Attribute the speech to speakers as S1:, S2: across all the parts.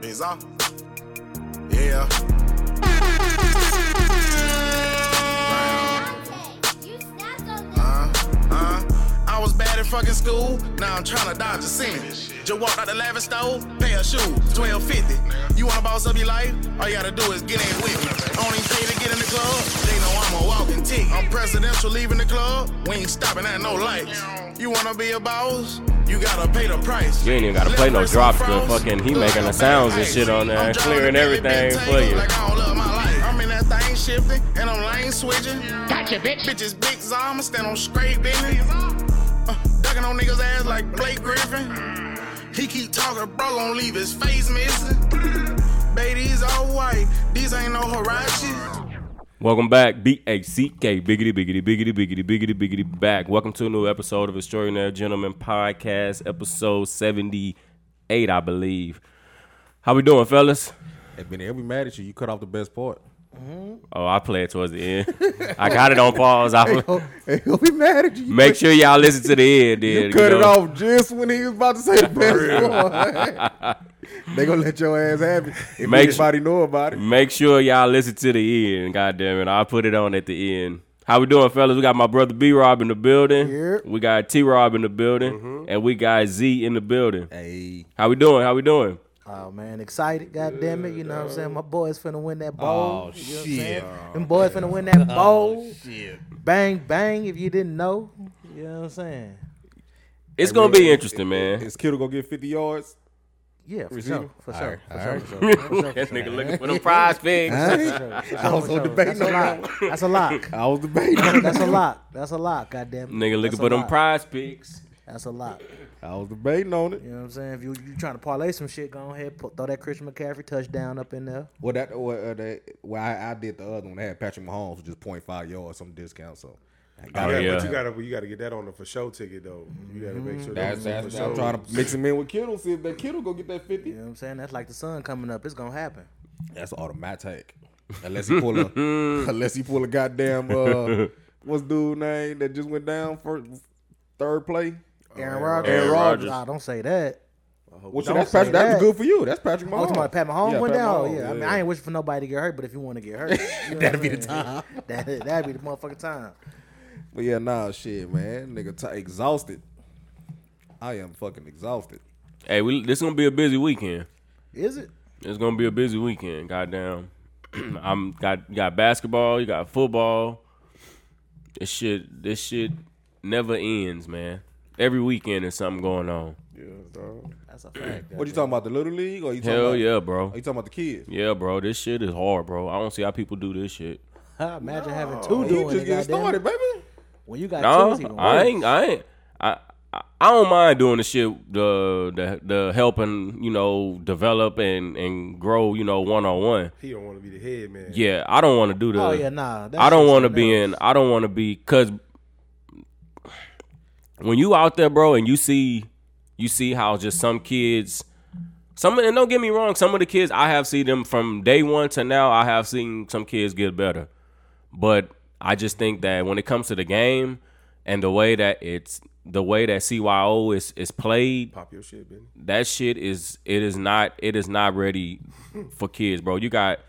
S1: things, huh? Yeah. Uh, uh, I was bad in fucking school. Now I'm tryna dodge a sin. Just walked out the lavish store, pay a shoe, twelve fifty. You wanna boss up your life? All you gotta do is get in with me. Only pay to get in the club. They know I'm a walking tick. I'm presidential leaving the club. We ain't stopping at no lights. You wanna be a boss? You gotta pay the price.
S2: You ain't even gotta play no drops, but fucking he making the sounds and shit on there, clearing everything for you.
S1: Like I don't love my life. I'm in that thing shifting and I'm lane switching. Gotcha, bitch. Bitches big I'ma stand on straight business. Uh, ducking on niggas ass like Blake Griffin. He keep talking, bro, gon' leave his face missing. Baby, these all white. These ain't no Hirachis.
S2: Welcome back, B A C K, biggity, biggity, biggity, biggity, biggity, biggity, back. Welcome to a new episode of Extraordinary Gentlemen Podcast, episode 78, I believe. How we doing, fellas?
S3: Hey, Benny, they'll be mad at you. You cut off the best part.
S2: Oh, I play it towards the end. I got it on pause. I,
S3: Oh, hey, he'll be mad at you. You
S2: make sure y'all listen to the end,
S3: cut-
S2: then.
S3: you cut
S2: you
S3: it
S2: know.
S3: off just when he was about to say the best part. they gonna let your ass have it if
S2: Make su-
S3: anybody know about it.
S2: Make sure y'all listen to the end. God damn it. I'll put it on at the end. How we doing, fellas? We got my brother B Rob in the building.
S3: Yep. Mm-hmm.
S2: We got T Rob in the building. And we got Z in the building.
S3: Hey,
S2: How we doing? How we doing?
S4: Oh man, excited! God damn it! You know what I'm saying? My boys finna win that bowl.
S3: Oh,
S4: you know what I'm
S3: shit.
S4: saying? Them boys finna win that bowl. Bang bang! If you didn't know, you know what I'm saying?
S2: It's gonna be interesting, man.
S3: is Kittle gonna get fifty yards?
S4: Yeah, for
S3: Receiver?
S4: sure, for
S3: All
S4: sure,
S3: right,
S4: for
S3: all
S4: sure,
S3: right.
S4: for sure, for sure,
S2: That nigga looking for them prize pigs.
S4: for sure.
S3: I was on
S4: That's
S3: debating
S4: a
S3: on that.
S4: lock. That's a lock.
S3: I was debating. on that.
S4: That's a lock. That's a lock. God damn it!
S2: Nigga
S4: That's
S2: looking
S4: a
S2: for them
S4: lock.
S2: prize pigs.
S4: That's a lock.
S3: I was debating on it.
S4: You know what I'm saying? If you you trying to parlay some shit, go ahead pu- throw that Christian McCaffrey touchdown up in there.
S3: Well, that well, uh, that, well I, I did the other one. I had Patrick Mahomes with just 0.5 yards, some discount. So I got
S2: Oh,
S5: Yeah,
S2: yeah.
S5: but you gotta you gotta get that on the for show ticket though. You gotta make sure
S3: That's,
S5: that
S3: that's, I'm trying to mix him in with Kittle. See if that Kittle go get that fifty.
S4: You know what I'm saying? That's like the sun coming up. It's gonna happen.
S3: That's automatic. Unless he pull a, unless he pull a goddamn uh, what's dude name that just went down for third play.
S4: Aaron Rodgers.
S3: Aaron Rodgers.
S4: Nah, don't say that.
S3: Which
S4: Don't
S3: that's,
S4: say
S3: Patrick, that's
S4: that.
S3: good for you. That's Patrick
S4: Oh,
S3: Mahomes.
S4: tomorrow Pat Mahomes went
S3: Pat
S4: down.
S3: Mahomes,
S4: yeah, I mean, I ain't wishing for nobody to get hurt, but if you want to get hurt, you know
S3: That'd
S4: what
S3: be
S4: I'm
S3: the
S4: saying?
S3: time.
S4: That that'd be the motherfucking time.
S3: But yeah, nah, shit, man, nigga, t- exhausted. I am fucking exhausted.
S2: Hey, we this gonna be a busy weekend.
S4: Is it?
S2: It's gonna be a busy weekend. Goddamn. I'm got you got basketball, you got football. This shit this shit never ends, man. Every weekend is something going on.
S4: That's a fact.
S3: What you talking about? The little league? Or you talking
S2: Hell
S3: about,
S2: yeah, bro.
S3: Are you talking about the kids?
S2: Yeah, bro. This shit is hard, bro. I don't see how people do this shit.
S4: Imagine having two
S3: You
S4: doing
S3: just
S4: it.
S3: getting
S4: goddamn.
S3: started, baby.
S4: When you got two,
S2: No,
S4: it's even
S2: Uh-huh. I
S4: worse.
S2: ain't. I ain't. I, I I don't mind doing the shit, the the the helping you know develop and and grow you know one on one.
S5: he don't want to be the head man.
S2: Yeah, I don't want to do the.
S4: Oh yeah, nah. that
S2: I don't
S4: shit's
S2: want to
S4: something
S2: be
S4: else.
S2: in. I don't want to be because when you out there, bro, and you see you see how just some kids, some and don't get me wrong, some of the kids I have seen them from day one to now. I have seen some kids get better, but I just think that when it comes to the game and the way that it's the way that CYO is is played,
S5: Pop your shit, Benny.
S2: that shit is it is not it is not ready for kids, bro. You got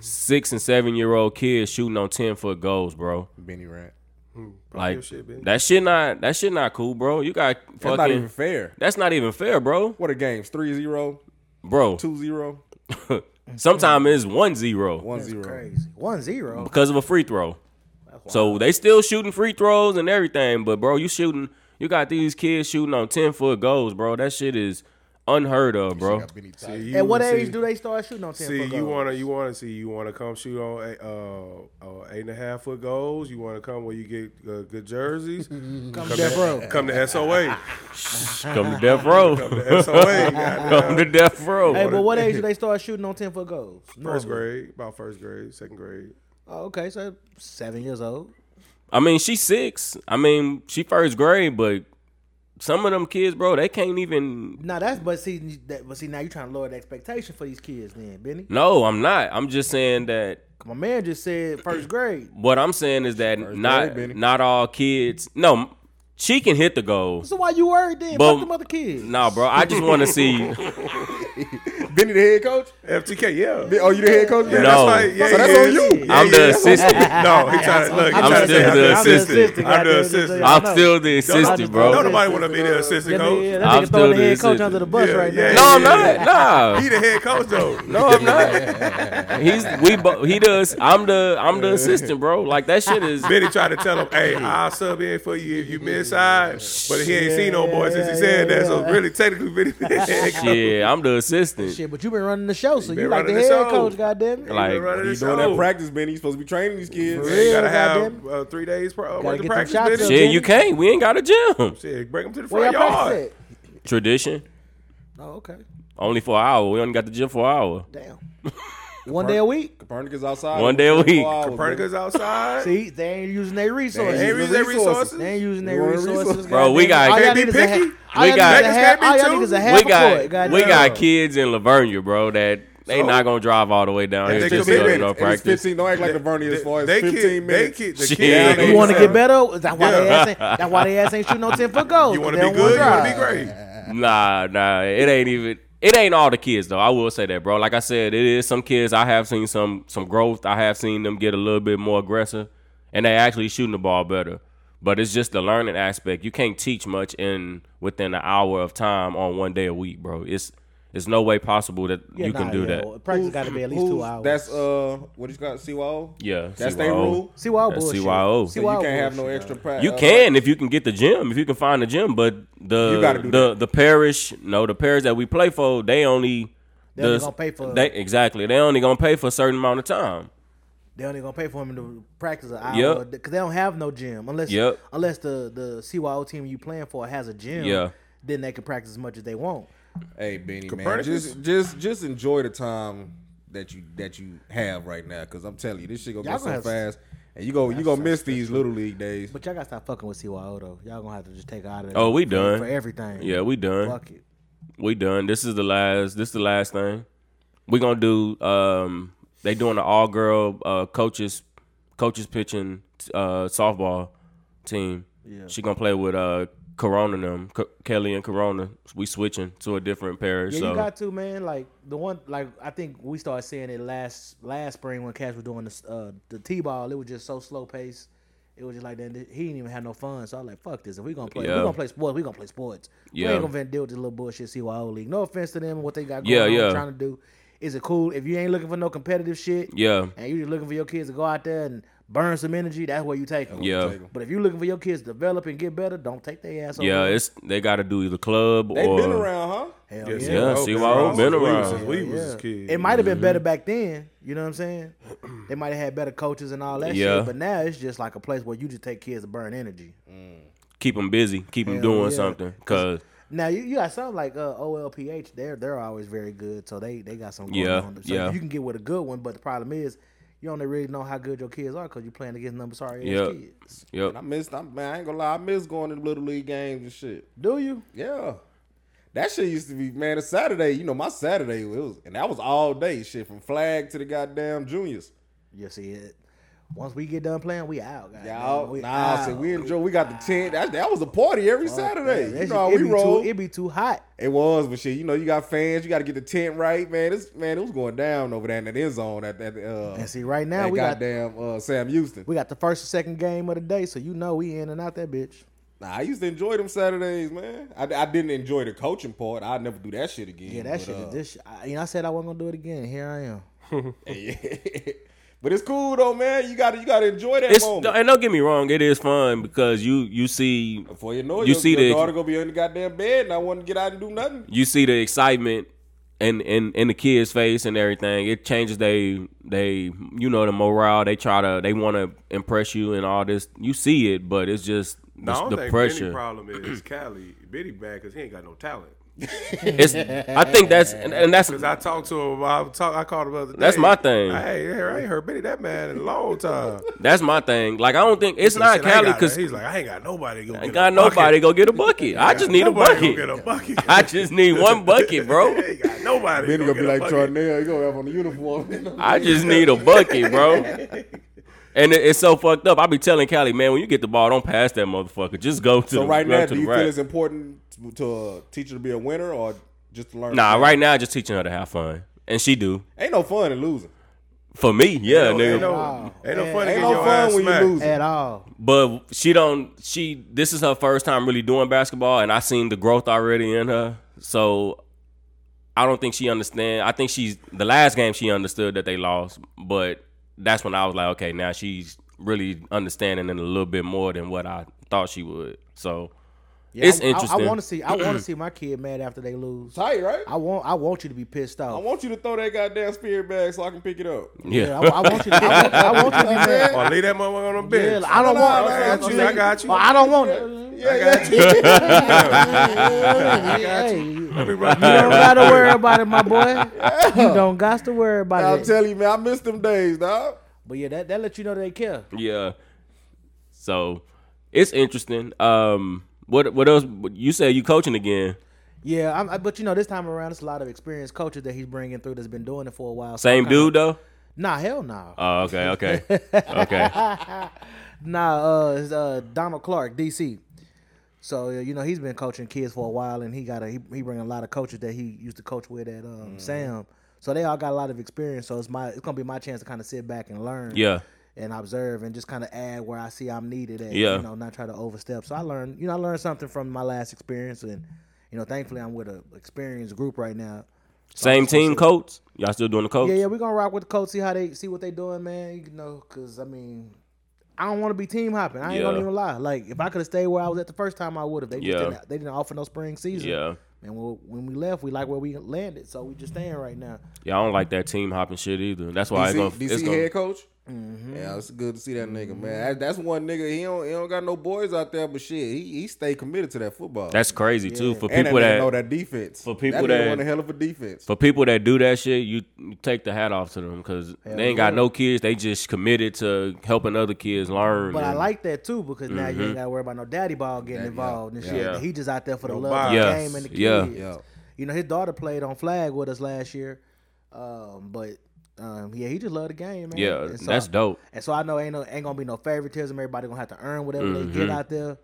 S2: six and seven year old kids shooting on ten foot goals, bro.
S3: Benny Rant.
S5: Pop
S2: Like
S5: your shit, Benny.
S2: that shit not that shit not cool, bro. You got fucking
S3: That's not even fair.
S2: that's not even fair, bro.
S3: What are games? 3-0,
S2: Bro,
S3: 2-0,
S2: sometimes it's one zero Mm-hmm.
S3: 1-0.
S4: Crazy. One zero.
S2: because of a free throw. So they still shooting free throws and everything, but bro, you shooting you got these kids shooting on ten foot goals, bro. That shit is unheard of, bro.
S3: Benny tight.
S5: See, you
S4: At what
S5: see-
S4: age do they start shooting on ten
S5: See,
S4: foot
S5: you
S4: goals?
S5: wanna you wanna see you wanna come shoot on eight, uh, uh, eight and a half foot goals. You wanna come where you get uh, good jerseys. come, to,
S4: Death Row.
S5: come to SOA.
S2: Come to death row.
S5: SOA. goddamn.
S2: Come to death row.
S4: Hey, but what age do they start shooting on ten foot goals? Normally.
S5: First grade, about first grade, second grade.
S4: Oh, okay, so seven years old.
S2: I mean, she's six. I mean, she first grade, but some of them kids, bro, they can't even.
S4: Now that's but see, that, but see now you trying to lower the expectation for these kids then, Benny.
S2: No, I'm not. I'm just saying that.
S4: My man just said first grade.
S2: What I'm saying is that not
S3: grade, Benny.
S2: not all kids. No, she can hit the goal.
S4: So why you worried then?
S2: But-
S4: Fuck them other kids.
S2: Nah, bro, I just want to see.
S3: Benny the head coach?
S5: FTK, yeah.
S3: Ben- Oh, you the head coach?
S5: Yeah,
S2: No.
S5: that's like, yeah,
S3: So that's
S5: yeah,
S3: on you.
S5: yeah,
S2: I'm
S5: yeah,
S2: the
S5: that's on you.
S2: assistant.
S5: No, he tried to look. He
S2: I'm
S5: tried
S2: still
S5: to say
S2: the
S5: I'm the
S2: assistant.
S5: assistant. I'm the assistant.
S2: I'm still the assistant,
S5: Don't-
S2: bro.
S5: Don't nobody want to be the assistant
S4: That nigga,
S5: coach.
S4: that
S2: I'm
S4: nigga
S2: still
S4: throwing the
S2: the
S4: head coach
S2: assistant.
S4: under the bus
S5: Yeah,
S4: right
S5: yeah,
S4: now.
S2: No, I'm not.
S5: He the head coach though.
S2: Nah. No, I'm not. He's we bo- he does. I'm the I'm the assistant, bro. Like that shit is
S5: Benny tried to tell him, "Hey, I'll sub in for you if you miss side." But he ain't seen no boy since he said that. So really, technically, Benny the head coach.
S2: yeah, I'm the assistant.
S4: Shit, but you been running the show, so
S5: been
S4: you like the
S5: running
S4: head
S5: the show.
S4: coach, goddamn it.
S2: Like,
S5: Been running
S3: You
S5: the
S3: doing that
S5: show.
S3: practice, Benny. You supposed to be training these kids.
S5: You gotta
S4: Real,
S5: have
S4: goddamn.
S5: uh, three days pro-
S4: Gotta
S5: worth of
S4: get them
S5: practice.
S4: shots
S5: Benny.
S4: up.
S2: Shit, you can't. We ain't got a gym.
S5: Shit, break them to the
S4: Where
S5: front
S4: y'all
S5: yard.
S4: practice
S2: Tradition.
S4: at? Oh, okay.
S2: Only for an hour. We only got the gym for an hour.
S4: Damn. One day a week.
S3: Copernicus outside.
S2: One day a week.
S5: Copernicus outside.
S4: Oh, See, they ain't using their resources.
S5: Ain't using their resources.
S4: They ain't using their
S3: They want
S4: resources.
S3: resources.
S2: Bro, we
S4: goddamn it.
S2: got-
S4: All y'all
S5: Can't be
S4: need is a ha-
S5: picky.
S4: all
S2: We
S4: y'all need
S2: got-
S4: is a half- all y'all
S5: Niggas
S4: need is a
S5: can't
S4: half
S2: We
S4: a court,
S2: got we
S4: goddamn.
S2: got kids in Lavernia, bro. That they not gonna drive all the way down
S5: They
S2: here
S5: take
S2: just
S5: a
S2: to
S5: big
S2: go to
S5: minute.
S2: no
S5: It's
S2: practice.
S3: 15, don't act like the Vernon as far as
S5: They
S3: 15
S5: kid, they
S3: minutes.
S5: kid, the
S2: Shit.
S5: kid.
S4: You want to get
S5: better.
S4: better? That's why, they
S5: Yeah.
S4: ass ain't, that's why they ass ain't shooting no 10 foot goals.
S5: You want
S4: They
S5: to be
S4: don't wanna
S5: good. You want to be
S4: drive.
S5: great.
S2: Nah, nah. It ain't even. It ain't all the kids though. I will say that, bro. Like I said, it is some kids. I have seen some some growth. I have seen them get a little bit more aggressive, and they actually shooting the ball better. But it's just the learning aspect. You can't teach much in within an hour of time on one day a week, bro. It's it's no way possible that
S4: Yeah,
S2: you
S4: nah,
S2: can do
S4: yeah.
S2: that.
S4: Practice got to be at least
S3: Who's-
S4: two hours.
S3: That's uh, what you call it, CYO?
S2: Yeah,
S3: That's their
S2: CYO.
S3: rule.
S4: See why
S2: That's
S4: bullshit.
S2: CYO.
S3: So
S2: So
S3: you
S4: CYO
S3: can't have no
S4: bullshit,
S3: extra uh, practice.
S2: You can if you can get the gym, if you can find the gym, but the
S3: You gotta do
S2: the the parish, no, the parish that we play for, they only
S4: They only gonna pay for-
S2: they, exactly. They only gonna pay for a certain amount of time.
S4: They only gonna pay for him to practice an hour
S2: Yep.
S4: because they don't have no gym unless
S2: Yep.
S4: unless the the CYO team you playing for has a gym.
S2: Yeah.
S4: then they can practice as much as they want.
S3: Hey, Benny, man,
S5: Copernicus?
S3: just just just enjoy the time that you that you have right now, because I'm telling you, this shit gonna
S4: Y'all
S3: go
S4: gonna
S3: so
S4: have-
S3: fast, and you go you gonna miss these little league days.
S4: But y'all gotta stop fucking with CYO though. Y'all gonna have to just take her out of there.
S2: Oh, we
S4: for,
S2: done.
S4: for everything.
S2: Yeah, we done.
S4: fuck it.
S2: We done. This is the last. This is the last thing. We gonna do. Um, they doing the all girl uh, coaches, coaches pitching uh, softball team.
S4: Yeah.
S2: She gonna play with uh Corona and them K- Kelly and Corona. We switching to a different parish.
S4: Yeah,
S2: so
S4: you got to man. Like the one, like I think we started seeing it last last spring when Cash was doing the uh, the t ball. It was just so slow paced. It was just like that. He didn't even have no fun. So I was like, "Fuck this! If we gonna play,
S2: Yeah.
S4: we gonna play sports. We gonna play sports.
S2: Yeah.
S4: We ain't gonna deal with this little bullshit CYO league. No offense to them, and what they got going
S2: Yeah,
S4: on,
S2: yeah.
S4: trying to do. Is it cool if you ain't looking for no competitive shit?
S2: yeah,
S4: And you just looking for your kids to go out there and burn some energy. That's where you take them.
S2: yeah.
S4: But if you looking for your kids to develop and get better, don't take their ass. over
S2: Yeah,
S4: there.
S2: it's they got to do either club
S3: They've
S2: or
S3: been around, huh?
S4: Hell
S5: Yeah,
S4: yeah.
S2: Yeah,
S5: Oh,
S2: see
S5: been
S2: why
S5: around
S2: old been
S5: since we
S2: around.
S5: was- since we was
S4: Yeah.
S5: his kids.
S4: It might have been better back then. You know what I'm saying? They might have had better coaches and all that
S2: Yeah.
S4: shit. But now it's just like a place where you just take kids to burn energy.
S2: keep them busy, keep them
S4: Hell
S2: doing
S4: yeah.
S2: something. Cause
S4: Now you, you got something like uh, OLPH. They're they're always very good, so they they got some going
S2: Yeah,
S4: on. So
S2: yeah.
S4: you can get with a good one, but the problem is you don't really know how good your kids are because you're playing against number sorry ass
S2: Yeah.
S4: kids.
S2: yep,
S3: And I missed. I'm, man, I ain't gonna lie, I miss going to little league games and shit.
S4: Do you?
S3: Yeah. That shit used to be, man, a Saturday, you know, my Saturday, it was, and that was all day shit from flag to the goddamn juniors.
S4: You see it. Once we get done playing, we out. goddamn.
S3: Y'all,
S4: We
S3: nah, see,
S4: out.
S3: we enjoy, we got the tent. That, that was a party every Saturday.
S4: Man, that
S3: you
S4: shit-
S3: know how
S4: it
S3: we
S4: be too-
S3: roll.
S4: It be too hot.
S3: It was, but shit, you know, you got fans, you got to get the tent right, man. This man, it was going down over there in that end zone at that. Uh,
S4: And see, right now
S3: that
S4: we got-
S3: goddamn uh, Sam Houston.
S4: We got the first and second game of the day, so you know we in and out that bitch.
S3: Nah, I used to enjoy them Saturdays, man. I, I didn't enjoy the coaching part. I'd never do that shit again.
S4: Yeah, that
S3: but,
S4: shit.
S3: uh,
S4: is this, I, you know, I said I wasn't gonna do it again. Here I am.
S3: but it's cool though, man. You gotta you gotta enjoy that
S2: it's
S3: moment.
S2: and don't get me wrong, it is fun because you you see
S3: Before you know it,
S2: You
S3: your,
S2: see
S3: your
S2: the-
S3: daughter gonna be in the goddamn bed, and I want to get out and do nothing.
S2: you see the excitement in in in the kids' face and everything. It changes they they you know the morale. They try to they want to impress you and all this. You see it, but it's just
S5: No, I
S2: it's
S5: don't
S2: the
S5: think
S2: pressure.
S5: Benny problem is Cali. Benny bad because he ain't got no talent.
S2: It's I think that's and, and that's
S5: Because I talked to him. I talk, I called him the other day.
S2: That's my thing.
S5: Hey, I ain't heard Benny that mad in a long time.
S2: that's my thing. Like I don't think it's not
S5: He said, I ain't
S2: Cali
S5: got-
S2: because
S5: he's like, I ain't got nobody. Go
S2: I
S5: get
S2: got
S5: a bucket.
S2: nobody go get a bucket. I just need a
S5: Nobody
S2: bucket.
S5: Go get a bucket.
S2: I just need one bucket, bro.
S5: ain't got nobody.
S3: Then
S5: go
S3: he gonna
S5: get
S3: be
S5: a
S3: like
S5: bucket.
S3: Charnel, you gonna have on the uniform.
S2: I just need a bucket, bro. And it, it's so fucked up. I be telling Cali, man, when you get the ball, don't pass that motherfucker. Just go to
S3: so
S2: the
S3: right
S2: go
S3: now,
S2: to
S3: do
S2: the
S3: you
S2: rack."
S3: feel it's important to, to a teacher to be a winner or just to learn.
S2: Nah, right now I just teaching her to have fun, and she do.
S3: Ain't no fun in losing.
S2: For me, yeah,
S5: Ain't no-
S2: nigga.
S5: Ain't no,
S4: Wow.
S5: ain't no
S4: Yeah.
S5: fun to
S3: Ain't
S5: get
S3: no
S5: your
S3: fun
S5: ass
S3: when you
S5: smacked.
S3: lose.
S4: at all.
S2: But she don't. She this is her first time really doing basketball, and I seen the growth already in her. So I don't think she understand. I think she's the last game she understood that they lost, but that's when I was like, okay, now she's really understanding it a little bit more than what I thought she would. So
S4: Yeah,
S2: It's
S4: I, I,
S2: interesting.
S4: I want to see. I want to see my kid mad after they lose.
S3: Tight, right?
S4: I want. I want you to be pissed
S3: I
S4: off.
S3: want you to throw that goddamn spirit bag so I can pick it up.
S2: yeah,
S4: I, I want you. To, I, want, I want you to be mad.
S5: Or Oh, leave that motherfucker on the
S4: Yeah,
S5: bench.
S4: like, I don't
S3: No, no,
S4: want.
S3: I
S4: that's
S5: got
S4: what
S5: you,
S4: I'm
S5: I got
S4: saying.
S5: you.
S4: Well, I don't want it.
S3: Yeah,
S5: got
S3: yeah.
S4: Hey, you
S5: Be
S4: don't
S5: right back.
S4: gotta worry about it, my boy. You don't got to worry about
S3: I'm
S4: it.
S3: telling you, man, I miss them days, dog.
S4: But yeah, that that lets you know they care.
S2: yeah. So it's interesting. Um, what what else? You said you coaching again?
S4: Yeah, I'm, I, but you know this time around, it's a lot of experienced coaches that he's bringing through that's been doing it for a while. So
S2: Same
S4: I'm kinda-
S2: dude though.
S4: Nah, hell no.
S2: Oh, okay, okay, okay.
S4: Nah, uh, it's, uh, Donald Clark, DC. So uh, you know he's been coaching kids for a while, and he got a he, he bring a lot of coaches that he used to coach with at um,
S2: Mm-hmm.
S4: Sam. So they all got a lot of experience. So it's my it's gonna be my chance to kind of sit back and learn.
S2: Yeah.
S4: And observe and just kind of add where I see I'm needed at.
S2: Yeah.
S4: You know, not try to overstep. So I learned you know I learned something from my last experience, and you know thankfully I'm with a experienced group right now. So I'm
S2: Same
S4: just gonna
S2: team
S4: sit-
S2: coach. Y'all still doing the coach?
S4: yeah, yeah, we're gonna rock with the coach, see how they see what they doing, man. You know, cause I mean, I don't want to be team hopping. I ain't gonna
S2: Yeah.
S4: even lie. Like if I could have stayed where I was at the first time, I would have. They just
S2: Yeah.
S4: didn't, they didn't offer no spring season.
S2: Yeah.
S4: And we when we left, we like where we landed, so we just staying right now.
S2: Yeah, I don't like that team hopping shit either. That's why
S3: DC,
S2: it's gonna. it's
S3: DC
S2: gonna
S3: head coach.
S5: Mm-hmm.
S3: Yeah, it's good to see that nigga, man. That- That's one nigga. He don't, he don't got no boys out there, but shit, he, he stay committed to that football.
S2: that's crazy too for
S3: and
S2: people
S3: that, nigga
S2: that,
S3: know that defense.
S2: for people
S3: that,
S2: that-
S3: nigga want a hell of a defense.
S2: for people that do that shit. You, you take the hat off to them because they ain't got no kids. They just committed to helping other kids learn.
S4: But I
S2: and-
S4: like that too because now
S2: Mm-hmm.
S4: you ain't gotta worry about no daddy ball getting involved and shit.
S2: Yeah.
S4: He just out there for the
S5: No
S4: love of the
S2: bias.
S4: game and the kids.
S2: Yeah.
S3: Yeah.
S4: You know, his daughter played on flag with us last year, um, but um, yeah, he just loved the game, man.
S2: Yeah,
S4: And so
S2: that's
S4: I-
S2: dope.
S4: And so I know ain't no, ain't gonna be no favoritism. Everybody gonna have to earn whatever they
S2: Mm-hmm.
S4: get out there,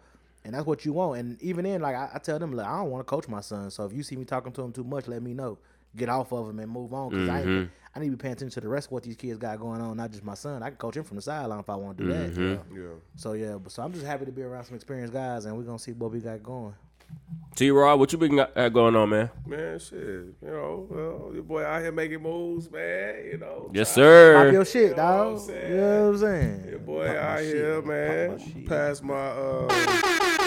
S4: and that's what you want. And even then, like I, I tell them, like I don't want to coach my son. So if you see me talking to him too much, let me know. Get off of him and move on because I
S2: Mm-hmm.
S4: ain't, I need to be paying attention to the rest of what these kids got going on, not just my son. I can coach him from the sideline if I want to do that.
S2: Mm-hmm.
S4: So yeah, but- so I'm just happy to be around some experienced guys, and we're gonna see what we got going.
S2: T. Rod, what you been got got going on, man?
S5: Man, shit. You know, well, your boy out here making moves, man. You know.
S2: Yes,
S4: Pop
S2: sir.
S4: your shit,
S5: know what I'm
S4: dog. You
S5: saying?
S4: know what I'm saying?
S5: Your boy out here, man. Pass my uh.
S2: Some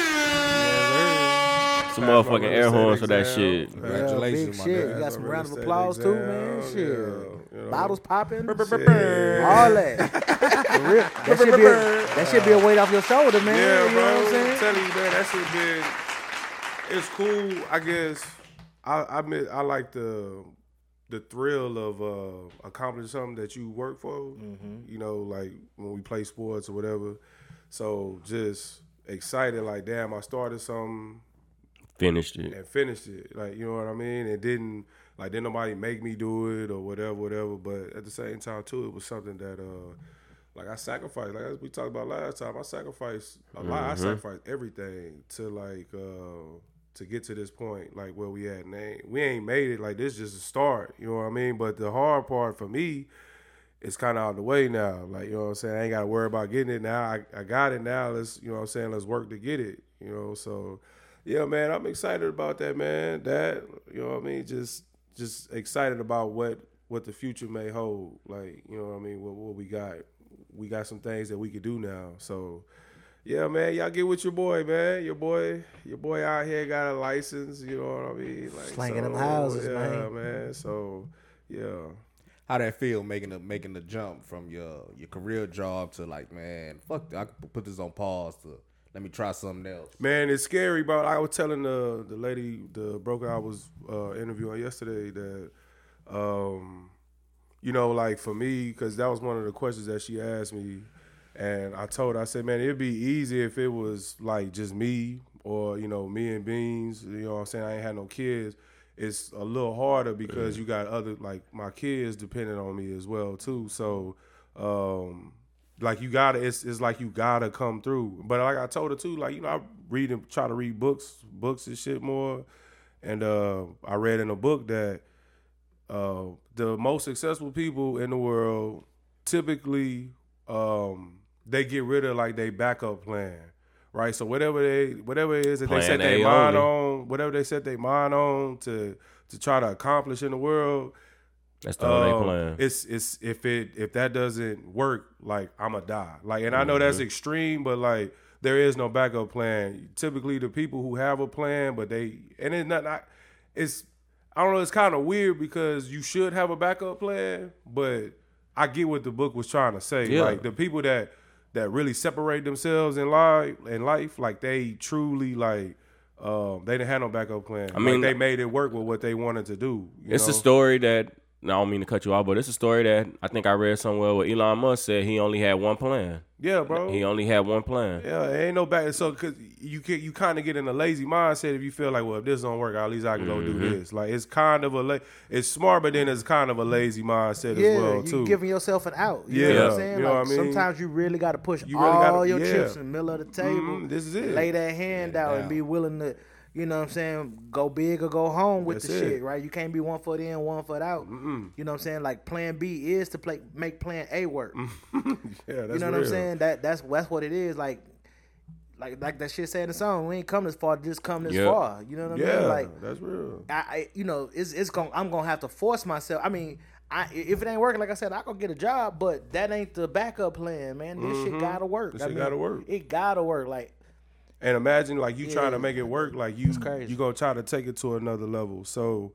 S5: Pass my
S2: motherfucking
S5: real
S2: air
S5: estate
S2: horns for that
S5: exam.
S2: shit.
S5: Pass
S4: Yeah,
S3: Congratulations,
S4: big
S3: my
S4: shit.
S3: guy.
S4: You got
S5: That's
S4: some
S5: a
S4: round of
S5: real
S4: applause
S5: estate
S4: too, man.
S5: exam,
S4: Shit.
S5: yeah, you know.
S4: Bottles popping. all
S5: shit.
S4: that. For real. That should be a, that should be a weight off your shoulder, man.
S5: Yeah,
S4: you
S5: bro.
S4: know what I'm
S5: I'm
S4: saying?
S5: telling you, man, that shit been. It's cool, I guess. I I, miss, I like the the thrill of uh, accomplishing something that you work for.
S4: Mm-hmm.
S5: You know, like when we play sports or whatever. So just excited, like damn, I started something
S2: Finished it.
S5: and finished it. Like you know what I mean? It didn't like didn't nobody make me do it or whatever, whatever. But at the same time too, it was something that uh like I sacrificed. Like as we talked about last time, I sacrificed a lot. I sacrificed everything to like uh to get to this point, like where we at. And ain't- we ain't made it. Like this just a start. You know what I mean? But the hard part for me it's kind of out of the way now. Like, you know what I'm saying? I ain't got to worry about getting it now. I, I got it now. Let's, you know what I'm saying? Let's work to get it, you know? So, yeah, man, I'm excited about that, man. That, you know what I mean? Just, just excited about what, what the future may hold. Like, you know what I mean? What, what we got. We got some things that we could do now. So, yeah, man, y'all get with your boy, man. Your boy, your boy out here got a license. You know what I mean? Like,
S4: Slanging them houses,
S5: yeah,
S4: man.
S5: man. So, yeah.
S3: How that feel making the making the jump from your your career job to like, man, fuck, that, I could put this on pause to let me try something else.
S5: Man, it's scary, bro. I was telling the the lady, the broker I was uh, interviewing yesterday, that um, you know, like for me, because that was one of the questions that she asked me, and I told her, I said, man, it'd be easy if it was like just me or you know me and Beans. You know, what I'm saying I ain't had no kids. It's a little harder because you got other like my kids depending on me as well too. So, um, like you gotta, it's it's like you gotta come through. But like I told her too, like you know, I read and try to read books, books and shit more And uh, I read in a book that uh, the most successful people in the world typically um, they get rid of like their backup plan, right? So whatever they whatever it is that they
S2: Plan
S5: set their
S2: A
S5: mind
S2: only.
S5: on, whatever they set their mind on to to try to accomplish in the world,
S2: That's the only
S4: Oh,
S5: um,
S2: plan.
S5: It's it's if it if that doesn't work, like I'ma die. Like, and I know
S2: Mm-hmm.
S5: that's extreme, but like there is no backup plan. Typically, the people who have a plan, but they and it's not. not it's I don't know. It's kind of weird because you should have a backup plan, but I get what the book was trying to say.
S2: Yeah.
S5: Like the people that that really separate themselves in life in life, like they truly like. Um, they didn't have no backup plan. I
S2: mean-
S5: mean, they made it work with what they wanted to do. you
S2: It's
S5: know?
S2: a story that no, I don't mean to cut you off, but it's a story that I think I read somewhere where Elon Musk said he only had one plan.
S5: yeah, bro.
S2: He only had one plan.
S5: Yeah, it ain't no back. So, cause you can, you kind of get in a lazy mindset if you feel like, well, if this don't work, at least I can go do this. Like it's kind of a, la- it's smart, but then it's kind of a lazy mindset
S4: Yeah,
S5: as well
S4: you
S5: too.
S4: giving yourself an out. You know
S5: Yeah,
S4: what I'm saying?
S5: you know
S4: like,
S5: what I mean?
S4: Sometimes you really got to push
S5: You really
S4: all
S5: gotta-
S4: your
S5: yeah.
S4: chips in the middle of the table.
S5: Mhm, this is it.
S4: Lay that hand out and
S3: down.
S4: be willing to, you know what I'm saying, go big or go home with
S5: That's
S4: the
S5: it.
S4: shit, right? You can't be one foot in, one foot out. You know what I'm saying? Like plan B is to play, make plan A work.
S5: yeah, that's
S4: you know what
S5: real.
S4: I'm saying? That that's that's what it is. Like like like that shit said in the song, we ain't come this far, just come this
S2: Yeah.
S4: far. You know what I
S5: Yeah,
S4: mean? Like
S5: that's real.
S4: I, I you know it's it's going I'm gonna have to force myself. I mean, I if it ain't working, like I said, I go get a job, but that ain't the backup plan, man. This shit gotta work.
S5: Mm-hmm. This
S4: I
S5: shit
S4: mean,
S5: gotta work.
S4: It gotta work. Like
S5: And imagine like you trying
S4: Yeah.
S5: to make it work, like you
S4: crazy.
S5: you gonna try to take it to another level. So,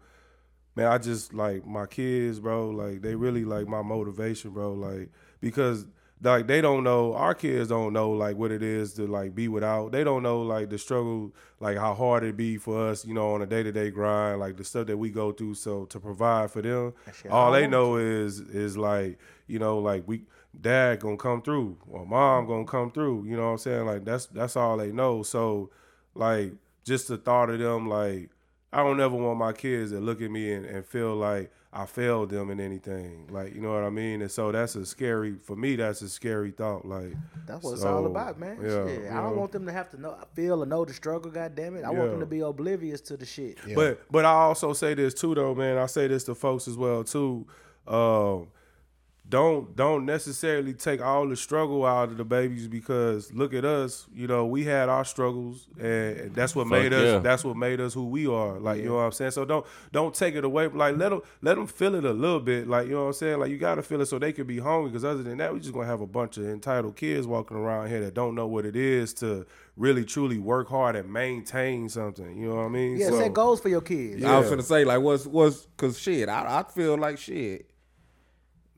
S5: man, I just like my kids, bro. Like they really like my motivation, bro. Like because like they don't know, our kids don't know like what it is to like be without. They don't know like the struggle, like how hard it be for us, you know, on a day to day grind, like the stuff that we go through. So to provide for them,
S4: shit
S5: all they
S4: hard.
S5: know is is like you know like we dad gonna come through or mom gonna come through. You know what I'm saying? Like that's that's all they know. So like just the thought of them like I don't ever want my kids to look at me and, and feel like I failed them in anything. Like, you know what I mean? And so that's a scary for me, that's a scary thought. Like
S4: that's what it's
S5: so,
S4: all about, man.
S5: yeah,
S4: Shit,
S5: you
S4: I don't
S5: know.
S4: want them to have to know feel or know the struggle, god damn it. I want them
S5: Yeah.
S4: to be oblivious to the shit.
S5: But but I also say this too though, man. I say this to folks as well too. Um, don't don't necessarily take all the struggle out of the babies because look at us, you know, we had our struggles and that's what made us
S2: yeah.
S5: that's what made us who we are. Like, you know what I'm saying? So don't don't take it away. Like let them let them feel it a little bit. Like, you know what I'm saying? Like you got to feel it so they can be hungry because other than that, we just going to have a bunch of entitled kids walking around here that don't know what it is to really truly work hard and maintain something. You know what I mean?
S4: Yeah,
S5: So-
S4: set goals for your kids.
S3: I was gonna say like what's what's cause shit. I I feel like shit.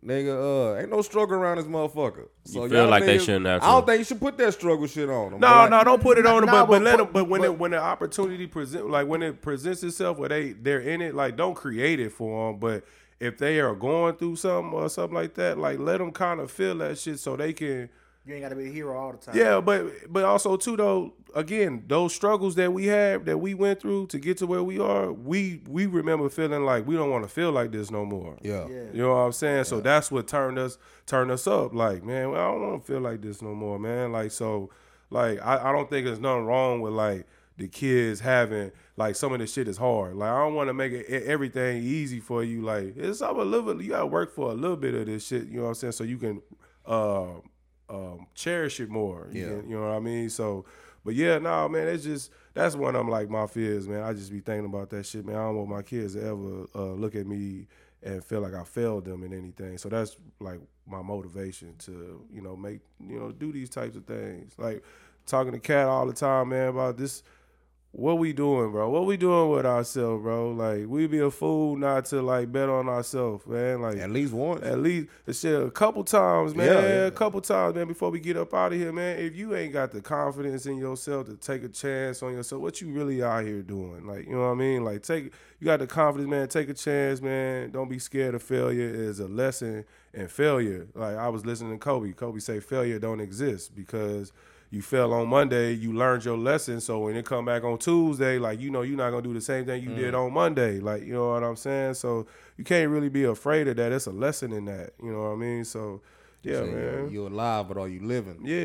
S3: Nigga, uh, ain't no struggle around this motherfucker. So
S2: You feel
S3: y'all
S2: like they
S3: niggas-
S2: shouldn't have
S3: I don't
S2: to.
S3: think you should put that struggle shit on them.
S5: No, no, don't put it on them.
S4: nah,
S5: But, but
S4: but
S5: let
S4: put-
S5: them. But when it, when the opportunity present, like when it presents itself, where they they're in it, like don't create it for them. But if they are going through something or something like that, like let them kind of feel that shit so they can.
S4: You ain't gotta be a hero all the time.
S5: Yeah, but but also too though, again, those struggles that we had that we went through to get to where we are, we we remember feeling like we don't want to feel like this no more.
S3: Yeah.
S4: Yeah.
S5: You know what I'm saying? So that's what turned us turned us up. Like, man, well, I don't want to feel like this no more, man. Like, so, like, I, I don't think there's nothing wrong with like the kids having like some of the shit is hard. Like, I don't want to make it, e- everything easy for you. Like, it's up a little. bit- You gotta work for a little bit of this shit. You know what I'm saying? So you can uh, um, cherish it more. You
S3: Yeah.
S5: can- you know what I mean? So, but yeah, no, man, it's just that's one of them like my fears, man. I just be thinking about that shit, man. I don't want my kids to ever uh, look at me and feel like I failed them in anything. So that's like my motivation to you know make you know do these types of things. Like talking to Cat all the time, man, about this. What we doing, bro? What we doing with ourselves, bro? Like we be a fool not to like bet on ourselves, man. Like
S3: At least once.
S5: at least shit a couple times, man.
S3: Yeah, yeah.
S5: A couple times, man, before we get up out of here, man. If you ain't got the confidence in yourself to take a chance on yourself, what you really out here doing? Like, you know what I mean? Like take you got the confidence, man, take a chance, man. Don't be scared of failure is a lesson and failure. Like I was listening to Kobe. Kobe say failure don't exist because you fell on Monday, you learned your lesson. So when it come back on Tuesday, like you know, you're not gonna do the same thing you did on Monday. Like you know what I'm saying. So you can't really be afraid of that. It's a lesson in that. You know what I mean. So yeah,
S3: Say,
S5: man.
S3: You're alive, but are you living?
S5: yeah,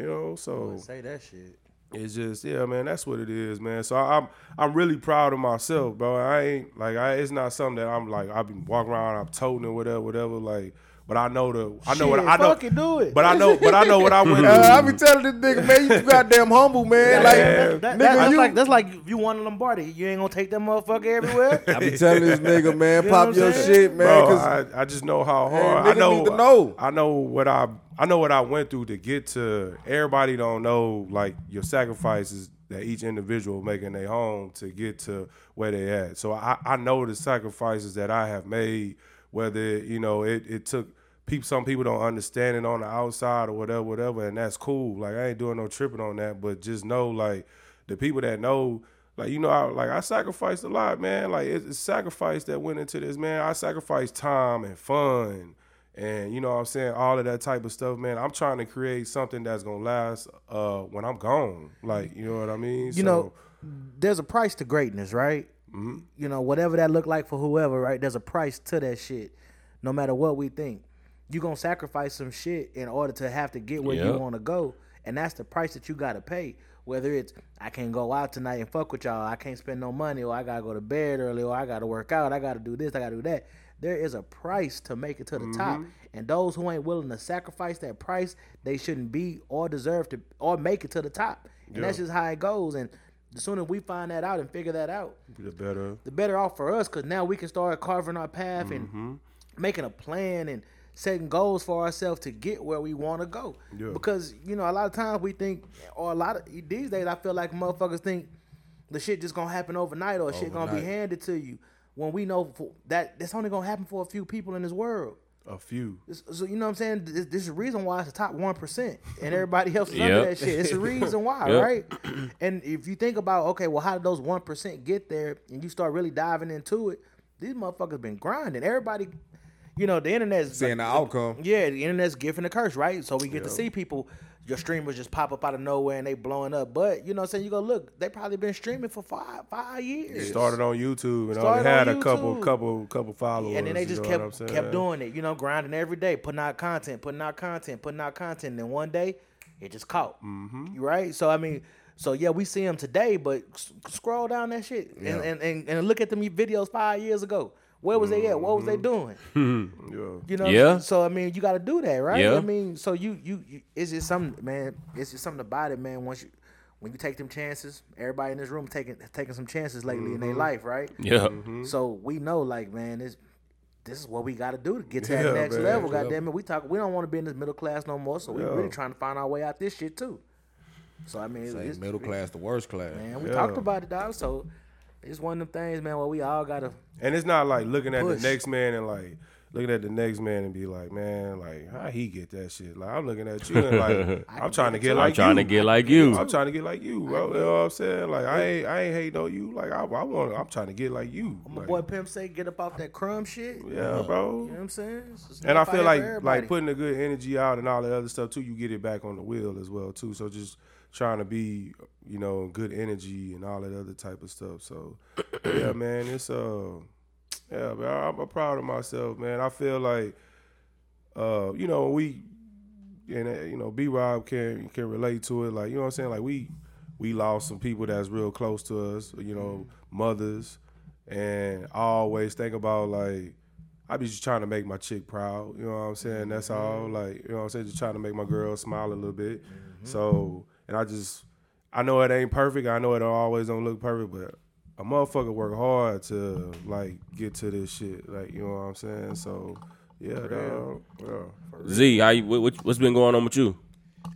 S5: you know. So
S4: Say that shit.
S5: it's just yeah, man. That's what it is, man. So I, I'm I'm really proud of myself, bro. I ain't like I, it's not something that I'm like I've been walking around, I'm toting or whatever, whatever. Like, but I know the I know what
S4: Shit,
S5: I know.
S4: fuck it, do it.
S5: But I know, but I know what I went
S3: Uh, I be
S5: through.
S3: telling this nigga, man, you goddamn humble, man. Like,
S5: Yeah.
S4: That-
S3: nigga,
S4: that- that's
S3: you.
S4: like that's like if you won a Lombardi, you ain't gonna take that motherfucker everywhere.
S3: I be telling this nigga, man,
S4: You know
S3: pop
S4: what I'm
S3: your
S4: saying?
S3: shit, man.
S5: Bro,
S3: 'cause-
S5: I, I just know how
S3: Hey,
S5: hard I
S3: nigga
S5: know,
S3: need to know.
S5: I know what I I know what I went through to get to everybody don't know like your sacrifices that each individual making their home to get to where they at. So I, I know the sacrifices that I have made, whether you know it, it took people some people don't understand it on the outside or whatever, whatever, and that's cool. Like I ain't doing no tripping on that, but just know like the people that know like you know I, like i sacrificed a lot man like it's, it's sacrifice that went into this man i sacrificed time and fun and you know what i'm saying all of that type of stuff man i'm trying to create something that's gonna last uh when i'm gone like you know what i mean
S4: you know, there's a price to greatness, right? You know, whatever that look like for whoever, right? There's a price to that shit. No matter what we think, you gonna sacrifice some shit in order to have to get where you
S2: Yep.
S4: want to go, and that's the price that you gotta pay. Whether it's I can't go out tonight and fuck with y'all, I can't spend no money, or I gotta go to bed early, or I gotta work out, I gotta do this, I gotta do that. There is a price to make it to the top, and those who ain't willing to sacrifice that price, they shouldn't be or deserve to or make it to the top. And that's just how it goes. And the sooner we find that out and figure that out,
S5: the better
S4: the better off for us because now we can start carving our path and making a plan and setting goals for ourselves to get where we want to go. Because you know, a lot of times we think, or a lot of these days, I feel like motherfuckers think the shit just gonna happen overnight or shit gonna be
S3: Overnight.
S4: handed to you. When we know for, that that's only gonna happen for a few people in this world.
S5: a few
S4: This- So you know what I'm saying? This, this is the reason why it's the top one percent, and everybody else is
S2: Yep.
S4: under that shit. It's the reason why,
S2: Yep.
S4: right? And if you think about, okay, well, how did those one percent get there? And you start really diving into it. These motherfuckers been grinding. Everybody, you know, the internet's
S3: Seeing the outcome.
S4: yeah, the internet's gift and a curse, right? So we get to see people, your streamers just pop up out of nowhere and they blowing up. But you know what I'm saying? You go look, they probably been streaming for five five years.
S5: started on youtube and
S4: Started
S5: only had
S4: on
S5: a couple
S4: YouTube.
S5: couple couple followers
S4: and then they
S5: you
S4: just
S5: know what I'm
S4: kept
S5: saying?
S4: kept doing it, you know, grinding every day, putting out content, putting out content, putting out content. And then one day, it just caught. Mm-hmm. Right? So I mean, so yeah, we see them today, but s- scroll down that shit and, and, and and look at them videos five years ago. Where was they at? What was they doing?
S5: Mm-hmm. yeah
S4: You know.
S2: Yeah.
S4: So I mean, you got to do that, right?
S2: Yeah.
S4: I mean, so you you, you it's just something, man. It's just something about it, man. Once you when you take them chances, everybody in this room taking taking some chances lately in
S5: Mm-hmm.
S4: their life, right?
S2: Yeah.
S4: So we know, like, man, this this is what we got to do to get to
S5: Yeah,
S4: that next
S5: man.
S4: level.
S5: Next
S4: God damn it, we talk. We don't want to be in this middle class no more. So we
S5: Yeah.
S4: really trying to find our way out this shit too. So I mean,
S3: Say
S4: it's,
S3: middle class, the worst class.
S4: man, we
S5: Yeah.
S4: talked about it, dog. So it's one of them things, man, where we all gotta.
S5: And it's not like looking at
S4: Push.
S5: the next man and like looking at the next man and be like, man, like how he get that shit? Like I'm looking at you and like I'm trying to get
S2: I'm
S5: like
S2: trying
S5: you.
S2: to get like you.
S5: I'm trying to get like you, bro. You know what I'm saying? Like I ain't I ain't hating on you. Like I, I want I'm trying to get like you.
S4: My
S5: Like,
S4: boy Pimp say, get up off that crumb shit. You
S5: yeah, bro.
S4: know what I'm saying? It's just
S5: And I
S4: not
S5: feel
S4: fighting
S5: like
S4: for everybody.
S5: like putting the good energy out and all that other stuff too, you get it back on the wheel as well too. So just trying to be, you know, good energy and all that other type of stuff. So yeah, man, it's uh yeah, man, I'm, I'm proud of myself, man. I feel like uh, you know, we and uh, you know, B Rob can can relate to it. Like, you know what I'm saying? Like we we lost some people that's real close to us, you know, mothers. And I always think about like I be just trying to make my chick proud, you know what I'm saying? That's all. Like, you know what I'm saying? Just trying to make my girl smile a little bit. So, and I just I know it ain't perfect. I know it always don't look perfect, but a motherfucker work hard to like get to this shit. Like, you know what I'm saying? So, yeah, dog. Yeah.
S2: Z, how you, what, what- what's been going on with you?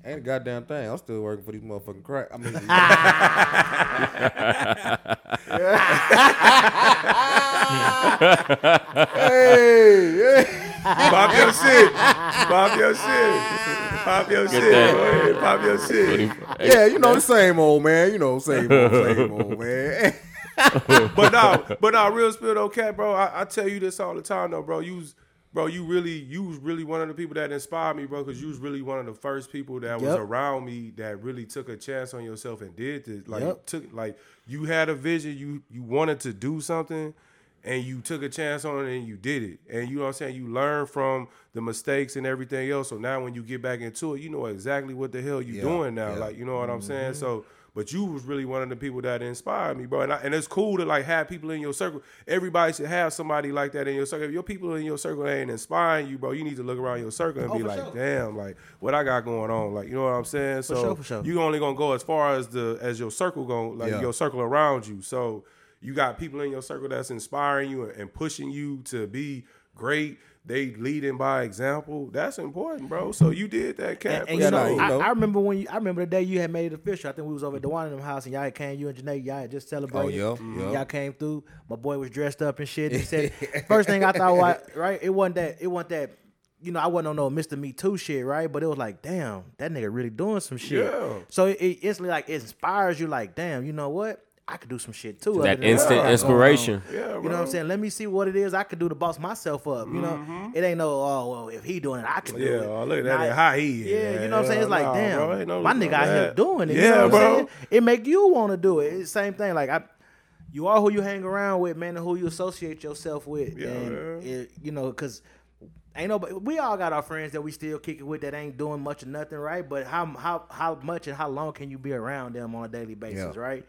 S3: Ain't a goddamn thing. I'm still working for these motherfucking crack. I mean, hey, hey.
S5: Pop your shit. Pop your shit. Pop your shit.
S2: that.
S5: Go ahead. Pop your shit.
S3: yeah, you know the same old man. You know, same old, same old man.
S5: But no, but no, real spill though, cat, bro. I, I tell you this all the time though, bro. You was- bro, you really you was really one of the people that inspired me, bro, because you was really one of the first people that was
S4: Yep.
S5: around me that really took a chance on yourself and did this. Like
S4: Yep.
S5: took like you had a vision, you you wanted to do something. And you took a chance on it and you did it. And you know what I'm saying? You learn from the mistakes and everything else. So now when you get back into it, you know exactly what the hell you
S3: Yeah,
S5: doing now.
S3: yeah.
S4: Mm-hmm.
S5: Like, you know what I'm saying? So But you was really one of the people that inspired me, bro. And, I, and it's cool to like have people in your circle. Everybody should have somebody like that in your circle. If your people in your circle ain't inspiring you, bro, you need to look around your circle and
S4: Oh,
S5: be
S4: for
S5: like,
S4: sure.
S5: damn, like what I got going on, like you know what I'm saying. so
S4: sure, for sure.
S5: you only gonna go as far as the as your circle going, like
S3: Yeah.
S5: your circle around you. So you got people in your circle that's inspiring you and pushing you to be great. They leading by example. That's important, bro. So you did that, Cap.
S4: And, and
S5: for
S4: you, know,
S3: nah, you
S5: sure.
S4: I,
S3: know.
S4: I remember when you, I remember the day you had made it official. I think we was over at Dewan in them house, and y'all came. You and Janae, y'all had just celebrated.
S5: Oh,
S3: yeah, yeah.
S4: Y'all came through. My boy was dressed up and shit. He said, first thing I thought, was, right? It wasn't that. It wasn't that. You know, I wasn't on no Mr. Me Too shit, right? But it was like, damn, that nigga really doing some shit.
S5: Yeah.
S4: So it, it instantly like it inspires you, like, damn, you know what? I could do some shit too. other
S2: That
S4: than
S2: instant
S4: what I got going on.
S2: inspiration.
S5: Yeah, bro.
S4: You know what I'm saying? Let me see what it is I could do to boss myself up. You know, it ain't no oh well if he doing it I can do
S5: Mm-hmm. Yeah,
S4: it.
S5: oh, look at
S4: Nah,
S5: that. How he is.
S4: Yeah, you know what I'm saying? It's like
S5: nah,
S4: damn,
S5: bro, ain't no-
S4: my nigga out here
S5: that-
S4: doing it.
S5: Yeah,
S4: you know what
S5: bro.
S4: I'm saying? It make you want to do it. It's the same thing. Like I, you are who you hang around with, man, and who you associate yourself with.
S5: Yeah,
S4: and
S5: man.
S4: it- you know because. Ain't nobody. We all got our friends that we still kicking with that ain't doing much or nothing, right? But how how how much and how long can you be around them on a daily basis,
S3: Yeah.
S4: right?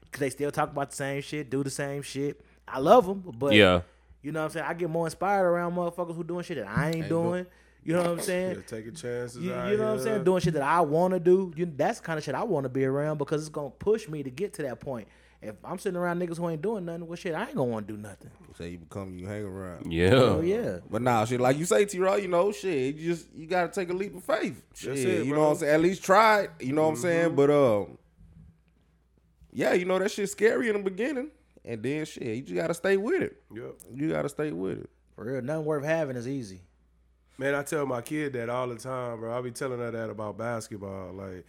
S4: Because they still talk about the same shit, do the same shit. I love them, but
S2: Yeah.
S4: you know what I'm saying? I get more inspired around motherfuckers who doing shit that I ain't, doing. You know what I'm saying?
S5: Yeah, taking chances.
S4: You,
S5: out
S4: you know what I'm
S5: here.
S4: saying? Doing shit that I want to do. You, that's the kind of shit I want to be around because it's gonna push me to get to that point. If I'm sitting around niggas who ain't doing nothing, well, shit, I ain't gonna want to do nothing.
S3: Say you become you hang around.
S2: Yeah.
S4: Oh yeah,
S3: But nah, shit, like you say, T Raw, you know, shit, you just you gotta take a leap of faith. Shit, you
S5: it,
S3: know
S5: bro. Mm-hmm.
S3: what I'm saying? At least try it. You know what I'm saying? But um Yeah, you know that shit's scary in the beginning. And then shit, you just gotta stay with it.
S5: Yep.
S3: You gotta stay with it.
S4: for real, nothing worth having is easy.
S5: Man, I tell my kid that all the time, bro. I be telling her that about basketball. Like,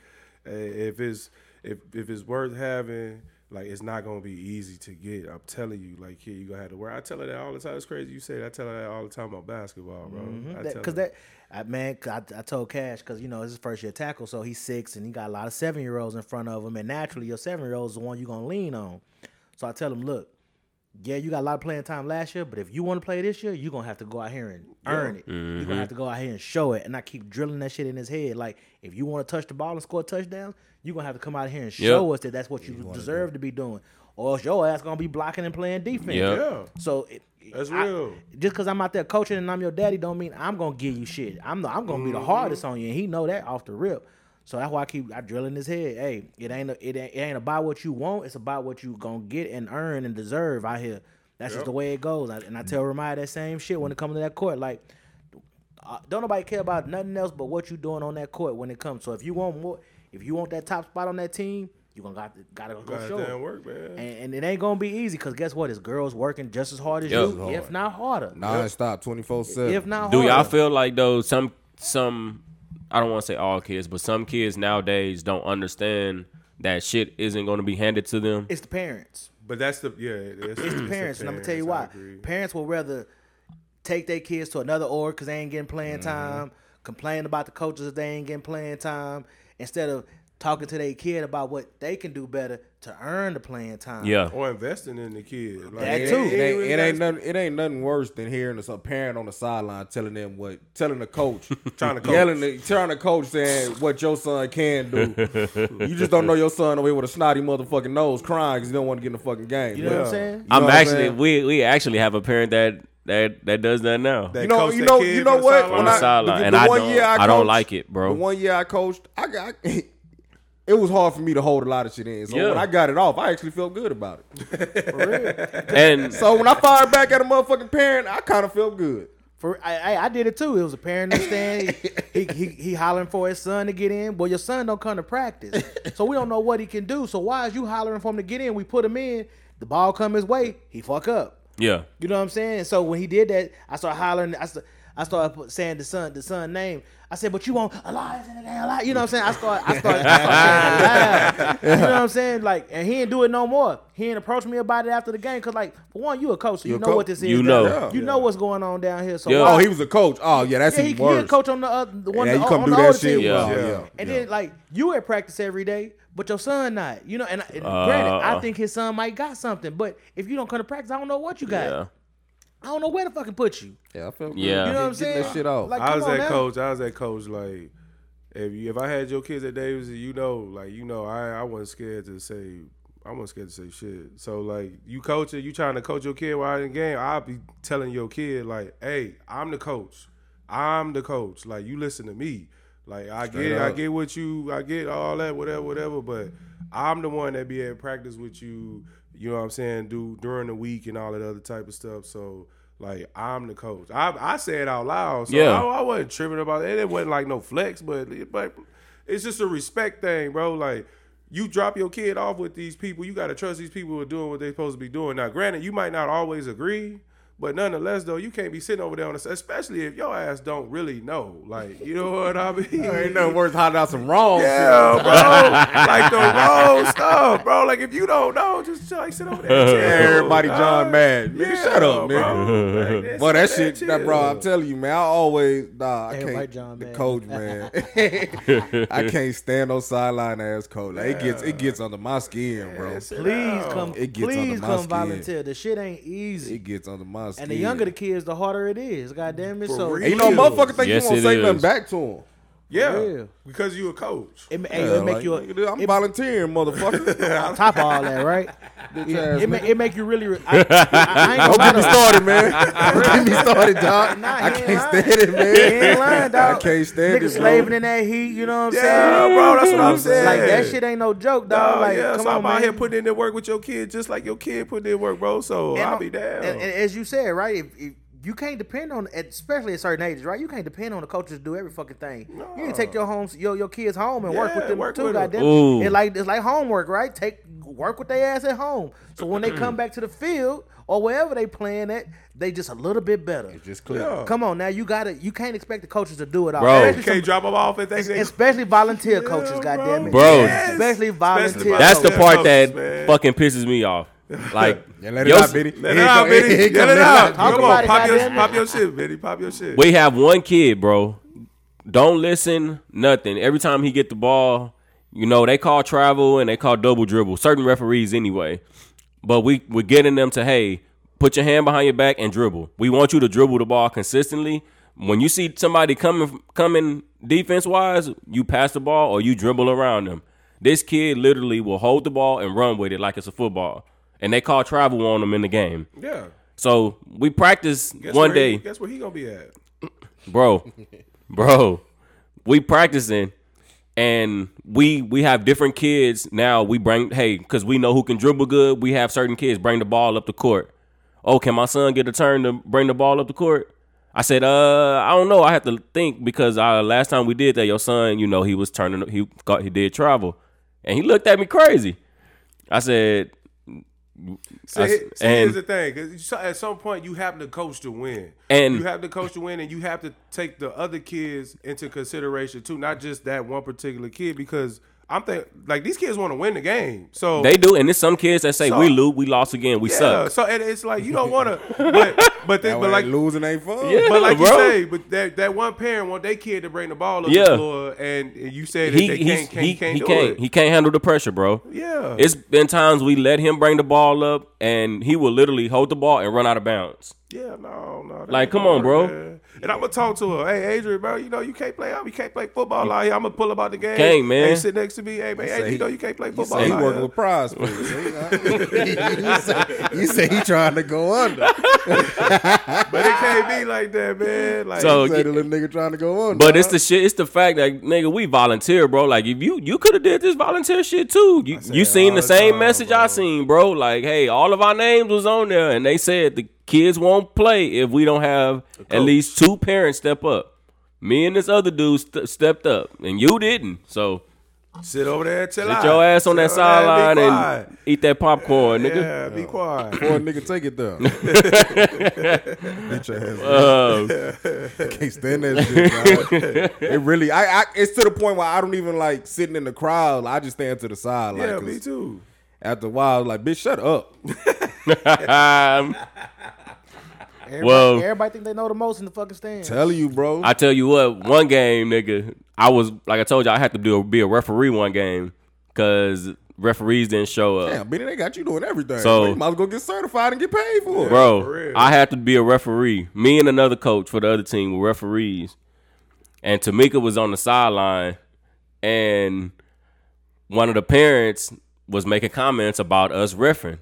S5: eh, if it's if if it's worth having, like, it's not gonna be easy to get. I'm telling you, like, kid, you gonna have to work. I tell her that all the time. It's crazy you say that. I tell her that all the time about basketball, bro. I
S4: Because
S5: tell her.
S4: Mm-hmm. that, I, man, 'cause I, I told Cash because you know it's his first year tackle, so he's six and he got a lot of seven year olds in front of him, and naturally your seven year old is the one you're gonna lean on. So I tell him, look, yeah, you got a lot of playing time last year, but if you want to play this year, you're gonna have to go out here and earn it. You're gonna
S5: Mm-hmm.
S4: have to go out here and show it. And I keep drilling that shit in his head. Like, if you want to touch the ball and score touchdowns, you're gonna have to come out here and show us that that's what you, deserve to be doing, or else your ass gonna be blocking and playing defense.
S2: Yeah.
S5: yeah,
S4: So it,
S5: That's
S4: I-
S5: real.
S4: just because I'm out there coaching and I'm your daddy, don't mean I'm gonna give you shit. I'm the, I'm gonna
S5: Mm-hmm.
S4: be the hardest on you, and he know that off the rip. So that's why I keep I drilling his head. Hey, it ain't a, it ain't, it ain't about what you want. It's about what you gonna get and earn and deserve out here. That's just the way it goes. I, and I tell Ramaya that same shit when it comes to that court. Like, uh, don't nobody care about nothing else but what you doing on that court when it comes. So if you want more, if you want that top spot on that team, you gonna got to, gotta go
S5: God
S4: show. it.
S5: damn work, man.
S4: And, and it ain't gonna be easy because guess what? It's girls working just as hard as
S2: Yeah.
S4: you, if not harder.
S3: Non stop, twenty four seven.
S4: If not
S2: Do
S4: harder.
S2: y'all feel like though some some I don't want to say all kids, but some kids nowadays don't understand that shit isn't going to be handed to them.
S4: it's the parents.
S5: But that's the yeah. It's,
S4: It's the parents. and I'm gonna tell you
S5: parents, I
S4: why.
S5: agree.
S4: Parents will rather take their kids to another org because they ain't getting playing
S2: Mm-hmm.
S4: time, complain about the coaches if they ain't getting playing time, instead of talking to their kid about what they can do better to earn the playing time.
S2: Yeah.
S5: Or investing in the kid. Like,
S4: That
S3: It
S4: too.
S3: ain't, it ain't,
S5: really
S3: it ain't
S5: gotta-
S3: nothing. It ain't nothing worse than hearing a parent on the sideline telling them what, telling the coach,
S5: Trying to coach.
S3: yelling, at- trying to coach saying what your son can do. you just don't know your son over here with a snotty motherfucking nose, crying because he don't want to get in the fucking game.
S4: You know what I'm saying?
S2: I'm
S3: what I'm
S2: actually
S3: saying?
S2: we we actually have a parent that that that does that now.
S5: That
S3: you know,
S5: coach
S3: you
S5: that
S3: know,
S5: kid
S3: you
S5: on
S3: know
S5: the
S3: what?
S5: sideline.
S2: On
S3: When
S2: the
S3: I-
S2: sideline,
S3: the
S2: and I
S3: one
S2: don't-
S3: year
S2: I don't
S3: coached-
S2: like it, bro.
S3: The one year I coached, I got. It was hard for me to hold a lot of shit in. So
S2: Yeah.
S3: when I got it off, I actually felt good about it.
S2: And
S3: So when I fired back at a motherfucking parent, I kind of felt good.
S4: For I, I, I did it too. It was a parent in the stand. he, he he hollering for his son to get in. Well, your son don't come to practice, so we don't know what he can do. So why is you hollering for him to get in? We put him in. The ball come his way. He fuck up.
S2: yeah.
S4: You know what I'm saying? So when he did that, I started hollering. I st- I started put- saying the son the son name. I said, but you want Elias in the game, Elias. You know what I'm saying? I started I started, I started saying it loud. You know what I'm saying? Like, and he didn't do it no more. He didn't approach me about it after the game because, like, for one, you a coach, so you
S3: a
S4: know
S3: coach.
S4: what this is.
S2: You
S4: down
S2: know.
S4: here. you know what's going on down here. So
S2: Yeah.
S4: why-
S3: Oh, he was a coach. Oh yeah, that's
S4: yeah, he,
S3: even
S4: he
S3: worse.
S4: a coach on the other the one
S3: yeah,
S4: the,
S3: you come
S4: on
S3: do
S4: the
S3: that
S4: older
S3: shit.
S4: team.
S2: well.
S3: Yeah,
S2: Yeah.
S3: yeah.
S4: And then like you at practice every day, but your son not. You know, and, and granted, I
S2: Uh.
S4: think his son might got something, but if you don't come to practice, I don't know what you got.
S2: Yeah.
S4: I don't know where to fucking put you.
S3: Yeah, I felt
S2: Yeah.
S4: You know what I'm
S3: Getting
S4: saying?
S3: that shit off.
S4: Like,
S5: I was
S4: come on
S5: that
S4: now.
S5: coach. I was that coach. Like if you, if I had your kids at Davis, you know, like you know, I I wasn't scared to say I wasn't scared to say shit. So like you coaching, you trying to coach your kid while in the game, I'll be telling your kid like, hey, I'm the coach, I'm the coach. Like you listen to me. Like I get, I get what you, I get all that, whatever, whatever. But I'm the one that be at practice with you. You know what I'm saying? Do during the week and all that other type of stuff. So like I'm the coach. I I say it out loud. So
S2: Yeah.
S5: I, I wasn't tripping about it. It wasn't like no flex, but it- but it's just a respect thing, bro. Like you drop your kid off with these people, you gotta trust these people are doing what they're supposed to be doing. Now, granted, you might not always agree, but nonetheless, though, you can't be sitting over there on the side, especially if your ass don't really know. Like, you know what I mean?
S3: Ain't nothing worth hiding out some wrong.
S5: Yeah, bro. like the wrong stuff, bro. Like if you don't know, just like sit over there. and chill,
S3: shit. Everybody
S5: dog.
S3: John Madden. Nigga,
S5: Yeah,
S3: shut up,
S5: bro.
S3: nigga.
S5: Like,
S3: Boy, that
S5: sit there
S3: shit,
S5: and
S3: that bro,
S5: chill.
S3: I'm telling you, man, I always, nah, I
S4: Ain't
S3: can't,
S4: right, John
S3: the
S4: Madden.
S3: coach, man, I can't stand no sideline ass coach. Like, it gets, it gets under my skin, bro.
S5: Sit
S4: Please
S5: down.
S4: come,
S3: It gets under
S4: please
S3: my
S4: come
S3: skin.
S4: volunteer. The shit ain't
S3: It
S4: easy.
S3: gets under my skin.
S4: And the younger the kids, the harder it is. God damn it.
S5: For
S4: So
S5: real.
S3: and you know, motherfucker think
S2: Yes,
S3: you won't
S2: it
S3: say nothing
S2: is.
S3: back to him.
S5: Yeah,
S4: Yeah.
S5: because you a coach.
S4: it, ma- hey, it make you a,
S3: I'm
S4: it-
S3: volunteering, motherfucker.
S4: on top of all that, right? It,
S3: ass
S4: it, ma- it make you really. Re- I, I, I ain't
S3: Don't
S4: gonna
S3: get me
S4: lie,
S3: started, man. Don't get me started, dog.
S4: Nah,
S3: I
S4: he ain't
S3: can't
S4: lying.
S3: stand it,
S4: though. He ain't lying,
S3: man. I
S4: dog.
S3: can't stand
S4: Nigga
S3: it, bro.
S4: slaving in that heat, you know what I'm
S5: Yeah,
S4: saying?
S5: bro, that's what I'm saying.
S4: Like that shit ain't no joke, dog.
S5: Dog,
S4: like
S5: Oh, yeah,
S4: come
S5: so
S4: on,
S5: I'm
S4: man.
S5: out here putting in the work with your kid, just like your kid putting in work, bro. So
S4: And
S5: I'll
S4: on-
S5: be down.
S4: And, and as you said, right, if, if you can't depend on, at- especially at certain ages, right, you can't depend on the coaches to do every fucking thing. You need to take your homes, your your kids home and work with
S5: Yeah,
S4: them
S5: work
S4: too.
S5: with 'em.
S4: goddamn.
S2: Ooh.
S4: It's like it's like homework, right? Take work with their ass at home, so when they come back to the field or wherever they playing at, they just a little bit better.
S3: Just click.
S5: Yeah.
S4: Come on now, you gotta, you can't expect the coaches to do it all.
S2: Bro.
S5: you
S4: Especially
S5: can't drop them off and think
S4: some-
S5: they
S4: Especially volunteer
S5: Yeah,
S4: coaches,
S5: bro.
S4: goddamn it,
S2: Bro. Yes.
S4: Especially volunteer.
S5: volunteer.
S2: That's the
S5: Yeah,
S2: part
S5: coaches,
S2: that
S5: man.
S2: fucking pisses me off. Like,
S3: Yeah, let it
S2: yo-
S3: out, Biddy.
S5: Let it out, Benny. Let it out.
S4: Talk
S5: Come
S4: about
S5: on,
S4: it,
S5: pop your,
S4: goddamn it.
S5: pop your shit, Benny. Pop your shit.
S2: we have one kid, bro. Don't listen, nothing. Every time he get the ball, you know they call travel and they call double dribble. Certain referees, anyway. But we we're getting them to hey, put your hand behind your back and dribble. We want you to dribble the ball consistently. When you see somebody coming coming defense wise, you pass the ball or you dribble around them. This kid literally will hold the ball and run with it like it's a football. And they call travel on them in the game.
S5: Yeah.
S2: So we practice
S5: Guess
S2: one
S5: where
S2: day
S5: he- guess where he gonna be at?
S2: bro, bro, we practicing, and we we have different kids now. We bring hey, because we know who can dribble good. We have certain kids bring the ball up the court. Oh, can my son get a turn to bring the ball up the court? I said, uh, I don't know. I have to think because uh, last time we did that, your son, you know, he was turning. He got he did travel, and he looked at me crazy. I said,
S5: See,
S2: I-
S5: he- see,
S2: and-
S5: here's the thing: 'cause you- so- at some point, you have to coach to win,
S2: And-
S5: you have to coach to win, and you have to take the other kids into consideration too, not just that one particular kid. Because I'm think like these kids want to win the game, so
S2: they do, and there's some kids that say
S5: So-
S2: we lose, we lost again, we
S5: yeah.
S2: suck.
S5: So and it's like you don't want to, but but, then,
S3: That
S5: but
S3: way
S5: like
S3: losing ain't fun.
S2: Yeah.
S5: but like you
S2: bro.
S5: say, but that, that one parent want their kid to bring the ball up
S2: Yeah.
S5: the floor, and you said that
S2: He
S5: they
S2: he
S5: can't, can't,
S2: he
S5: can't
S2: he
S5: do
S2: can't
S5: it.
S2: he can't handle the pressure, bro.
S5: yeah,
S2: It's been times we let him bring the ball up and he will literally hold the ball and run out of bounds.
S5: Yeah, no, no. that
S2: Like,
S5: ain't
S2: come
S5: gonna
S2: on,
S5: work,
S2: bro.
S5: man. And I'm gonna talk to her. Hey, Adrian, bro, you know you can't play. out. You can't play football out here. I'm gonna pull up out the game.
S2: Can't, Mm. man.
S5: Hey, sit next to me. Hey, man, Adrian, you know you can't play football.
S3: Say he
S5: out
S3: working
S5: here.
S3: with prize picks. you, say, you say he trying to go under.
S5: but it can't be like that, man. Like,
S2: So-
S3: You say the little nigga trying to go under.
S2: But it's the shit. It's the fact that nigga, we volunteer, bro. Like if you you could have did this volunteer shit too. You
S5: say
S2: you
S5: that
S2: seen
S5: all
S2: the
S5: the
S2: same
S5: time,
S2: message I
S5: bro.
S2: seen, bro. Like hey, all of our names was on there, and they said the kids won't play if we don't have at least two parents step up. Me and this other dude st- stepped up, and you didn't. So
S5: sit over there, and chill
S2: get
S5: out.
S2: your ass on that
S5: Sit over there
S2: sideline
S5: be
S2: and eat that popcorn,
S5: quiet.
S2: nigga.
S5: Yeah, be quiet.
S3: Boy, nigga, take it down. Get your ass.
S2: Um,
S3: I can't stand that shit. dog. it really, I, I, it's to the point where I don't even like sitting in the crowd. I just stand to the side. Like,
S5: Yeah,
S3: 'cause
S5: me too.
S3: After a while, I was like, bitch, shut up.
S2: Um,
S4: Everybody,
S2: Well-
S4: everybody think they know the most in the fucking stands.
S3: Tell you, bro.
S2: I tell you what, one game, nigga, I was like I told you, I had to do be a referee one game because referees didn't show up,
S3: Damn, Benny, they got you doing everything.
S2: So-
S3: So you might as well go get certified and get paid for it.
S5: for
S2: bro.
S5: real.
S2: I had to be a referee. Me and another coach for the other team were referees, and Tamika was on the sideline, and one of the parents was making comments about us riffing.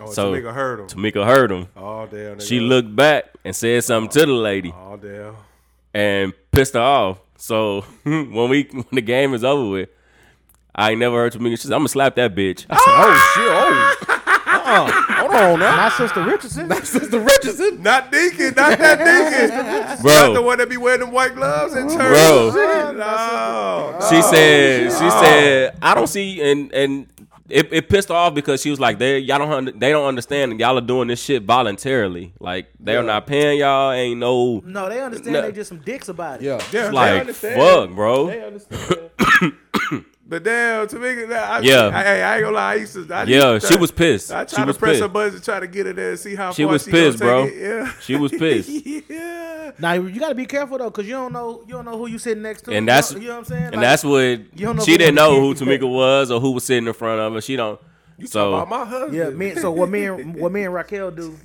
S5: Oh,
S2: So-
S5: so, Tamika heard him.
S2: Tamika heard him.
S5: oh damn.
S2: She
S5: nigga.
S2: looked back and said something to the lady
S5: Oh damn.
S2: and pissed her off. So when we when the game is over with, I ain't never heard Tamika. She said, "I'm gonna slap that bitch." I said,
S3: Oh shit! Oh, Uh-uh. hold on now.
S4: My sister Richardson.
S3: Sister Richardson.
S5: Not Deacon, not that Deacon. Not the
S2: bro,
S5: one that be wearing them white gloves in church.
S2: Bro.
S5: Shit, no.
S2: she said, she said, "I don't see." And and it, it pissed her off because she was like, "They y'all don't under- they don't understand. and Y'all are doing this shit voluntarily. Like they're not paying y'all. Ain't no
S4: No, they understand.
S2: No.
S4: They just some dicks about it.
S3: Yeah.
S5: Yeah, they
S2: like
S5: understand.
S2: fuck, bro."
S5: They understand. but damn, Tamika, I,
S2: Yeah.
S5: I, hey, I ain't gonna lie, I used to. I
S2: yeah,
S5: used to
S2: she
S5: try-
S2: was pissed.
S5: I
S2: She
S5: tried
S2: was
S5: to press
S2: pissed.
S5: her buttons to try to get her there and see how
S2: She
S5: far
S2: was
S5: gonna
S2: pissed,
S5: take
S2: bro.
S5: it. Yeah.
S2: She was pissed.
S5: yeah.
S4: Now you gotta be careful though, cause you don't know you don't know who you sitting next to.
S2: And
S4: You
S2: that's-
S4: know- you know what I'm saying.
S2: And that's what
S4: don't know
S2: she
S4: who
S2: didn't
S4: the
S2: know who
S4: kid-
S2: Tamika was or who was sitting in front of her. She don't.
S5: About
S2: so
S5: my husband.
S4: yeah. Me, so what me and what me and Raquel do,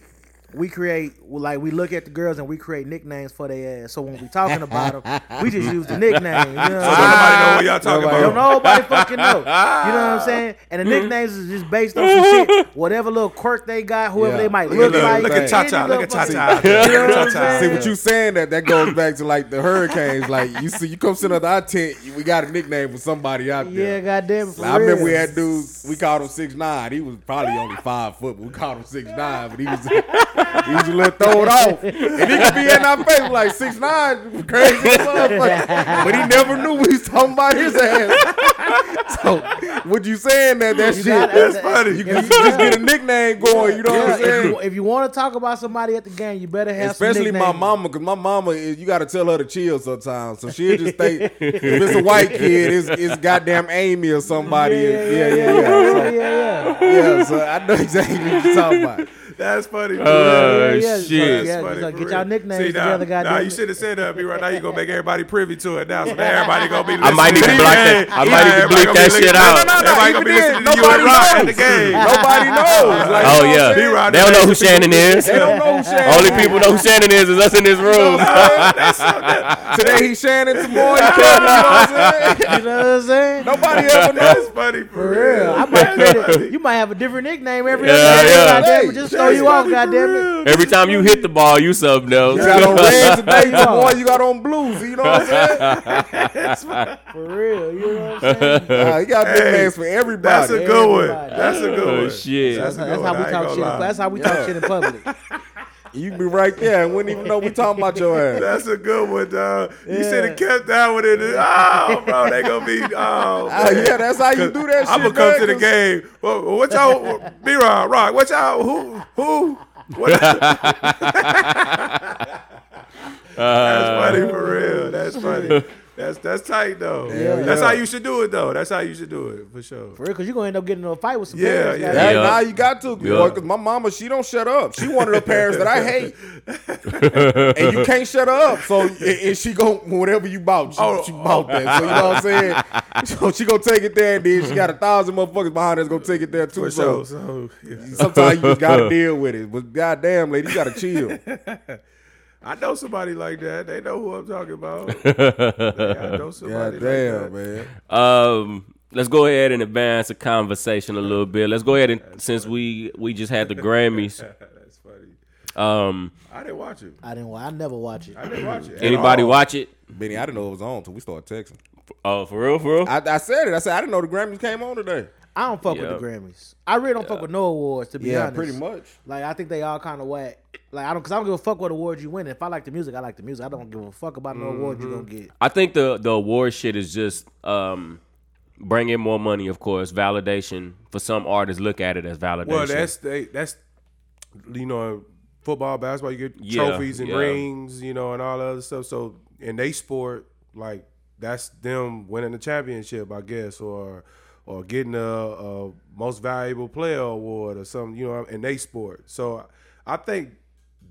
S4: we create well, like we look at the girls and we create nicknames for their ass. So when we talking about them, we just use the nickname. You know what I'm saying?
S5: Nobody know what y'all talking
S3: Nobody
S5: about.
S4: Don't Ah. nobody fucking know. You know what I'm saying? And the nicknames is just based on some shit. Whatever little quirk they got, whoever
S3: Yeah.
S4: they might
S3: Look
S4: look,
S3: at-
S4: like.
S3: look at
S4: any
S5: Cha-Cha,
S4: little
S5: look at Cha-Cha.
S4: fucking-
S5: Look at
S4: You know what I'm
S5: Cha-Cha.
S4: saying?
S3: See what you saying that that goes back to like the hurricanes. Like you see, you come sit under our tent, you- we got a nickname for somebody out
S4: Yeah,
S3: there.
S4: goddamn. for
S3: Like, I remember we
S4: real.
S3: had dudes. We called him six nine. He was probably only five foot, but we called him six nine. But he was he was a little thrown off, and he could be in our face like six nine, crazy motherfucker. But he never knew we was talking about his ass. So what you saying that that shit?
S4: gotta-
S3: That's
S4: that-
S3: funny. You, you just get a nickname going. You know what I'm
S4: if
S3: saying?
S4: you, if you want to talk about somebody at the game, you better have some
S3: Especially my
S4: nicknames.
S3: mama, because my mama is you gotta tell her to chill sometimes. So she'll just think if it's a white kid, it's, it's goddamn Amy or somebody.
S4: Yeah, yeah, yeah,
S3: yeah,
S4: yeah, yeah, yeah, yeah.
S3: So, yeah, so I know exactly what you're talking about.
S5: That's funny.
S2: Uh,
S4: yeah, yeah.
S2: shit.
S4: Yeah,
S5: That's
S4: yeah,
S5: funny,
S4: just like,
S5: for
S4: get
S5: real.
S4: y'all nicknames
S5: See,
S4: together,
S5: Nah, nah,
S4: goddamn
S5: you
S4: it.
S5: should have said that. Be right now. You gonna make everybody privy to it now. So now everybody gonna be.
S2: I might need to
S5: listening
S2: block
S5: the
S2: that.
S5: game.
S2: I might need to
S5: everybody
S2: bleep
S5: gonna
S2: that
S5: be
S2: shit
S5: listening-
S2: out.
S5: No, no, no, Everybody gonna be
S3: Even
S5: listening
S3: then,
S5: to you and
S3: nobody
S5: Rock at the
S3: knows.
S5: game.
S3: Nobody
S2: oh
S3: knows. Like, you know what I'm
S2: yeah,
S3: saying?
S5: B-Rod,
S2: they don't know who
S5: they-
S2: Shannon is.
S3: They don't know who Shannon
S2: Only
S3: is.
S2: people know who Shannon is is us in this room.
S3: Today he's Shannon, tomorrow he's Kevin. You know what I'm saying?
S4: You know what I'm saying?
S3: Nobody ever
S5: That's
S3: knows.
S5: funny for
S4: Yeah, I
S5: real.
S4: might get it. You might have a different nickname every
S2: Yeah,
S4: other day.
S2: yeah.
S4: Goddamn it, just throw
S5: That's
S4: you off,
S5: funny for
S4: goddamn it.
S5: real.
S2: Every time you hit the ball, you something else.
S3: You got on red today, tomorrow you got on blues. You know what I'm saying?
S4: For real, you know what I'm saying?
S3: Uh, you got nicknames for
S5: That's a
S3: everybody.
S5: good one.
S4: Everybody.
S5: That's a good
S2: Oh
S5: one.
S2: shit.
S5: That's a
S4: That's
S5: good
S4: how we
S5: one. I ain't
S4: talk
S5: gonna
S4: shit.
S5: lie.
S4: In, that's how we talk shit in public.
S3: You be right there and wouldn't even know we talking about your ass.
S5: That's a good one, dog. You should have kept that one in the. Oh, bro, they gonna be.
S3: Oh,
S5: Oh,
S3: yeah, that's how you do that shit.
S5: I'm gonna come
S3: man,
S5: to the
S3: 'cause-
S5: game. Well, what y'all? B Rod, Rock, what y'all? Who? Who? What? that's funny for real. That's funny. That's that's tight though. that's
S3: yeah.
S5: how you should do it though. That's how you should do it for sure.
S4: For real, because you're going to end up getting into a fight with some
S5: Yeah,
S4: parents,
S5: yeah.
S3: Hey,
S2: Yeah.
S3: Nah, you got to, boy, because my mama, she don't shut up. She one of the parents that I hate, and you can't shut her up. So and, and she go whatever you bought, she,
S5: Oh,
S3: she bought that. So you know what I'm saying? So she gonna take it there, and then she got a thousand motherfuckers behind us gonna take it there too.
S5: For
S3: so
S5: sure. So yeah.
S3: sometimes you just gotta deal with it. But goddamn, lady, you gotta chill.
S5: I know somebody like that. They know who I'm talking about. I know somebody
S3: Goddamn,
S5: like that.
S3: man.
S2: Um, let's go ahead and advance the conversation a little bit. Let's go ahead and since we we just had the Grammys.
S5: That's funny.
S2: Um,
S5: I didn't watch it.
S4: I didn't. wa- I never watch it.
S5: I didn't watch it. at
S2: anybody
S5: all.
S2: watch it?
S3: Benny, I didn't know it was on until we started texting.
S2: Oh, for real, for real.
S3: I, I said it. I said I didn't know the Grammys came on today.
S4: I don't fuck
S2: Yeah.
S4: with the Grammys. I really don't fuck with no awards to be
S3: Yeah,
S4: honest.
S3: pretty much.
S4: Like I think they all kind of whack. Like I don't, cause I don't give a fuck what award you win. If I like the music, I like the music. I don't give a fuck about no award you gonna
S3: Mm-hmm.
S4: get.
S2: I think the the award shit is just um bringing more money, of course, validation for some artists. Look at it as validation.
S5: Well, that's they, that's you know football, basketball. You get
S2: Yeah,
S5: trophies and
S2: yeah.
S5: rings, you know, and all the other stuff. So in they sport, like that's them winning the championship, I guess, or or getting a, a most valuable player award or something, you know, in they sport. So I think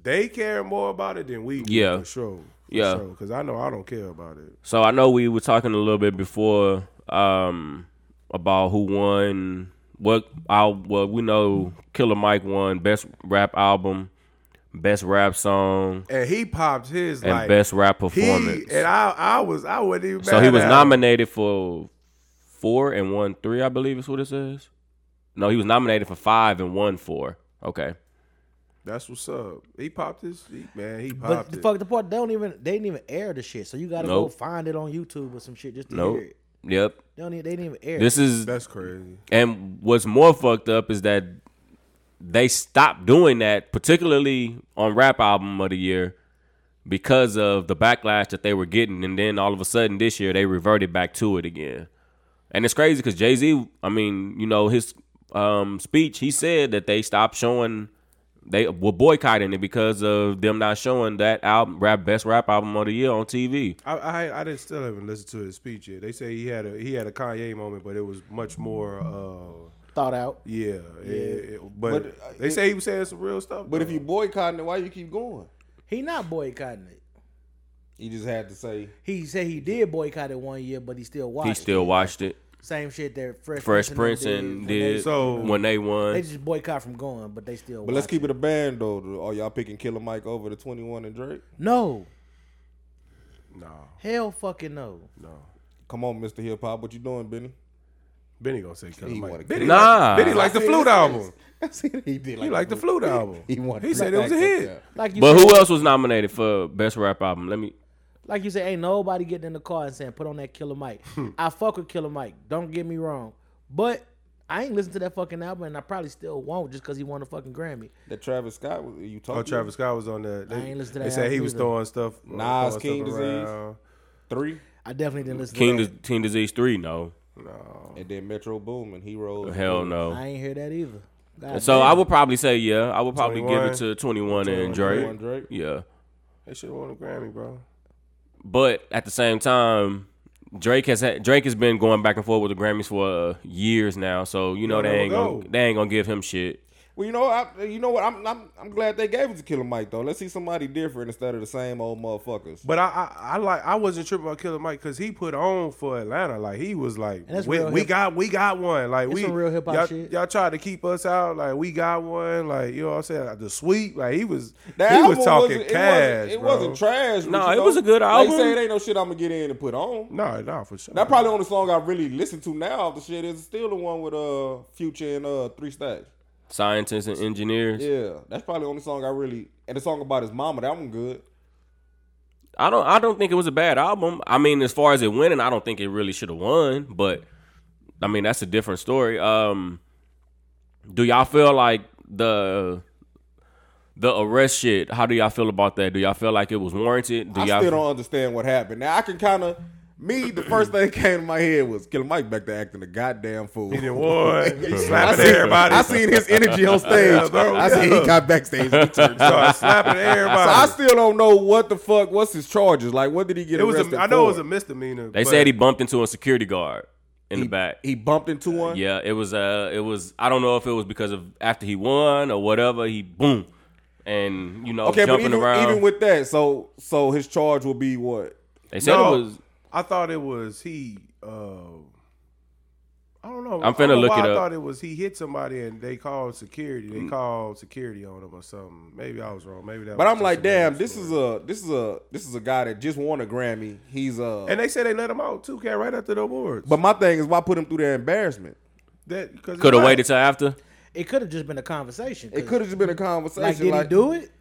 S5: they care more about it than we. do,
S2: Yeah.
S5: for sure. For
S2: Yeah.
S5: because I know I don't care about it.
S2: So I know we were talking a little bit before um, about who won. What I well we know Killer Mike won best rap album, best rap song,
S5: and he popped his
S2: and
S5: like
S2: best rap
S5: he
S2: performance.
S5: and I I was I wasn't even
S2: so
S5: mad
S2: he was
S5: at him.
S2: nominated for four and won three, I believe is what it says. No, he was nominated for five and won four. Okay.
S5: That's what's up. He popped his he, man. He
S4: But
S5: popped
S4: the
S5: it.
S4: fuck the part they don't even they didn't even air the shit. So you gotta
S2: Nope.
S4: go find it on YouTube or some shit just to
S2: Nope.
S4: hear it.
S2: Yep.
S4: They don't even, they didn't even air
S2: This
S4: it.
S2: is
S5: That's crazy.
S2: and what's more fucked up is that they stopped doing that, particularly on rap album of the year, because of the backlash that they were getting, and then all of a sudden this year they reverted back to it again. And it's crazy because Jay Z, I mean, you know, his um, speech, he said that they stopped showing, they were boycotting it because of them not showing that album, rap best rap album of the year on TV.
S5: I, I I didn't still haven't listened to his speech yet. They say he had a he had a Kanye moment, but it was much more. uh
S4: thought out.
S5: Yeah, it- it- but,
S3: But, uh,
S5: they
S3: it-
S5: say he was saying some real stuff.
S3: But if
S5: though.
S3: you boycotting it, why you keep going?
S4: He not boycotting it.
S3: You just had to say
S4: He said he did boycott it one year, but he still watched.
S2: He still
S4: it.
S2: watched it.
S4: same shit that Fresh,
S2: Fresh
S4: and them
S2: Prince
S4: when
S2: and
S4: they-
S2: did
S5: So-
S2: when they won.
S4: They just boycott from going, but they still.
S3: But let's
S4: watch
S3: keep it a band though. Are y'all picking Killer Mike over the Twenty One and Drake?
S4: No,
S5: no,
S4: hell fucking no.
S5: no.
S3: Come on, Mister Hip Hop, what you doing, Benny?
S5: Benny gonna say Killer
S3: He
S5: Mike.
S3: wanna
S5: Benny
S3: kill
S2: Nah.
S5: like, Benny like the flute album.
S3: I see that he did.
S5: He like the flute album.
S3: He wanted.
S5: He said it was a hit.
S4: Like you,
S2: But
S4: said,
S2: who else was nominated for best rap album? Let me.
S4: like you said, ain't nobody getting in the car and saying put on that Killer Mike.
S2: Hmm.
S4: I fuck with Killer Mike. Don't get me wrong, but I ain't listened to that fucking album, and I probably still won't just because he won a fucking Grammy.
S3: That Travis Scott was you talking?
S5: Oh, Travis Scott was on that. They,
S4: ain't listen to
S5: they
S4: that
S5: said he
S4: album
S5: was
S4: either.
S5: throwing stuff. uh,
S3: Nas
S5: throwing
S3: King
S5: stuff
S3: Disease.
S5: around.
S3: three,
S4: I definitely didn't listen
S2: King
S4: to
S2: Dis-
S4: that.
S2: King Disease three. No,
S3: and then Metro Boom and Heroes.
S2: hell no.
S4: I ain't hear that either. God
S2: So
S4: damn.
S2: I would probably say yeah. I would probably give
S5: 21.
S2: it to twenty one and
S3: 21
S2: Drake.
S3: Drake.
S2: Yeah,
S5: They should have won a Grammy, bro.
S2: but at the same time, Drake has had, Drake has been going back and forth with the Grammys for uh, years now. So you know
S5: Let
S2: they
S5: him
S2: ain't gonna
S5: go.
S2: they ain't gonna give him shit.
S3: Well, you know, I, you know what? I'm, I'm I'm glad they gave it to Killer Mike though. Let's see somebody different instead of the same old motherfuckers.
S5: But I, I, I like I wasn't tripping about Killer Mike because he put on for Atlanta. Like he was like,
S4: And that's
S5: we,
S4: real
S5: we
S4: hip-
S5: got we got one. Like
S4: It's
S5: we
S4: some real hip-hop
S5: y'all,
S4: shit.
S5: Y'all tried to keep us out. Like we got one. Like you know what I'm saying. Like, the sweep. Like he was
S3: That
S5: he
S3: album
S5: was talking
S3: wasn't-
S5: cash.
S3: It wasn't, it
S5: bro.
S3: wasn't trash. but
S2: Nah,
S3: you
S2: it was
S3: know,
S2: a good album.
S3: They say it ain't no shit I'm gonna get in and put on.
S5: No, no, for sure.
S3: That probably the only song I really listen to now. off The shit is still the one with uh Future and uh Three Stacks.
S2: Scientists and engineers.
S3: Yeah, that's probably the only song I really and the song about his mama. That one good.
S2: I don't I don't think it was a bad album. I mean, as far as it winning, I don't think it really should have won, but I mean that's a different story. Um do y'all feel like the the arrest shit, how do y'all feel about that? Do y'all feel like it was warranted? Do
S3: I
S2: y'all
S3: still don't understand what happened. Now I can kind of me. The first thing that came to my head was Killer Mike back there acting a goddamn fool.
S5: He didn't won. He
S3: I
S5: slapping
S3: seen,
S5: everybody.
S3: I seen his energy on stage.
S5: Yeah, bro,
S3: I seen
S5: yeah.
S3: he got backstage. He turned
S5: Started slapping everybody.
S3: So I still don't know what the fuck. What's his charges? Like, what did he get
S5: it was.
S3: arrested
S5: A, I know it was
S3: for?
S5: a misdemeanor.
S2: They
S5: but
S2: said he bumped into a security guard in
S3: he,
S2: the back.
S3: He bumped into one.
S2: yeah, it was uh it was I don't know if it was because of after he won or whatever, he boom and you know
S3: Okay, but
S2: jumping
S3: even,
S2: around.
S3: even with that, so so his charge will be what?
S2: they said
S5: No,
S2: it was
S5: I thought it was he. Uh, I don't know.
S2: I'm
S5: I don't
S2: finna
S5: know
S2: look
S5: why
S2: it
S5: I
S2: up. Mm.
S5: thought it was he hit somebody and they called security. They called security on him or something. Maybe I was wrong. Maybe that.
S3: But
S5: was
S3: I'm
S5: just
S3: like,
S5: a
S3: damn,
S5: random
S3: this
S5: story.
S3: is a this is a this is a guy that just won a Grammy. He's uh.
S5: And they said they let him out too, cat, right after the awards.
S3: but my thing is, why put him through that embarrassment?
S5: that because
S2: could have waited till after.
S4: it could have just been a conversation.
S3: It
S4: 'cause,
S3: could have just been a
S4: like
S3: conversation.
S4: did he do it?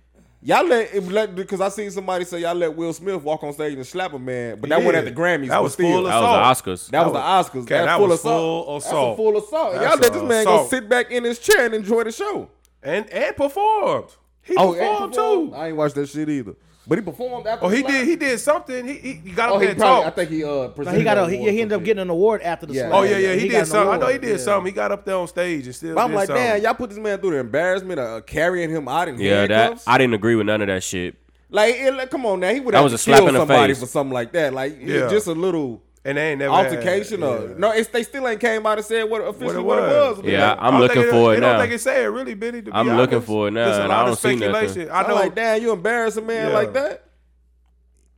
S3: Y'all let, it let because I seen somebody say y'all let Will Smith walk on stage and slap a man, but that
S5: Yeah.
S3: wasn't at the Grammys.
S5: That
S3: but
S5: was
S3: still.
S5: full
S2: That was the Oscars.
S3: That,
S5: That
S3: was the Oscars.
S5: was-
S3: That's
S5: that
S3: full
S5: was
S3: assault.
S5: full
S3: That's
S5: assault.
S3: a full assault.
S5: That's
S3: Y'all let this
S5: a
S3: man go
S5: assault.
S3: sit back in his chair and enjoy the show.
S5: and and performed. He
S3: Oh, and
S5: performed
S3: performed?
S5: too.
S3: I ain't watched that shit either. But he performed after.
S5: Oh, he
S3: the slap.
S5: did. He did something. He he, he got
S3: Oh,
S5: up there
S3: he
S5: and
S3: probably. I
S5: talked.
S3: think he uh.
S4: No, he got a, he, he ended up getting an award after the
S3: Yeah.
S4: slap.
S5: Oh yeah, yeah. He,
S4: got an
S5: did something. I know he
S4: award,
S5: did
S4: yeah.
S5: something. He got up there on stage and still.
S3: But I'm
S5: did
S3: like,
S5: something.
S3: damn, y'all put this man through the embarrassment of uh, carrying him out in
S2: Yeah, that
S3: handcuffs.
S2: I didn't agree with none of that shit.
S3: like, it, like, come on now, he would
S2: That
S3: have
S2: was
S3: to
S2: a slap
S3: kill
S2: in the
S3: somebody
S2: face.
S3: for something like that. Like, it's
S5: Yeah.
S3: just a little
S5: And they ain't never had-
S3: altercation
S5: yeah.
S3: or no, it's they still ain't came out and said what
S5: what
S3: officially
S5: it
S3: what it
S5: was.
S3: was.
S2: Yeah,
S3: Like,
S2: I'm
S5: I don't
S2: looking
S5: think
S2: for it
S5: They don't
S2: now.
S5: think it said really, Benny. To be
S2: I'm looking
S5: honest.
S2: for it now,
S5: There's a
S2: and
S5: lot
S2: I
S5: of
S2: don't see nothing.
S5: speculation.
S3: I
S5: I know.
S3: like, damn, you embarrass a man
S5: Yeah.
S3: like that.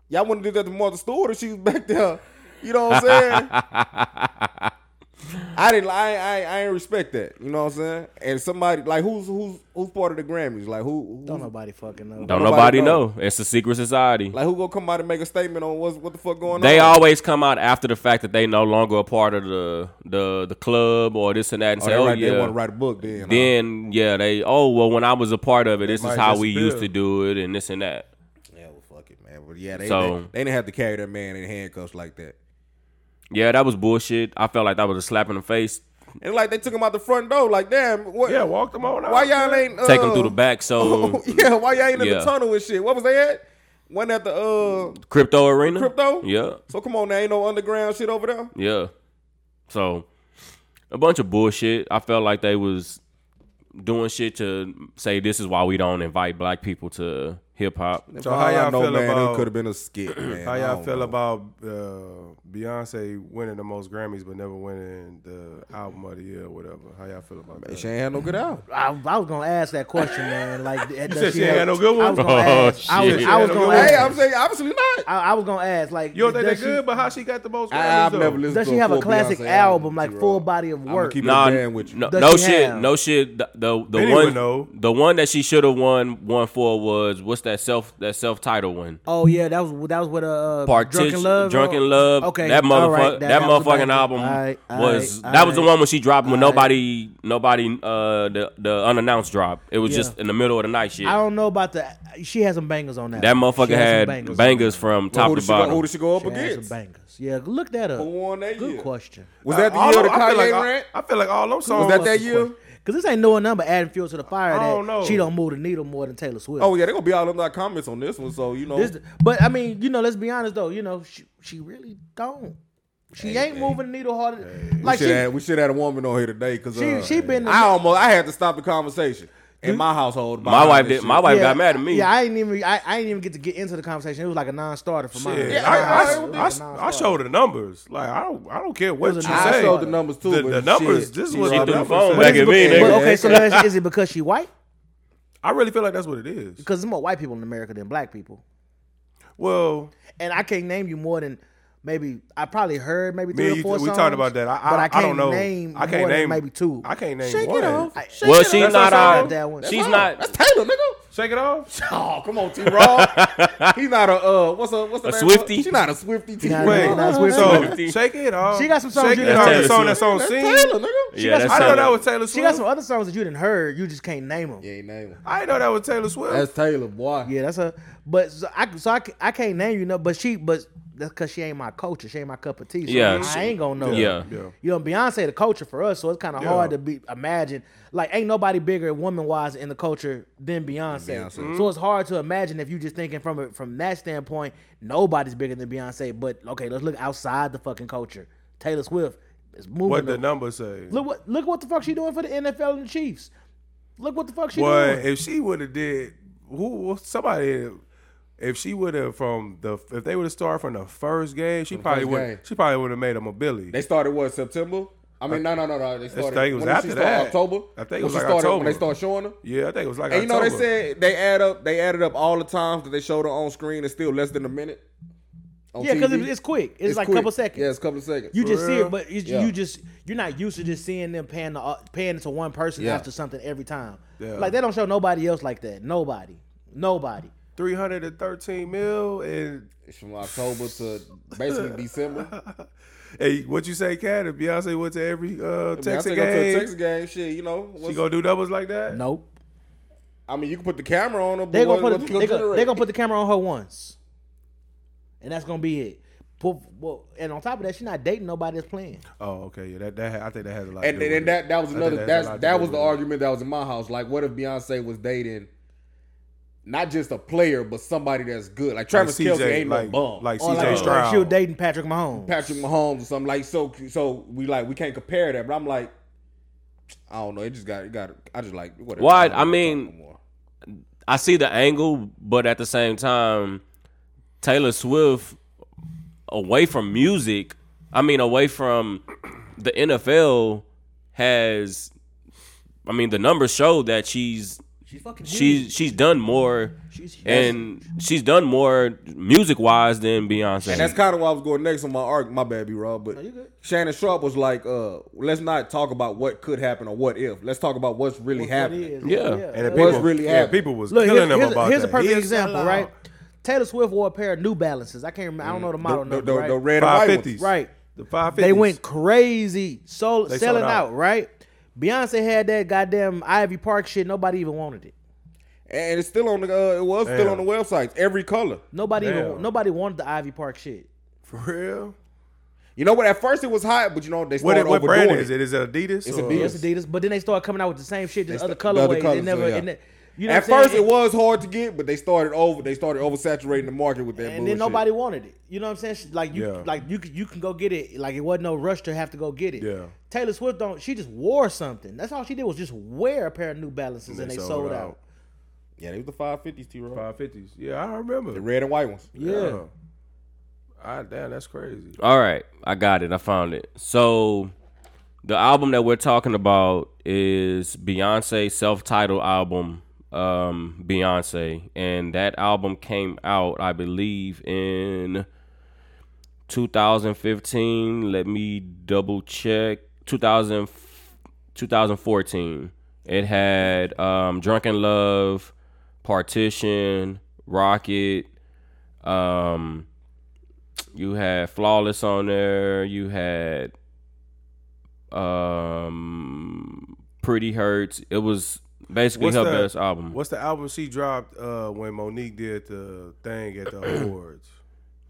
S3: Y'all wouldn't do that to Martha Stewart if she was back there. You know what I'm saying? I didn't. I, I. I ain't respect that. You know what I'm saying? And somebody like who's who's who's part of the Grammys? Like who? who's-
S4: Don't nobody fucking know.
S2: Don't
S3: Nobody
S2: nobody know. It's a secret society.
S3: Like who gonna come out and make a statement on what's what the fuck going
S2: They
S3: on?
S2: always come out after the fact that they no longer a part of the the the club or this and that and
S3: Oh,
S2: say,
S3: they,
S2: "Oh
S3: write-
S2: yeah."
S3: they want to write a book then. huh?
S2: then yeah, they oh well when I was a part of it, this is
S5: might
S2: how
S5: just
S2: we
S5: spill.
S2: used to do it and this and that.
S3: Yeah, well, fuck it, man. But yeah, they
S2: So-
S3: they, they didn't have to carry that man in handcuffs like that.
S2: Yeah, that was bullshit. I felt like that was a slap in the face.
S3: And like they took him out the front door. Like damn, what?
S5: Yeah, walk them on out.
S3: why y'all
S5: man.
S3: ain't uh, oh,
S2: Take them through the back. So
S3: yeah, why y'all ain't in
S2: Yeah.
S3: the tunnel and shit? What was they at? One at the uh.
S2: crypto arena.
S3: Crypto?
S2: Yeah,
S3: So come on, there ain't no underground shit over there.
S2: yeah. So a bunch of bullshit. I felt like they was doing shit to say this is why we don't invite black people to hip hop.
S5: So how y'all feel about-
S3: could have been a skit, man.
S5: How
S3: I
S5: y'all
S3: don't
S5: feel
S3: know.
S5: about uh, Beyonce winning the most Grammys but never winning the album of the year or whatever? How y'all feel about that?
S3: She ain't had no good out.
S4: I, I was gonna ask that question, man. Like, that,
S5: said she ain't had no good
S4: I was
S5: one?
S4: gonna
S2: Oh,
S4: ask. I was,
S2: shit.
S4: I was
S5: She ain't had no
S4: gonna
S5: good
S4: ask.
S5: one?
S3: Hey, I'm saying obviously not.
S4: I, I was gonna ask, like,
S5: You don't think
S4: does
S5: that
S4: she-
S5: good, but how she got the most Grammys?
S3: I, have
S5: though?
S3: never listened.
S4: Does
S3: to
S4: she
S3: a
S4: have a
S3: full
S4: classic
S3: Beyonce
S4: album, like
S3: T-Rock.
S4: full body of
S3: I'ma
S4: work?
S3: keep it
S2: Nah,
S3: a band with you.
S2: no,
S4: Does
S2: no
S4: she
S2: shit,
S4: have?
S2: no shit. The the, the
S5: Benny
S2: one
S5: would know.
S2: the one that she should have won one for was what's that self that self title one.
S4: Oh yeah, that was that was with uh,
S2: Partition,
S4: drunken love. Oh,
S2: Drunken Love.
S4: Okay,
S2: that
S4: all
S2: motherfucker,
S4: right,
S2: that,
S4: was the
S2: motherfucking
S4: banger.
S2: album
S4: All right, all
S2: was
S4: right,
S2: that
S4: all
S2: was the
S4: right.
S2: one when she dropped when
S4: All right.
S2: nobody, nobody, uh, the the unannounced drop. It was
S4: Yeah.
S2: just in the middle of the night shit.
S4: I don't know about the. She had some bangers on that.
S2: That
S4: one.
S2: motherfucker
S4: She some
S2: had bangers,
S4: bangers.
S2: from
S3: Well,
S2: top
S3: who
S2: to
S3: did she go- Who
S2: bottom.
S3: did she go up
S4: She had some
S3: against?
S4: bangers. Yeah, look that up.
S3: Who won that
S4: Good
S3: year?
S4: question.
S3: Was that the
S5: All
S3: year the
S5: them- I feel
S3: Kanye
S5: like all-
S3: rant?
S5: I feel like all them songs.
S3: Was that that year?
S4: Because this ain't no number adding fuel to the fire.
S5: I
S4: that
S5: don't know.
S4: She don't move the needle more than Taylor Swift.
S3: Oh yeah, they're gonna be all in the comments on this one. So you know,
S4: This- but I mean, you know, let's be honest though. You know, she, she really don't. She ain't moving the needle harder. like
S3: we
S4: she,
S3: should have we should have had a woman on here today because
S4: She-
S3: uh,
S4: she been-
S3: I almost I had to stop the conversation in my household. about
S2: My
S3: all
S2: wife
S3: this
S2: did.
S3: shit.
S2: My wife
S4: yeah,
S2: got mad at me.
S4: Yeah, I ain't even. I, I ain't even get to get into the conversation. It was like a non-starter for mine.
S5: Yeah,
S3: it would
S5: I,
S3: be
S5: I, I, I, showed the numbers. Like I don't, I don't care what you
S4: was a
S5: say.
S4: nice
S3: I
S4: say.
S3: showed the numbers too.
S5: The,
S3: but
S5: the numbers.
S3: shit,
S5: this is
S3: she
S5: what
S2: She
S5: the
S3: dropped
S2: threw the
S5: numbers
S2: phone
S5: said.
S2: back at me,
S4: But
S2: nigga.
S4: okay, so that's, is it because she white?
S5: I really feel like that's what it is.
S4: Because there's more white people in America than black people,
S5: Well,
S4: and I can't name you more than maybe I probably heard maybe
S5: me
S4: three
S5: and
S4: or
S5: you,
S4: four
S5: we
S4: songs.
S5: talked about that. I, I,
S4: but I can't
S5: don't know.
S4: name.
S5: I can't
S4: more
S5: name
S4: than maybe two.
S5: I can't name
S3: Shake
S5: one.
S3: it off.
S4: I-
S3: Shake
S2: well,
S3: it
S2: she's
S5: That's
S2: not
S5: our
S2: our.
S5: song.
S4: That one.
S2: She's
S3: off.
S2: not.
S3: That's Taylor, nigga.
S5: Shake it off.
S3: Oh, come on, T. Raw. He's not a uh, what's a what's the
S2: A
S3: name?
S2: Swiftie?
S3: She's not a Swifty. T.
S4: Nah,
S3: Raw.
S5: Wait,
S4: nah, that's Swiftie.
S5: so
S2: Swiftie.
S5: shake it off.
S4: She got some songs
S5: Shake
S4: you
S5: it
S4: didn't
S5: off.
S2: That's
S5: That song
S2: Taylor
S5: that's on
S3: That's
S5: scene.
S3: Taylor, nigga.
S2: Yeah, that's
S5: I know that
S2: Taylor.
S5: was Taylor Swift.
S4: She got some other songs that you didn't heard. You just can't name them.
S3: Yeah, ain't name him.
S5: I didn't know that was Taylor Swift.
S3: That's Taylor, boy.
S4: Yeah, that's a. But so I so I, ca- I can't name you no. But she but that's because she ain't my culture. She ain't my cup of tea. So
S2: Yeah,
S4: I
S2: she-
S4: ain't gonna know.
S2: yeah.
S5: Yeah.
S4: You know, Beyonce the culture for us, so it's kind of
S5: Yeah.
S4: hard to be imagine. Like, ain't nobody bigger woman wise in the culture than Beyonce.
S3: Beyonce.
S4: So it's hard to imagine if you just thinking from a, from that standpoint, nobody's bigger than Beyonce. But okay, let's look outside the fucking culture. Taylor Swift is moving.
S5: what the
S4: up.
S5: numbers say?
S4: look what look what the fuck she doing for the NFL and the Chiefs. Look what the fuck she
S5: Boy,
S4: doing.
S5: if she would have did who somebody if she would have from the if they would have started from the first game, she probably
S3: first
S5: would
S3: game.
S5: she probably would have made him a Billy.
S3: They started what September? I mean, no, no, no, no. They started.
S5: think it was
S3: when did
S5: after
S3: she start?
S5: that.
S3: October.
S5: I think it
S3: When
S5: was
S3: she
S5: like
S3: started,
S5: October.
S3: when they start showing them.
S5: yeah, I think it was like
S3: And you know they
S5: October.
S3: said they add up they added up all the times that they showed her on screen and still less than a minute. on
S4: yeah, because
S3: TV.
S4: it's quick. It's, like a
S3: quick.
S4: couple seconds.
S3: Yeah, it's a couple seconds.
S4: You just see
S5: real?
S4: it, but it's,
S3: Yeah.
S4: you just you're not used to just seeing them paying the, paying to one person
S3: Yeah.
S4: after something every time.
S5: Yeah.
S4: Like they don't show nobody else like that. Nobody, nobody.
S5: 313 mil and
S3: It's from October to basically December.
S5: hey, what you say, Cat? If Beyonce went to every uh Texas
S3: Texas
S5: game,
S3: to a Texas game, shit. You know,
S5: she
S3: what's-
S5: gonna do doubles like that?
S4: Nope.
S3: I mean, you can put the camera on her. But
S4: They gonna
S3: what-
S4: put
S3: what
S4: they gonna,
S3: generate?
S4: they gonna put the camera on her once, and that's gonna be it. Well, well, and on top of that, she's not dating nobody that's playing.
S5: Oh, okay, yeah, that, that I think that has a lot.
S3: and,
S5: to do
S3: and, and
S5: with
S3: that that was
S5: I think
S3: another
S5: that has a
S3: that's
S5: lot to
S3: that
S5: do
S3: was
S5: with
S3: the
S5: it.
S3: argument that was in my house. Like, what if Beyonce was dating not just a player but somebody that's good? Like
S5: it. Like
S3: Travis Kelsey ain't
S5: like,
S3: no bum.
S5: like
S4: Or
S5: CJ
S4: like,
S5: Stroud.
S4: like she was dating Patrick Mahomes.
S3: Patrick Mahomes or something like so. So we like we can't compare that. But I'm like, I don't know. It just got it got. I just like whatever.
S2: Why-
S3: don't
S2: I
S3: wanna
S2: mean-
S3: talk no more.
S2: I see the angle, but at the same time, Taylor Swift away from music, I mean away from the NFL has I mean the numbers show that she's
S6: She's fucking.
S2: She's she's done more,
S6: She's huge.
S2: and she's done more music wise than Beyonce.
S3: And that's kind of why I was going next on my arc. My bad, B Rob. But
S4: you good.
S3: Shannon Sharp was like, uh, let's not talk about what could happen or what if. Let's talk about what's really happening.
S4: It is.
S2: Yeah.
S5: And the
S4: uh,
S3: What's
S5: people,
S3: really
S5: yeah,
S3: happening?
S5: people was
S4: Look,
S5: killing
S4: here's,
S5: them
S4: here's,
S5: about
S4: here's a
S5: that.
S4: perfect
S5: Here's
S4: example, right? Taylor Swift wore a pair of New Balances. I can't remember. I don't know the model
S3: The, the,
S4: number,
S3: the-
S4: right?
S3: the red and white ones.
S5: 550s.
S4: Right.
S5: The 550s.
S4: They went crazy, sold,
S5: They
S4: selling
S5: sold
S4: out.
S5: out.
S4: right? Beyonce had that goddamn Ivy Park shit. Nobody even wanted it.
S3: and it's still on the. Uh, it was still
S5: Damn.
S3: on the websites. Every color.
S4: Nobody even
S5: Damn.
S4: nobody wanted the Ivy Park shit.
S5: For real?
S3: You know what? At first it was hot, but you know they
S5: What,
S3: started
S5: it- what
S3: overdoing
S5: brand is it? Is it Adidas?
S3: It's
S5: or-
S3: Adidas.
S4: Yes, Adidas. But then they started coming out with the same shit, just
S3: They
S4: other
S3: st- the other
S4: colorways.
S3: colors,
S4: They never.
S3: yeah.
S4: and they- you know
S3: At
S4: what I'm
S3: first,
S4: saying?
S3: it was hard to get, but they started over. They started oversaturating the market with that.
S4: and
S3: bullshit.
S4: then nobody wanted it. You know what I'm saying? She- Like you,
S5: Yeah.
S4: like you, c- you can go get it. Like it wasn't no rush to have to go get it.
S5: Yeah.
S4: Taylor Swift don't. She just wore something. That's all she did was just wear a pair of New Balances, and, they, sold, out.
S3: Yeah, they was the five fifties, T. Rock.
S5: 550s. Yeah, I remember.
S3: The red and white ones.
S5: Yeah. I, damn, that's crazy.
S2: All right, I got it. I found it. So the album that we're talking about is Beyonce self-titled album um Beyonce and that album came out I believe in 2015 let me double check 2000 2014 it had um Drunken Love Partition Rocket um you had Flawless on there. You had um Pretty Hurts. It was basically her
S5: the,
S2: best album.
S5: What's the album she dropped uh, when Monique did the thing at the awards?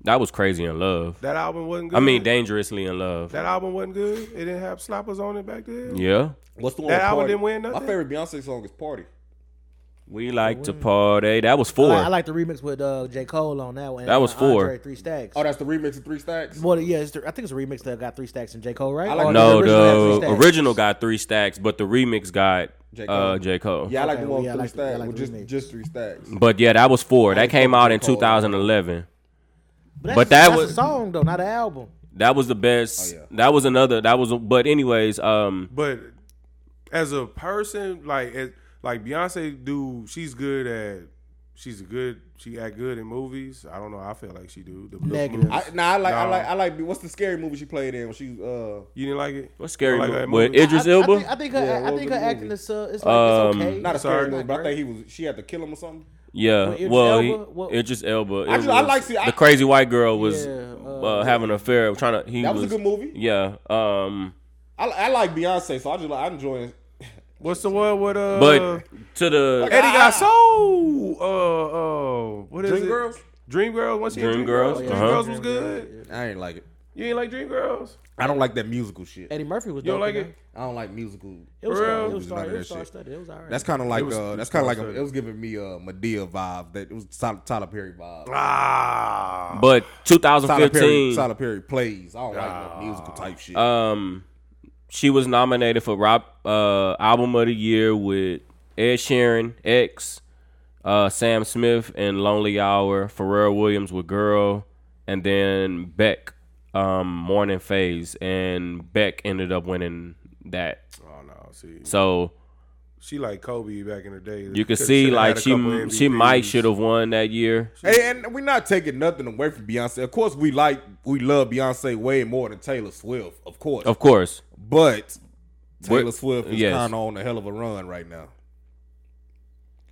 S2: That was Crazy in Love.
S5: That album wasn't good.
S2: I mean, Dangerously in Love.
S5: that album wasn't good. It didn't have slappers on it back then.
S2: Yeah.
S3: What's the one?
S5: That
S3: with
S5: album
S3: Party?
S5: didn't win
S3: My
S5: nothing?
S3: favorite Beyonce song is "Party."
S2: We like to party. That was
S4: I
S2: four.
S4: like, I like the remix with uh, J Cole on that one.
S2: That was
S4: Uh,
S2: four.
S4: Andre, three stacks.
S3: Oh, that's the remix of Three Stacks.
S4: well, yeah, it's the, I think it's a remix that got three stacks and J Cole, right?
S3: I like
S4: Or
S2: no,
S4: original had
S2: the
S4: Three Stacks?
S2: original got three stacks, but the remix got
S3: J. Cole.
S2: uh J Cole.
S3: Yeah, I like
S4: Okay,
S3: the one
S4: well, yeah, I
S3: with
S4: like
S3: Three
S4: the- I
S3: Stacks.
S4: like
S3: with
S4: the
S3: just
S4: remix.
S3: just Three Stacks.
S2: But yeah, that was four. That
S3: didn't
S2: came
S3: fuck
S2: out
S3: with
S2: in
S3: J. Cole.
S2: 2011.
S4: But, that's,
S2: but that
S4: that was
S2: was-
S4: a song though, not an album.
S2: That was the best.
S3: Oh, yeah.
S2: That was another. That was. But anyways, um,
S5: But as a person, like as, like Beyonce do, she's good at she's a good she act good in movies. I don't know. I feel like she do. The, the
S4: Negative.
S5: movies.
S3: I, nah, I like, I
S5: Nah.
S3: like, I like. What's the scary movie she played in when she was? Uh,
S5: you didn't like it?
S2: what's scary?
S5: You don't
S2: mo-
S5: that
S2: with
S5: movie?
S2: Idris
S4: I, I
S2: Elba.
S4: think, I think her,
S3: Yeah,
S4: I
S3: what
S4: think her
S3: was the
S4: acting
S3: movie?
S4: is uh, it's like it's
S2: Um,
S4: okay.
S3: not a
S5: Sorry.
S3: scary movie, but I think he was. She had to kill him or something.
S2: Yeah,
S4: Idris
S2: well,
S4: Elba?
S2: he,
S4: What-
S2: Idris Elba. it
S3: I just- I
S2: was-
S3: like see- I-
S2: the crazy white girl was
S4: Yeah,
S2: uh,
S4: uh,
S2: having an affair, trying to. He
S3: That was a good movie.
S2: Yeah, um,
S3: I, I like Beyonce, so I just like I enjoy.
S5: What's the one with uh?
S2: but to the
S5: Eddie got soul. Uh, uh, what is
S3: Dream
S5: it?
S3: Girls?
S5: Dream Girls. Once
S2: Dream Girls,
S5: Dream
S2: uh-huh.
S5: Girls was good.
S3: I ain't like it.
S5: You ain't like Dream Girls?
S3: I don't like that musical shit.
S4: Eddie Murphy was
S5: You don't
S4: dope
S5: like
S4: in
S5: it?
S3: I don't like musical.
S4: It was
S5: For
S4: star-
S5: real?
S4: it was
S3: Just none
S4: star-
S3: of
S4: it
S3: that
S4: was star
S3: shit.
S4: studded. It was alright.
S3: That's kind of like
S5: was-
S3: uh, that's kind of like a, it was giving me a Medea vibe. That it was Tyler, Tyler Perry vibe.
S5: Ah,
S2: but
S3: Tyler Perry,
S2: 2015,
S3: Tyler Perry plays. I don't like no musical type shit.
S2: um, she was nominated for Rob uh, album of the year with Ed Sheeran, X, uh, Sam Smith, and Lonely Hour. Pharrell Williams with Girl, and then Beck, um, Morning Phase, and Beck ended up winning that.
S5: oh no, see,
S2: So.
S5: she like Kobe back in the day.
S2: You can see like she she might should
S5: have.
S2: have won that year.
S3: Hey, and we're not taking nothing away from Beyonce. Of course, we like we love Beyonce way more than Taylor Swift, of course.
S2: Of course.
S3: but Taylor
S2: But-
S3: Swift is
S2: yes.
S3: kind of on a hell of a run right now.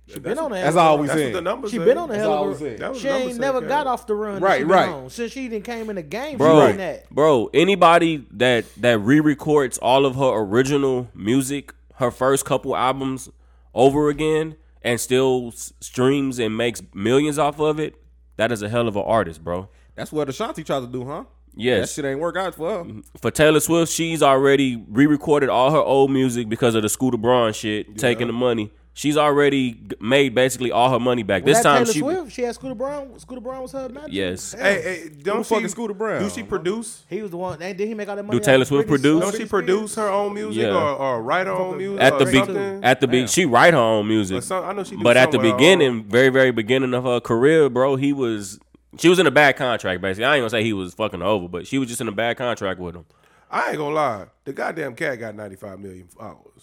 S4: she been on the
S3: That's
S4: hell
S3: all
S4: of
S3: we
S5: That's what the
S3: saying.
S5: numbers.
S4: She
S5: say.
S4: been on the
S3: That's
S4: hell
S3: all I
S4: of
S3: was
S4: a
S3: saying.
S5: That was
S4: She
S5: number
S4: ain't
S5: six,
S4: never
S5: yeah.
S4: got off the run. that
S3: Right,
S4: she been
S3: right.
S4: on. Since she even came in the game,
S2: Bro.
S4: she been that.
S2: Bro, anybody that that re-records all of her original music, her first couple albums over again and still s- streams and makes millions off of it, that is a hell of an artist, bro.
S3: That's what Ashanti tried to do, huh? That
S2: Yes.
S3: shit ain't work out for her.
S2: For Taylor Swift, she's already re-recorded all her old music because of the Scooter Braun shit, taking the money. She's already g- made basically all her money back.
S4: Was
S2: this
S4: that
S2: time
S4: Taylor
S2: she
S4: Swift? She had Scooter Brown. Scooter Brown was her. Not
S2: Yes.
S5: Hey, hey, don't
S3: fuck
S5: she
S3: is Scooter Brown?
S5: Do she produce?
S4: he was the one. Did he make all that money?
S2: Taylor
S4: off of
S2: Swift
S4: Britney
S2: produce?
S4: Spears?
S5: Don't she produce her own music
S2: Yeah.
S5: or, or write her own music
S2: at the
S5: or
S2: be-
S5: something?
S2: at the be- she write her own music.
S5: Or some- I know she do
S2: but at the
S5: something with her
S2: beginning, very very beginning of her career, bro, he was she was in a bad contract basically. I ain't gonna say he was fucking her over, but she was just in a bad contract with him.
S5: I ain't gonna lie. The goddamn cat got ninety five million followers.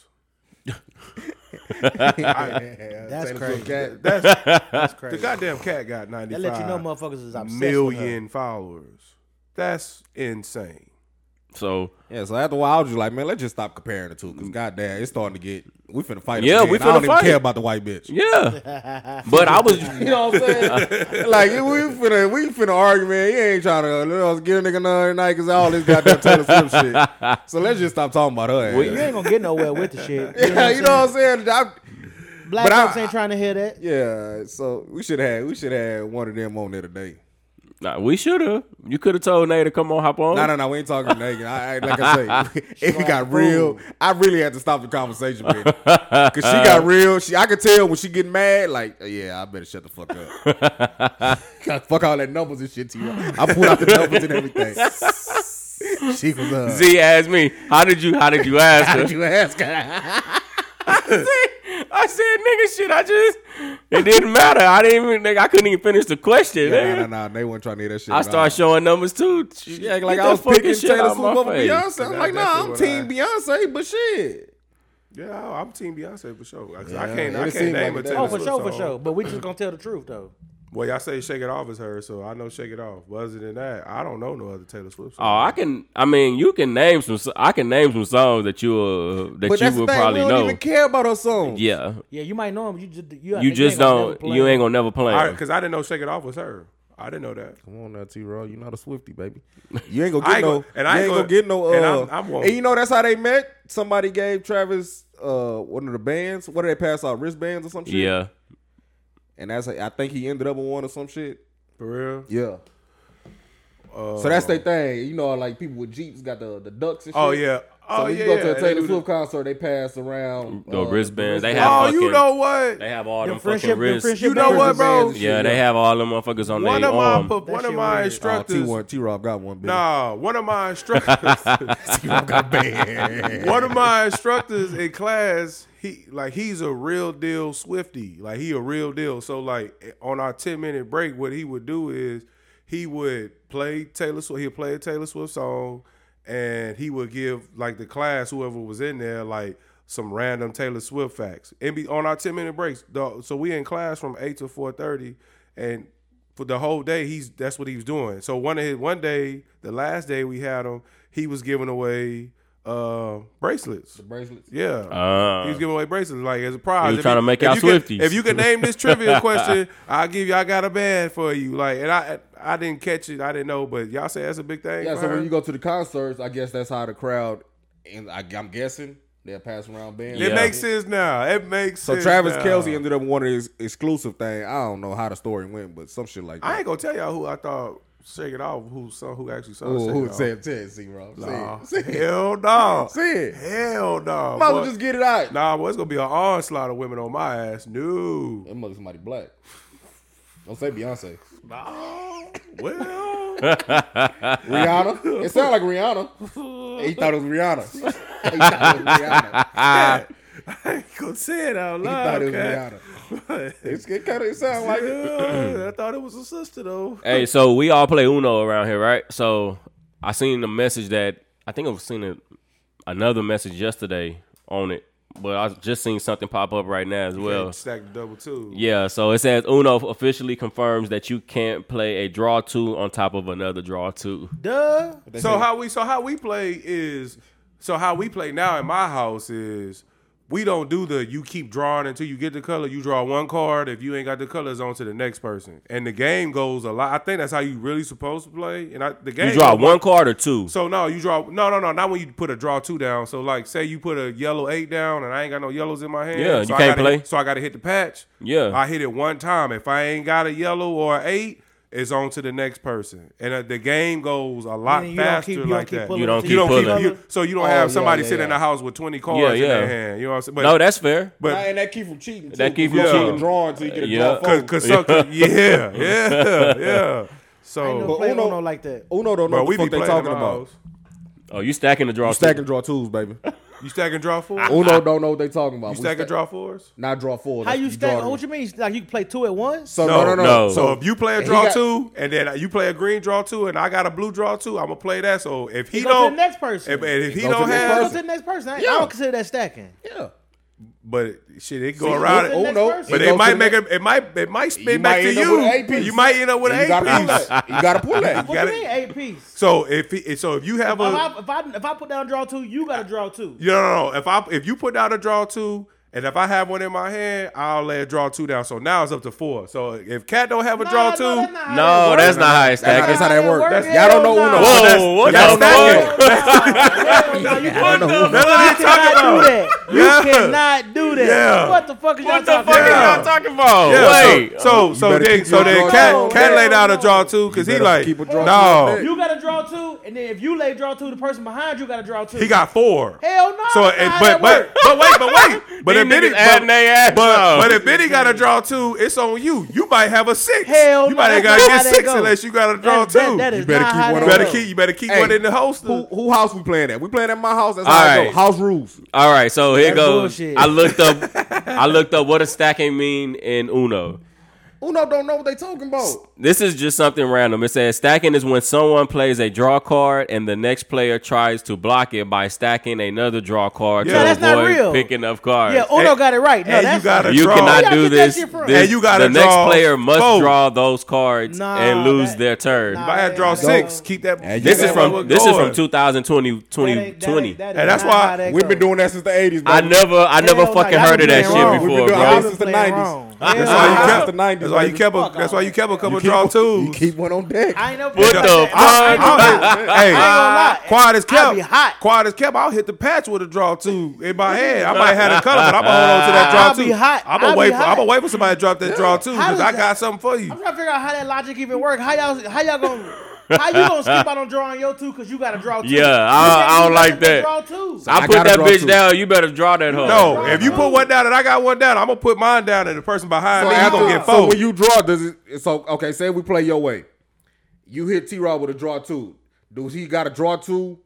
S4: That's
S3: Taylor
S4: crazy.
S3: Swift cat.
S5: That's
S4: That's crazy.
S5: the goddamn cat got ninety
S4: that let you know
S5: five
S4: motherfuckers is obsessed with her.
S5: million followers. That's insane.
S2: So
S3: Yeah, so after a while, I was just like, man, let's just stop comparing the two because goddamn, it's starting to get. We finna fight. up
S2: Yeah,
S3: again.
S2: we
S3: I
S2: finna
S3: don't even
S2: fight.
S3: care about the white bitch.
S2: yeah, but I was
S3: You know what I'm saying? like we finna we finna argue, man. You ain't trying to let us get a nigga none tonight because all this goddamn Taylor Swift shit. So let's just stop talking about her.
S4: You
S3: ass.
S4: ain't gonna get nowhere with the shit. You know
S3: Yeah,
S4: what
S3: you know what I'm saying? I,
S4: I'm- Black
S3: but I-
S4: folks ain't trying to hear that.
S3: yeah, so we should have we should have one of them on there today.
S2: nah, we should have. You could have told Nate to come on, hop on.
S3: No, no, no. We ain't talking naked. I, I, like I say, if it got real, I really had to stop the conversation, man. Cause she got real. She, I could tell when she getting mad. Like, yeah, I better shut the fuck up. God, fuck all that numbers and shit to you. I pulled out the numbers and everything. she was uh,
S2: Z asked me, "How did you? How did you ask
S3: How
S2: her?"
S3: did you ask her?
S2: I said, "Nigga, shit, I just it didn't matter. I didn't even. Nigga, I couldn't even finish the question.
S3: nah,
S2: nigga.
S3: nah, nah. They weren't trying to hear that shit.
S2: I
S3: at all.
S2: started showing numbers too.
S3: She act like I was picking Taylor Swift over Beyonce. I'm like,
S5: That's
S3: nah, I'm
S5: what I-
S3: team Beyonce, but shit.
S5: Yeah, I- I'm Team Beyonce for sure. 'Cause
S3: Yeah,
S5: I can't,
S3: it
S5: I can't
S3: seemed
S5: name
S3: like
S5: a
S3: it.
S5: Taylor
S4: Oh, for
S5: Swift
S4: sure, for
S5: song.
S4: sure. But we just gonna tell the truth though.
S5: Well, y'all say Shake It Off is her, so I know Shake It Off. But other than that, I don't know no other Taylor Swift
S2: Oh,
S5: song.
S2: I can. I mean, you can name some. so- I can name some songs that you uh, that
S3: But
S2: you
S3: that's the
S2: would
S3: thing. We
S2: probably
S3: don't
S2: know.
S3: even care about her songs.
S2: Yeah,
S4: Yeah, you might know him. You just you,
S2: you just don't. You ain't gonna never
S3: Oh,
S2: play. them.
S5: Because I, didn't know Shake It Off was her. I didn't know that.
S3: Come on now, T Raw. You're not a Swifty, baby. You ain't gonna
S5: I
S3: get
S5: ain't
S3: no.
S5: gonna- and I
S3: you
S5: ain't
S3: ain't gonna
S5: gonna-
S3: get no.
S5: and
S3: Uh,
S5: I'm- I won't.
S3: and you know that's how they met. Somebody gave Travis uh one of the bands. What did they pass out? Wristbands or some shit.
S2: yeah,
S3: And that's I think he ended up with one or some shit.
S5: For real?
S3: Yeah. so that's their thing. You know, like people with jeeps got the the ducks and shit.
S5: Oh, yeah.
S3: So
S5: Oh,
S3: when
S5: yeah.
S3: you go to
S5: yeah.
S3: a
S5: They
S3: Taylor
S5: do
S3: Swift concert, they pass around
S2: the
S3: uh,
S2: wristbands. They
S5: the-
S2: have.
S5: Oh,
S2: fucking,
S5: you know what?
S2: They have all them
S4: Them
S2: fucking
S4: friendship, them
S2: wrists.
S4: friendship
S5: You know what,
S4: bands
S5: bro?
S4: and shit.
S2: Yeah, they have all them motherfuckers on
S5: One
S2: their
S5: of my,
S2: arm.
S5: but one
S4: shit
S5: of my
S4: weird.
S3: um, Oh, T
S5: instructors.
S3: one T Rob got one. Baby.
S5: Nah, one of my instructors.
S3: T Rob got a band.
S5: one of my instructors in class, he like he's a real deal Swifty. Like he a real deal. So like on our 10 minute break, what he would do is he would play Taylor Swift, he'd play a Taylor Swift song, and he would give like the class, whoever was in there, like some random Taylor Swift facts. And be on our 10 minute breaks. dog. So we in class from 8 to 4:30 and for the whole day he's that's what he was doing. So one of his one day, the last day we had him, he was giving away uh bracelets.
S3: Bracelets.
S5: Yeah.
S2: Uh,
S5: he was giving away bracelets like as a prize.
S2: He was
S5: If
S2: trying to make
S5: if
S2: y'all
S5: you could-
S2: Swifties.
S5: If you could name this trivia question, I'll give you I got a band for you. Like and I I didn't catch it. I didn't know, but y'all say that's a big thing.
S3: Yeah,
S5: for
S3: so
S5: her?
S3: when you go to the concerts, I guess that's how the crowd, and I, I'm guessing they're passing around bands.
S5: It
S2: Yeah.
S5: makes sense now. It makes
S3: So
S5: sense.
S3: Travis
S5: now.
S3: Kelsey ended up with one of his exclusive thing. I don't know how the story went, but some shit like that.
S5: I ain't gonna tell y'all who I thought shake it off, who song who actually saw
S3: Ooh,
S5: Shake
S3: who
S5: It Off.
S3: said Tennessee, bro?
S5: Nah.
S3: Say it. Say it.
S5: Hell no.
S3: Say it.
S5: Hell no.
S3: Might as well
S5: boy.
S3: just get it out.
S5: Nah, boy, it's gonna be an onslaught of women on my ass. No.
S3: That mother somebody black. Don't say Beyonce.
S5: No. Well,
S3: Rihanna. It sounded like Rihanna. He thought it was Rihanna. He thought it was Rihanna. He
S5: I ain't gonna say it out
S3: thought
S5: loud.
S3: it was
S5: okay?
S3: Rihanna.
S5: But-
S3: It's, it kind of it sounded like it.
S5: Yeah, I thought it was a sister though.
S2: hey, so we all play Uno around here, right? So I seen the message that I think I've seen a, another message yesterday on it, but I just seen something pop up right now as well.
S5: stack the double two.
S2: Yeah, so it says Uno officially confirms that you can't play a draw two on top of another draw two.
S4: Duh.
S5: So how we so how we play is so how we play now in my house is we don't do the you keep drawing until you get the color. You draw one card. If you ain't got the colors, on to the next person. And the game goes a lot. I think that's how you really supposed to play. And I, the game
S2: You draw
S5: goes-
S2: one card or two.
S5: So no, you draw no no no. Not when you put a draw two down. So like say you put a yellow eight down, and I ain't got no yellows in my hand.
S2: Yeah,
S5: so
S2: you
S5: I
S2: can't
S5: gotta
S2: play.
S5: hit- so I got to hit the patch.
S2: Yeah.
S5: I hit it one time. If I ain't got a yellow or an eight, it's on to the next person. And uh, the game goes a lot
S4: Meaning you don't
S5: faster
S4: keep- you don't
S5: like
S4: keep
S5: that.
S4: pulling
S2: You don't
S4: until
S2: keep
S5: You don't
S2: pulling.
S5: keep you, so you don't
S3: Oh,
S5: have
S3: yeah,
S5: somebody
S3: yeah,
S5: sitting in
S3: yeah.
S5: the house with twenty cards
S2: Yeah,
S5: in
S2: yeah.
S5: their hand. You know what I'm saying? But,
S2: no, that's fair.
S5: but
S3: and that keep from cheating. Too,
S2: That keep
S3: because
S5: from
S3: you
S5: cheating.
S3: drawing until you get a
S2: Yeah.
S3: yeah.
S5: cause, cause some- yeah yeah yeah.
S4: Ain't
S5: So
S4: no play
S3: Uno-
S4: Uno like that.
S3: Uno don't know
S5: bro,
S3: what
S5: we
S3: the
S5: be
S3: fuck they
S5: playing
S3: talking
S5: in my
S3: about.
S5: house.
S2: Oh, you stacking the draw two.
S3: Stack and draw twos, baby.
S5: You stack and draw four. You
S3: Uno don't know what they talking about. Oh, We
S5: stack and
S3: sta-
S5: draw fours.
S3: Not draw fours.
S4: How
S3: draw
S4: you stack?
S3: them.
S4: What you mean? Like you can play two at once?
S3: So
S5: No,
S3: no, no, no.
S2: no.
S5: So if you play a
S3: He
S5: draw
S3: got-
S5: two, and then you play a green draw two, and I got a blue draw two, I'm gonna play that. So if he
S4: Go to
S5: don't,
S4: the next person.
S5: if, and if he
S3: Go to
S5: don't
S3: the next
S5: have,
S4: Go to the next person. I, I
S3: Yeah.
S4: don't consider that stacking.
S3: yeah.
S5: But shit, it go around.
S4: look
S5: it.
S3: Oh
S4: next
S3: no!
S4: person.
S5: But
S3: It
S5: it
S3: goes
S5: might
S3: to the
S5: make
S3: next-
S5: it. It might. It might spin
S3: you
S5: back
S3: might
S5: to
S3: end up
S5: you.
S3: with an eight piece.
S5: You might end up with an
S3: You gotta
S5: eight
S3: pull
S5: piece.
S3: that. You gotta pull that.
S4: What
S5: gotta-
S4: you mean eight piece?
S5: So if he, so, if you
S4: If
S5: have a
S4: I, if I if I put down draw two, you gotta draw two.
S5: you know, if I if you put down a draw two, and if I have one in my hand, I'll let draw two down. So now it's up to four. So if Cat don't have a draw
S4: Nah,
S5: two,
S4: no, that's not how that
S2: No,
S4: works.
S2: that's not how it
S3: That's,
S2: stack.
S3: how
S2: It's-
S3: that works.
S4: That's-
S3: y'all don't know Uno.
S4: Whoa,
S2: what
S5: that's
S2: the
S5: stacking.
S2: fuck?
S4: Hell no, you
S5: That's what he talking
S4: cannot do
S5: about.
S4: that. You
S5: Yeah.
S4: cannot do that.
S5: Yeah.
S4: What the fuck is
S2: What the
S4: y'all
S2: fuck
S4: talking about?
S2: are y'all talking about?
S5: Yeah,
S2: Oh, Wait.
S5: So so, so
S3: better
S5: then
S3: keep
S5: so
S3: your
S5: then
S3: draw
S5: Cat
S3: two.
S5: Cat
S4: No,
S5: laid out a
S4: no.
S5: draw two because he
S3: better
S5: like
S3: keep a draw two.
S5: no,
S4: You gotta draw two, and then if you lay draw two, the person behind you gotta draw two.
S5: he got four.
S4: hell no.
S5: So
S4: that's
S5: and,
S4: not how that
S5: but but
S4: work.
S5: but wait but wait but
S2: These
S5: if Benny
S2: niggas adding
S5: but,
S2: they ass
S5: but,
S2: up.
S5: but if Benny got a draw two, it's on you. You might have a six.
S4: Hell
S5: you
S4: no,
S5: might have got
S4: that's not
S5: to get
S4: how that
S5: six
S4: go.
S5: unless you got a draw
S4: That- that-
S5: two.
S4: that
S3: You
S4: is
S3: better
S4: not
S3: keep
S4: how
S3: one
S4: that
S5: you better
S4: works.
S5: keep you better keep
S3: Hey,
S5: one in the holster.
S3: Who, who house we playing at? We playing at my house. That's
S2: All
S3: how I go.
S2: right.
S3: House rules.
S2: All right, so here
S4: That's
S2: goes.
S4: bullshit.
S2: I looked up. I looked up what does stacking mean in Uno.
S3: Uno don't know what they talking about.
S2: This is just something random. It says stacking is when someone plays a draw card and the next player tries to block it by stacking another draw card
S5: Yeah. No,
S2: to
S5: that's
S4: not
S2: avoid
S4: real.
S2: picking up cards.
S4: yeah, Uno got it right. No,
S5: and you
S4: that's
S5: gotta-
S2: you
S5: Draw.
S2: cannot
S4: Where y'all
S2: do
S4: get that
S2: this.
S4: shit from?
S2: This-
S5: And you gotta
S2: the next
S5: draw
S2: player must
S5: four.
S2: draw those cards
S4: Nah,
S2: and lose
S4: that-
S2: their turn.
S5: If I had draw
S4: Nah,
S5: six,
S4: no.
S5: keep that.
S3: Yeah, you
S5: keep
S2: this
S5: that
S2: is from
S5: motherfucker
S2: this is from
S5: going.
S2: 2020 2020.
S4: That ain't- that ain't- that
S5: And
S4: is
S5: that's
S4: not
S5: why
S4: how that
S3: We've
S4: go.
S3: been doing that since the eighties.
S2: I never I never
S4: Hell no,
S2: fucking
S4: y'all
S2: heard of
S4: been
S2: that
S4: playing
S2: shit
S4: wrong.
S3: We've been
S2: before,
S3: doing
S2: bro.
S3: all since the
S4: Playing
S3: nineties.
S4: wrong.
S5: That's
S4: Hell
S5: why
S4: no.
S5: you
S3: Since
S5: kept.
S3: the nineties.
S5: That's why you kept. A,
S4: Fuck
S5: that's
S4: off.
S5: why you kept a couple draw
S3: two. You
S5: twos.
S3: keep one on deck.
S4: I ain't never
S2: What
S4: been
S2: the
S4: like that.
S2: fuck?
S4: I ain't gonna
S2: I'm-
S4: lie.
S5: Hey,
S4: lie.
S5: quiet as
S4: I
S5: kept.
S4: be hot.
S5: Quiet as kept. I'll hit the patch with a draw two in my hand. I might have a color, but I'm gonna hold on to that draw
S4: I'll
S5: two.
S4: be hot.
S5: I'm
S4: I'll
S5: gonna
S4: be
S5: wait. For, I'm
S4: hot.
S5: gonna wait for somebody to drop that draw two
S4: How
S5: because
S4: does
S5: I
S4: that-
S5: got something for you.
S4: I'm trying to figure out how that logic even work. How y'all how y'all gonna how you gonna skip out on drawing your two because you gotta draw two?
S2: Yeah,
S4: You
S2: I-
S4: can't
S2: I don't
S4: do
S2: like
S4: nothing but
S2: that.
S4: Draw two.
S2: I
S3: I
S2: put
S3: gotta
S2: that
S3: draw
S2: bitch
S3: two.
S2: down. You better draw that hoe.
S5: No, if you put one down and I got one down, I'm gonna put mine down and the person behind me,
S3: you
S5: I'm gonna
S3: do-
S5: get
S3: so
S5: four.
S3: when you draw, does it? So okay, say we play your way. You hit T Rod with a draw two. Does he got a draw two?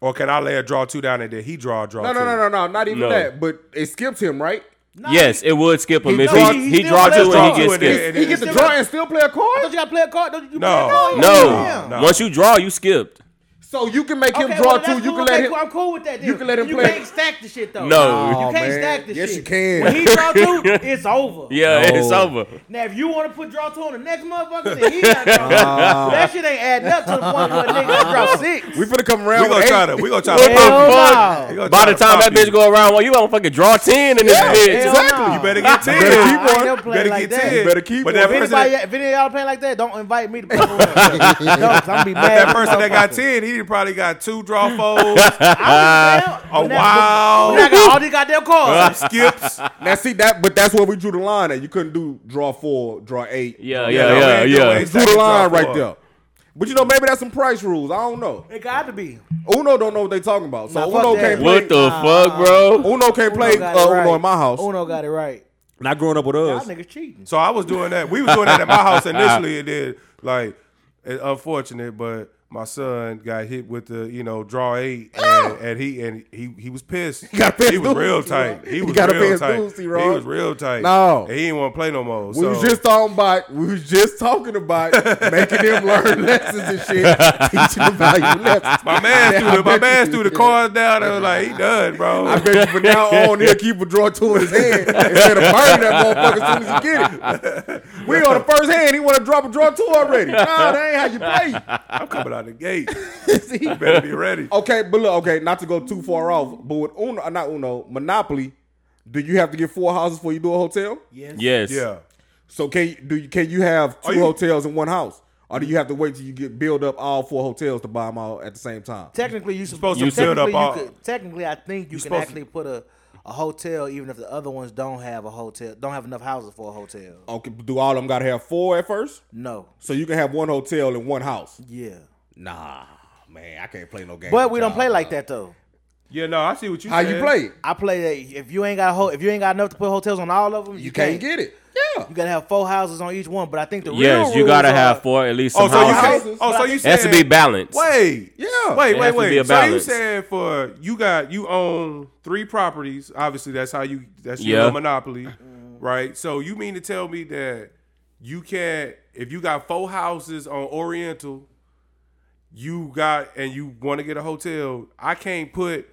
S5: or can I lay a draw two down and then he draw a draw
S3: No,
S5: two?
S3: no, no, no, no. Not even
S2: No.
S3: that. But it skips him, right?
S2: Yes, it would skip him
S3: He
S2: if
S3: draw-
S2: he,
S3: he
S2: he
S4: still
S2: draw
S4: plays
S2: two and
S5: draw
S2: he
S5: two
S2: gets
S5: and then-
S2: skipped.
S5: and
S3: He
S5: then
S3: gets
S5: it's
S3: to draw and still play a
S4: Don't
S3: card.
S4: you gotta play a card? Don't you, you
S5: No.
S4: play a card?
S2: No,
S5: No.
S2: once you draw, you skipped.
S3: So you can make him
S4: Okay,
S3: draw
S4: well,
S3: two.
S4: that's
S3: You can
S4: cool. Okay,
S3: let him.
S4: cool. I'm cool with that. Then.
S3: you can let him
S4: you
S3: play.
S4: can't stack the shit though.
S2: No.
S4: you
S3: Oh,
S4: can't
S3: man.
S4: stack the
S3: Yes,
S4: shit.
S3: you can.
S4: When he draw two, it's over.
S2: Yeah,
S3: No.
S2: it's over.
S4: Now, if you want to put draw two on the next motherfucker, then he not draw two. that shit ain't adding up to the point where a nigga drop six.
S3: Ah. We finna come
S5: We
S3: around.
S5: gonna
S3: with
S5: try
S3: eight.
S5: to. We gonna try
S2: What
S5: to.
S2: the
S4: Hell
S2: fuck?
S4: no.
S5: We gonna
S2: By
S5: try
S2: the
S5: to
S2: time that
S5: copy.
S2: bitch go around, well, you gonna fucking draw ten in this
S3: Yeah,
S2: bitch.
S4: Hell
S3: exactly.
S4: no.
S5: You better get ten.
S3: better keep
S5: You
S3: one.
S4: I ain't never played
S5: better
S4: like
S5: get
S4: that.
S5: ten.
S3: You better keep
S5: But
S3: one.
S5: that
S4: If
S5: person,
S4: anybody,
S5: that,
S4: if any of y'all play like that, don't invite me to play. no, 'cause I'm be mad.
S5: that person that got ten, he probably got two draw fours,
S4: Oh
S5: a wow,
S4: I got all these goddamn cards.
S5: skips.
S3: Now see that, but that's where we drew the line. At you couldn't do draw four, draw eight.
S2: Yeah,
S5: no,
S2: yeah, yeah,
S5: ain't no way.
S2: yeah.
S3: You drew the
S5: Draw
S3: line
S5: four.
S3: right there. But you know, maybe that's some price rules. I don't know.
S4: It got to be.
S3: Uno don't know what they talking about. So
S4: Nah, fuck
S3: Uno
S4: that.
S3: can't play.
S2: What the fuck, bro?
S3: Uno can't play
S4: got
S3: uh,
S4: it right.
S3: Uno in my house.
S4: Uno got it right.
S3: Not growing up with
S4: Y'all
S3: us.
S4: niggas cheating.
S5: So I was doing that. We was doing that at my house initially, and then like, it, unfortunate, but my son got hit with the you know draw eight, and, and he and he he was pissed. He
S3: Oh! got a
S5: He
S3: pissed
S5: was
S3: dude,
S5: real
S3: C-Rod.
S5: tight. He
S3: He
S5: was
S3: got a
S5: real
S3: pissed
S5: tight.
S3: dude,
S5: He
S3: C-Rod.
S5: was real tight.
S3: No.
S5: and he didn't want to play no more.
S3: We
S5: so.
S3: was just talking about. We was just talking about making them learn lessons and shit, teaching them value lessons.
S5: my man threw the, my
S3: bet
S5: man
S3: you-
S5: threw the cards down. and was like, he done, bro.
S3: I bet you from now on he'll keep a draw two in his hand instead of burning that motherfucker as soon as he get it. We on the first hand, he want to drop a draw two already. No, that ain't how you
S5: I'm coming out the gate.
S3: play. See?
S5: Better be ready.
S3: Okay, but look, okay, not to go too far off, but with Uno, uh, not Uno, Monopoly, do you have to get four houses before you do a hotel?
S4: Yes.
S2: Yes.
S5: Yeah.
S3: So can you, do you can you have two
S5: you-
S3: hotels in one house, or do you have to wait till you get build up all four hotels to buy them all at the same time?
S4: Technically, you
S5: supposed
S4: supposed to
S5: to fill it up
S4: technically,
S5: all-
S4: You could, technically, I think you, can
S5: supposed to-
S4: actually put a, a hotel, even if the other ones don't have a hotel, don't have enough houses for a hotel.
S3: Okay, but do all of them got to have four at first?
S4: No.
S3: So you can have one hotel in one house.
S4: Yeah.
S3: Nah, man, I can't play no game.
S4: But
S3: with
S4: we don't
S3: y'all,
S4: play like
S3: bro.
S4: that though.
S5: Yeah, no, I see what you
S3: How
S5: said.
S3: you play it?
S4: I play that if you ain't got a ho- if you ain't got enough to put hotels on all of them,
S3: You can't get it. Yeah.
S4: You gotta have four houses on each one. But I think the
S2: Yes,
S4: real
S2: you
S4: rules
S2: gotta
S4: are-
S2: have four at least
S5: Oh,
S2: some
S5: so you
S2: houses.
S5: said, oh, so you
S2: It
S5: said
S2: has to be balanced.
S5: Wait.
S3: Yeah.
S2: It has
S5: Wait, wait,
S2: to be a
S5: wait. So you
S2: balance.
S5: said for you got you own three properties. Obviously, that's how you that's your
S2: Yeah.
S5: little monopoly, right? So you mean to tell me that you can't if you got four houses on Oriental, you got and you want to get a hotel. I can't put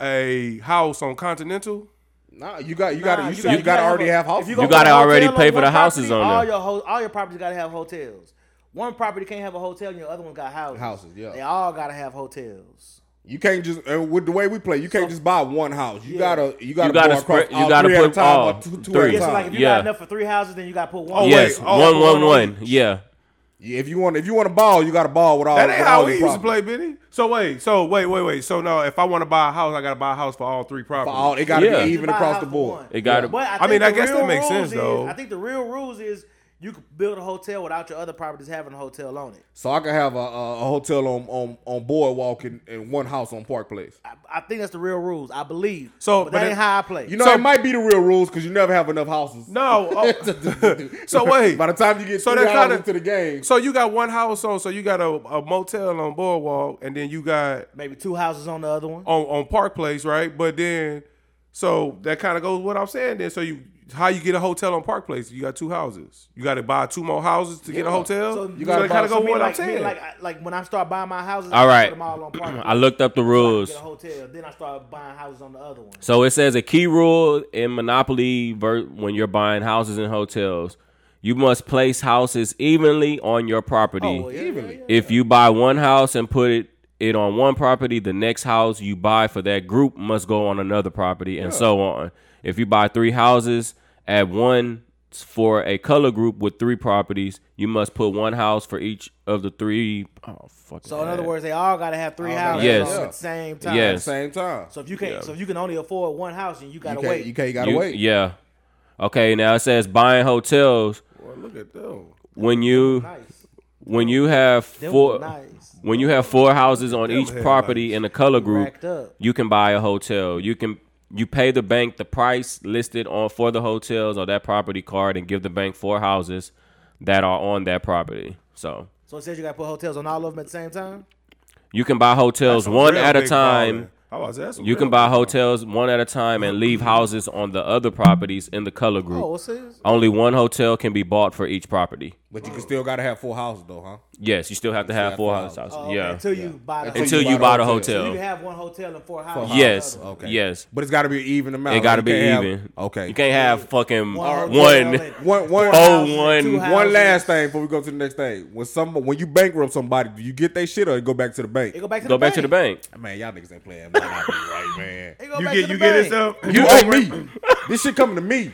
S5: a house on Continental.
S3: Nah, you got you got
S4: Nah,
S3: you, you, you got to already have houses.
S4: if
S2: You
S4: gonna put
S2: gotta
S4: a hotel
S2: already
S4: on
S2: pay for
S4: one
S2: the houses
S4: property,
S2: on
S4: all
S2: there.
S4: your ho- all your properties gotta have hotels. One property can't have a hotel, and your other one got houses.
S3: Houses, yeah.
S4: They all gotta have hotels.
S3: You can't just uh, with the way we play. You can't just buy one house. You
S4: Yeah.
S3: gotta you gotta
S2: You gotta
S3: go across
S2: spread- you
S3: all
S2: gotta
S3: three at a
S2: put
S3: time
S2: all
S3: or two, two
S2: three.
S3: at a
S4: Yeah, so
S3: time.
S4: like if you
S2: Yeah.
S4: got enough for three houses, then you gotta put one.
S5: Oh,
S2: yes,
S5: wait,
S2: one
S5: oh,
S2: one one.
S5: one on each.
S2: Yeah,
S3: Yeah, if you want if you want to ball, you gotta ball with all.
S5: That ain't
S3: with
S5: how
S3: all
S5: we
S3: your
S5: used to
S3: properties.
S5: play, Benny. So wait, so wait, wait, wait. So now, if I want to buy a house, I gotta buy a house for all three
S3: For
S5: properties.
S3: all, it gotta
S2: Yeah.
S3: be
S4: You
S3: even
S4: buy a
S3: across
S4: house
S3: the
S4: for
S3: board.
S4: one.
S2: It gotta-
S4: But
S5: I mean,
S4: think
S5: I
S4: the
S5: guess that
S4: real
S5: makes
S4: rules
S5: sense,
S4: is-
S5: though.
S4: I think the real rules is you could build a hotel without your other properties having a hotel on it.
S3: So I could have a, a, a hotel on on on boardwalk and, and one house on Park Place.
S4: I, I think that's the real rules. I believe.
S5: So,
S4: but
S5: but
S4: that
S5: it-
S4: ain't how I play.
S3: You know,
S5: So-
S3: it might be the real rules because you never have enough houses.
S5: No. oh. so wait.
S3: By the time you get
S5: So
S3: three
S5: that
S3: hours
S5: kinda-
S3: into the game,
S5: So you got one house on. So you got a, a motel on Boardwalk, and then you got
S4: maybe two houses on the other one.
S5: on on Park Place, right? But then, so that kind of goes with what I'm saying. Then, so you how you get a hotel on Park Place? You got two houses. You got to buy two more houses to get a hotel.
S4: So
S5: So
S4: you
S5: you
S3: gotta
S5: got to kind of
S3: buy-
S5: go
S4: So
S5: with
S4: me,
S5: what I'm
S4: like, me,
S5: saying.
S4: like, I- like when I start buying my houses,
S2: All
S4: I
S2: right.
S4: put them all on property.
S2: I looked up the rules.
S4: Get a hotel, then I start buying houses on the other one.
S2: So it says a key rule in Monopoly ver- when you're buying houses and hotels, you must place houses evenly on your property.
S5: Oh,
S3: evenly.
S2: If you buy one house and put it it on one property, the next house you buy for that group must go on another property, and so on. If you buy three houses at one for a color group with three properties, you must put one house for each of the three. Oh, fucking
S4: So in other
S2: ad.
S4: words, they all gotta have three houses
S2: Yes.
S4: on at the same time.
S2: Yes.
S3: same time.
S4: So if you can't, so if you can only afford one house, and you
S3: you
S4: gotta
S3: can't,
S4: wait.
S3: you can't gotta
S2: You-
S3: wait.
S2: Yeah. Okay. Now it says buying hotels.
S5: Boy, look at them.
S2: when you
S4: Nice.
S2: when you have
S4: Them
S2: four
S4: nice.
S2: when you have four houses on each property in a color group,
S4: Racked up.
S2: you can buy a hotel. You can you pay the bank the price listed on for the hotels or that property card and give the bank four houses that are on that property. So
S4: So it says you gotta put hotels on all of them at the same time.
S2: you can buy hotels
S5: Some
S2: one
S5: real
S2: at a
S5: big
S2: time.
S5: ballin'. I was asking.
S2: You can buy hotels one at a time and leave houses on the other properties in the color group.
S4: Oh, it says.
S2: Only one hotel can be bought for each property.
S3: But you can still gotta have four houses though, huh?
S2: Yes, you still have to have
S3: have
S2: four
S3: four
S2: houses.
S4: Oh, okay.
S2: Yeah.
S4: Until you buy the
S3: Until
S2: Until
S4: hotel.
S2: you buy the
S4: So you
S2: hotel.
S4: can have one hotel and four houses.
S2: Yes.
S4: on the other.
S3: Okay.
S2: Yes.
S3: But it's gotta be an even amount.
S2: It gotta
S3: You
S2: be
S3: can't have-
S2: even.
S3: okay.
S2: You can't have fucking
S4: One
S2: one.
S4: hotel
S2: one.
S4: and-
S3: One one
S2: Oh,
S4: houses,
S2: one-
S4: two
S2: one
S4: houses.
S3: One last thing before we go to the next thing. When some when you bankrupt somebody, do you get their shit or it go back to the bank?
S4: It go back to
S2: Go
S4: the
S2: back to the bank.
S3: Man, y'all niggas ain't playing Monopoly right, man.
S4: It go
S5: You
S4: back
S5: get
S4: to the
S5: you get
S4: bank.
S5: it up.
S3: You owe me. This shit coming to me.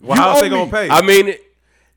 S5: Well,
S3: You
S5: how's
S3: owe
S5: they
S3: me.
S5: gonna pay?
S2: I mean,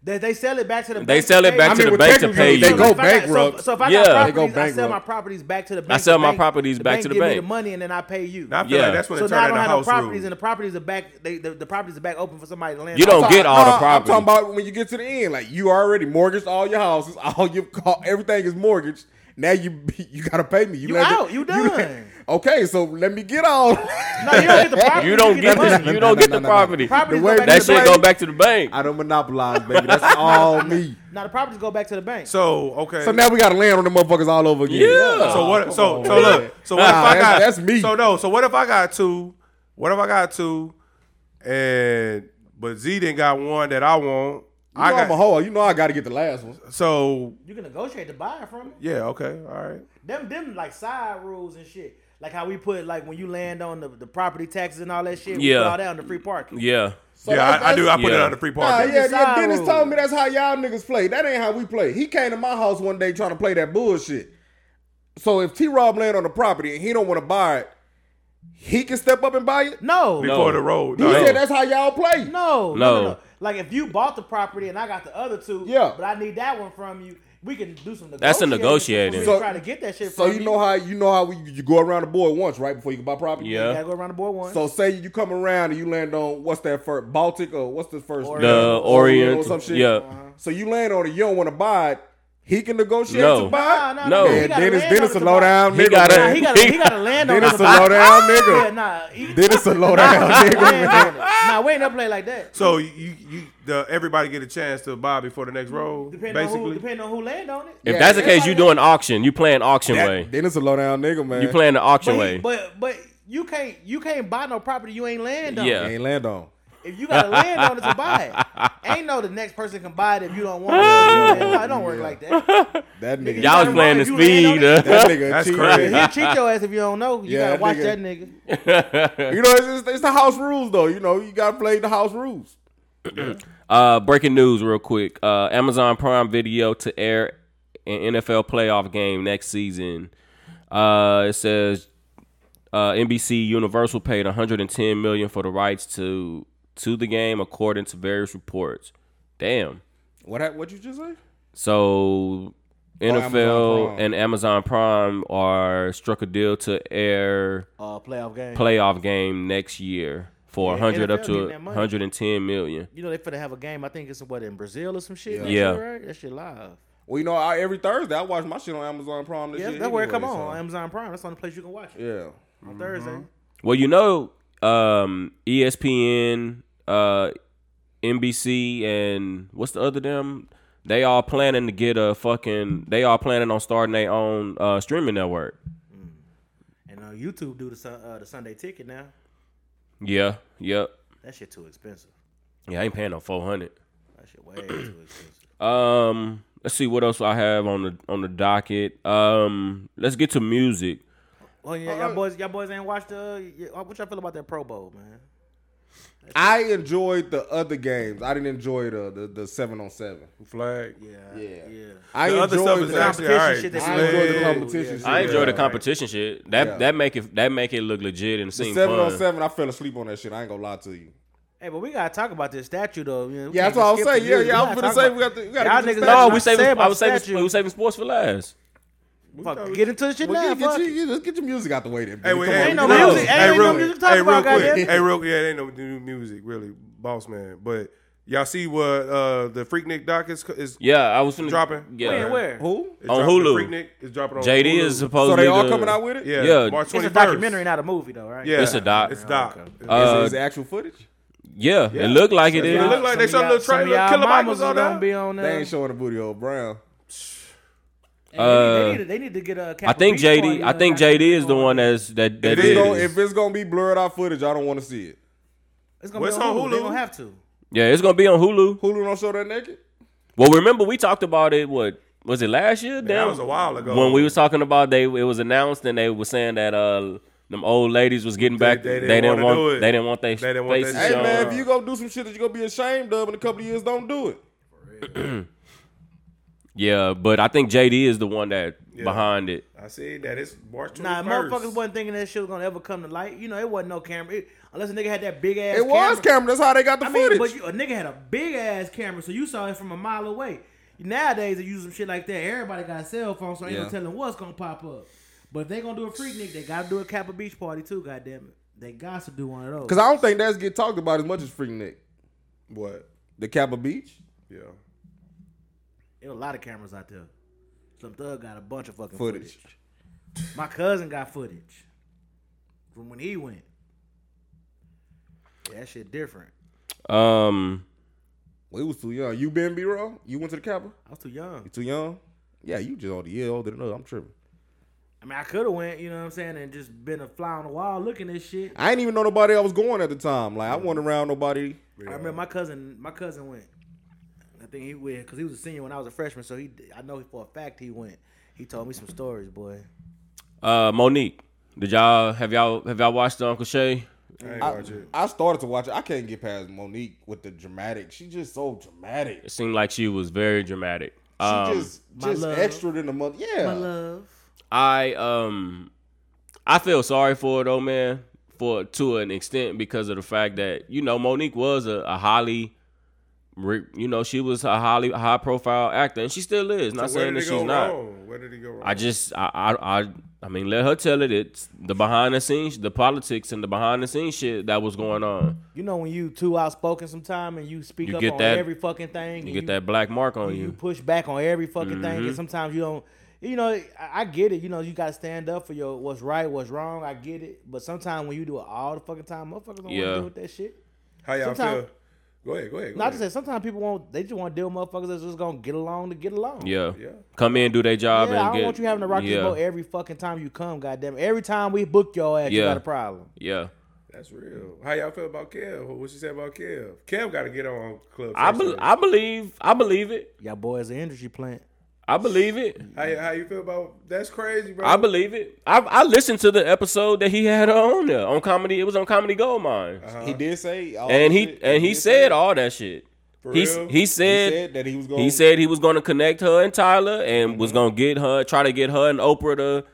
S4: They, they sell it back to the.
S2: They
S4: bank
S2: sell
S4: to
S2: it
S4: pay
S2: back
S4: you.
S3: I
S2: to
S3: mean,
S2: the
S3: with
S2: bank to
S3: technically,
S2: pay
S3: they
S2: you.
S3: go
S4: if I got-
S3: bankrupt.
S4: So, so if I
S2: Yeah.
S4: got
S2: They
S3: go
S4: properties, I sell
S3: bankrupt.
S4: my properties back to the bank.
S2: sell
S4: The
S2: my
S4: bank-
S2: properties
S4: the
S2: back to the
S4: give me
S2: bank.
S4: the money and then I pay you.
S5: Now I feel
S2: Yeah.
S5: like that's when
S4: so
S5: it
S4: now I
S5: turned
S4: don't
S5: into
S4: have no
S5: house
S4: properties,
S5: rules.
S4: and the properties are back. They, the, the properties are back open for somebody to land.
S2: You
S4: on.
S2: don't get all the
S3: property.
S2: property.
S3: I'm talking about when you get to the end, like you already mortgaged all your houses, all your car, everything is mortgaged. Now you you gotta pay me. You,
S4: You
S3: let me-
S4: out. You done.
S3: okay, so let me get all.
S4: No, you don't get the property.
S2: you don't get
S4: the money.
S2: the, you don't get the property.
S4: Properties
S3: The way
S4: go back
S2: That
S4: to the
S2: shit
S4: bank.
S2: go back to the bank.
S3: I don't monopolize, baby. That's all me.
S4: Now the properties go back to the bank.
S5: So okay.
S3: So now we gotta land on the motherfuckers all over again.
S2: Yeah.
S5: So what? So
S3: on,
S5: so
S3: man.
S5: look. So what if
S3: Nah,
S5: I
S3: that's-
S5: got?
S3: that's me.
S5: So no. So what if I got two? What if I got two? And but Z didn't got one that I want.
S3: You know
S5: I
S3: I'm a
S5: got
S3: hoe. You know I gotta get the last one.
S5: so
S4: you can negotiate to buy it from it.
S5: yeah. Okay. All right.
S4: Them them like side rules and shit. Like how we put like when you land on the, the property taxes and all that shit. We
S2: Yeah.
S4: put all that on the free parking.
S2: Yeah.
S3: So
S5: yeah,
S3: that's-
S5: I, I do. I
S3: that's-
S5: put it
S2: Yeah.
S5: on the free
S3: Nah,
S5: parking.
S3: yeah, yeah.
S4: Side
S3: Dennis
S4: road.
S3: told me that's how y'all niggas play. That ain't how we play. He came to my house one day trying to play that bullshit. So if T Rob land on the property and he don't want to buy it, he can step up and buy it.
S4: No. No.
S5: Before the road.
S3: He
S5: No,
S3: said that's how y'all play.
S4: No. No.
S2: No.
S4: no. Like if you bought the property and I got the other two.
S3: Yeah.
S4: But I need that one from you. We can do some negotiating.
S2: That's a negotiating.
S4: So,
S3: So-
S4: try to get that shit
S3: So
S4: from
S3: you know how you know how we, you go around the board once, right, before you can buy property.
S4: You
S2: Yeah.
S4: gotta go around the board once.
S3: So say you come around and you land on what's that first Baltic or what's the first
S4: Orient.
S2: The
S3: or some
S2: Orient.
S3: shit.
S2: Yeah.
S3: So you land on it, you don't want to buy it. He can negotiate
S2: No.
S3: to buy
S4: Nah,
S3: it.
S4: nah,
S2: No.
S4: nah, he
S3: Man,
S4: gotta
S3: Dennis,
S4: land on
S3: Dennis,
S4: it
S3: a
S4: to
S3: low
S4: buy-
S3: down
S2: He
S3: nigga.
S2: gotta-
S4: Nah,
S3: man.
S4: he gotta, he gotta land on it.
S3: Dennis a
S4: to buy-
S3: low down nigga.
S4: Yeah, nah, he,
S3: Dennis a low down
S4: Nah,
S3: nigga.
S4: nah, we ain't never play like that.
S5: So you you the everybody get a chance to buy before the next road.
S4: Depending on who,
S5: basically.
S4: depending on who land on it.
S2: If that's the case,
S4: Everybody
S2: you doing auction. You playing auction way.
S3: That, then it's a low down nigga, man.
S2: You playing the auction
S4: but, he-
S2: way.
S4: but but you can't you can't buy no property you ain't land on.
S2: Yeah.
S3: Ain't land on.
S4: If you got a landowner to buy it, ain't no the next person can buy it if you don't want it. No, it don't work like that.
S3: That nigga.
S2: Y'all was playing the
S4: You land
S2: speed.
S4: on
S2: Uh,
S3: that nigga.
S5: That's
S3: cheated.
S5: crazy.
S4: He'll cheat your ass if you don't know. You
S3: Yeah,
S4: gotta watch
S3: nigga.
S4: that nigga.
S3: You know, it's, it's, it's the house rules though. You know, you gotta play the house rules.
S2: uh, breaking news, real quick. Uh, Amazon Prime Video to air an NFL playoff game next season. Uh, it says uh, NBC Universal paid 110 million for the rights to to the game, according to various reports. Damn.
S3: What hap- what you just say?
S2: So
S3: Amazon
S2: NFL
S3: Prime.
S2: and Amazon Prime are struck a deal to air
S4: Uh, playoff game.
S2: playoff game next year for
S4: Yeah,
S2: 100 up
S4: NFL
S2: to
S4: getting that money.
S2: 110 million.
S4: You know they finna have a game. I think it's what in Brazil or some shit. next
S2: Yeah.
S4: year, right? that shit live.
S3: Well, you know, I, every Thursday I watch my shit on Amazon Prime. This
S4: Yeah,
S3: shit
S4: that's where it
S3: anyway,
S4: come on
S3: so-
S4: on Amazon Prime. That's the only place you can watch it
S3: Yeah.
S4: on Thursday.
S2: Well, you know, um, ESPN, uh, NBC, and what's the other damn? They all planning to get a fucking. They all planning on starting their own uh, streaming network.
S4: And on YouTube, do the Sun- uh, the Sunday ticket now.
S2: Yeah, yep.
S4: That shit too expensive.
S2: Yeah, I ain't paying no four hundred.
S4: That shit way too expensive.
S2: Um, let's see what else I have on the on the docket. Um, let's get to music.
S4: Oh yeah, y'all boys, y'all boys ain't watched the. y- What y'all feel about that Pro Bowl, man?
S3: I enjoyed the other games. I didn't enjoy the the, the seven on seven.
S5: Flag.
S4: Yeah,
S3: Yeah.
S4: yeah.
S3: I enjoyed
S5: The other stuff is
S3: the,
S5: actually
S4: competition
S5: all right.
S4: shit that
S3: I enjoyed the
S4: Yeah.
S3: competition. shit.
S2: I enjoy the
S4: Yeah.
S2: competition shit. That
S3: Yeah.
S2: that make it that make it look legit and
S3: The
S2: seem
S3: seven on
S2: fun.
S3: seven. I fell asleep on that shit. I ain't gonna lie to you.
S4: Hey, but we gotta talk about this statue though. You know, we
S3: Yeah,
S4: can't
S3: that's what I was
S4: just skip
S3: saying.
S4: the
S3: Yeah,
S4: music.
S3: yeah. I was
S4: gotta
S3: gonna
S4: talk
S3: say
S4: about-
S3: we got the. We
S4: Y'all
S3: got the
S4: niggas
S2: No,
S4: That's what
S2: we
S4: I'm
S2: saving.
S4: saying
S2: I
S4: about
S2: was saving.
S4: statue.
S2: We was saving sports for last.
S4: Fuck, get into the shit
S3: Well,
S4: now.
S3: get, get,
S4: Fuck.
S3: you, you- let's get your music out the way. Then,
S5: Hey,
S3: baby.
S5: wait,
S3: Come
S5: hey,
S3: on.
S4: Ain't no music. Ain't no music to talk
S5: hey, real
S4: about,
S5: quick.
S4: goddamn it.
S5: Hey, real yeah, there ain't no new music really, boss man. But y'all see what uh the Freaknik doc is is
S2: Yeah, I was finna,
S5: Dropping?
S2: Yeah,
S4: When, where?
S3: Who?
S5: is
S2: On
S5: dropping-
S2: Hulu.
S5: Freaknik is dropping on
S2: JD
S5: Hulu.
S2: is supposed.
S3: So
S2: to
S3: they
S2: be
S3: all
S2: the-
S3: coming out with it?
S5: yeah,
S2: Yeah.
S5: March
S4: It's
S5: twenty
S4: a
S5: first.
S4: documentary, not a movie though, right?
S5: Yeah,
S2: It's a doc.
S5: It's doc.
S4: Okay.
S3: Is,
S2: Uh,
S3: it- is it actual footage?
S2: yeah, it looked like it
S5: It
S2: is.
S5: looked like they showed a little
S4: Some of
S5: trailer.
S4: y'all
S5: Killer Mike
S4: mamas
S5: was
S4: is
S5: on
S4: gonna
S5: there.
S4: be on
S3: They
S4: there.
S3: ain't showing the booty old Brown.
S4: They need- they, need, to- they need to get a.
S2: I
S4: Capitol
S2: think
S4: Beach
S2: JD.
S4: party,
S2: I think
S4: uh,
S2: JD is the one that's that that
S3: If it's,
S2: did.
S3: gonna,
S2: it.
S3: if it's gonna be blurred out footage, I don't want to see it.
S4: It's gonna
S5: What's
S4: be on
S5: on
S4: Hulu. They
S5: Hulu?
S4: gonna have to.
S2: yeah, it's gonna be on Hulu.
S3: Hulu don't show that naked.
S2: Well, remember we talked about it. What was it last year?
S5: That
S2: Damn.
S5: was a while ago.
S2: when we was talking about they, it was announced and they were saying that uh them old ladies was getting back. They,
S5: they didn't
S2: didn't
S5: wanna
S2: want.
S5: do it.
S2: They didn't want their
S5: They didn't want
S2: faces
S5: that
S3: Hey
S5: shit.
S2: shown.
S3: man, if you gonna do some shit that you gonna be ashamed of in a couple of years, don't do it.
S2: Yeah, but I think JD is the one that behind it.
S5: I see that it's March twenty
S4: Nah,
S5: first.
S4: motherfuckers wasn't thinking that shit was gonna ever come to light. You know, it wasn't no camera. It- unless a nigga had that big ass.
S3: It was camera. That's how they got the
S4: I mean,
S3: footage.
S4: but you, a nigga had a big ass camera, so you saw it from a mile away. Nowadays, they use some shit like that. Everybody got a cell phone, so ain't
S3: Yeah.
S4: no telling what's gonna pop up. But if they gonna do a freak nigga, they gotta do a Kappa Beach party too. Goddamn it, they got to do one of those.
S3: Because I don't think that's get talked about as much as Freak Nick.
S5: What?
S3: The Kappa Beach.
S5: Yeah.
S4: there were a lot of cameras out there. Some thug got a bunch of fucking
S3: Footage.
S4: footage. My cousin got footage from when he went. That shit different.
S2: Um,
S3: We was too young. You been B roll? You went to the Kappa?
S4: I was too young.
S3: You too young? Yeah, you just all the year older than us. I'm tripping.
S4: I mean, I could have went, you know what I'm saying, and just been a fly on the wall looking at shit.
S3: I ain't even know nobody I was going at the time. Like I wasn't around nobody.
S4: I remember my cousin, my cousin went. I think he went because he was a senior when I was a freshman, so he, I know for a fact he went. He told me some stories, boy.
S2: uh, Monique, did y'all have y'all have y'all watched the Uncle Shay?
S5: I ain't
S3: I,
S5: watch it.
S3: I started to watch it. I can't get past Monique with the dramatic. She just so dramatic.
S2: It seemed like she was very dramatic.
S3: She
S2: Um,
S3: just
S4: my
S3: just
S4: love.
S3: extra than the mother. Yeah.
S4: My love.
S2: I um I feel sorry for her though, man, for to an extent because of the fact that you know Monique was a, a highly, re- you know, she was a highly high profile actor, and she still is. Not
S5: Where
S2: saying
S5: did
S2: that
S5: it go
S2: she's not.
S5: wrong? Where did he go wrong?
S2: I just I, I I I mean let her tell it. It's the behind the scenes, the politics, and the behind the scenes shit that was going on.
S4: You know when you too outspoken sometime and you speak
S2: You
S4: up
S2: get
S4: on
S2: that-
S4: every fucking
S2: You
S4: thing. and
S2: get that black mark on
S4: you
S2: you. Mm-hmm.
S4: push back on every fucking thing, and sometimes you don't. You know, I, I get it. You know, you gotta stand up for your what's right, what's wrong. I get it, but sometimes when you do it all the fucking time, motherfuckers don't want
S2: Yeah.
S4: to deal with that shit.
S5: How y'all
S4: sometime-
S5: feel? Go ahead. Go ahead. Go
S4: Not
S5: ahead.
S4: to say sometimes people won't. They just want to deal with motherfuckers that's just gonna get along to get along.
S2: Yeah.
S5: Yeah.
S2: come in, do their
S4: Yeah, I
S2: job, and
S4: don't
S2: get.
S4: want you having to rock
S2: yeah,
S4: your boat every fucking time you come. Goddamn, it. every time we book your ass, you
S2: Yeah.
S4: got a problem.
S2: yeah.
S5: That's real. How y'all feel about Kev? What she said about Kev? Kev got to get on club.
S2: I,
S5: Face
S2: be-
S5: Face.
S2: I believe. I believe it.
S4: Y'all boys, the industry plant.
S2: I believe it.
S5: How, y- how you feel about? That's crazy, bro.
S2: I believe it. I I listened to the episode that he had on there on comedy. It was on Comedy Goldmine, Mine,
S5: Uh-huh.
S3: He did say, Uh, all
S2: and
S3: that
S2: he
S3: shit.
S2: and he
S3: did
S2: said
S3: say-
S2: all that shit.
S5: For
S2: He
S5: real?
S2: he
S3: he
S2: said
S3: said that he was going.
S2: he said he was going to connect her and Tyler and was going to get her try to get her and Oprah to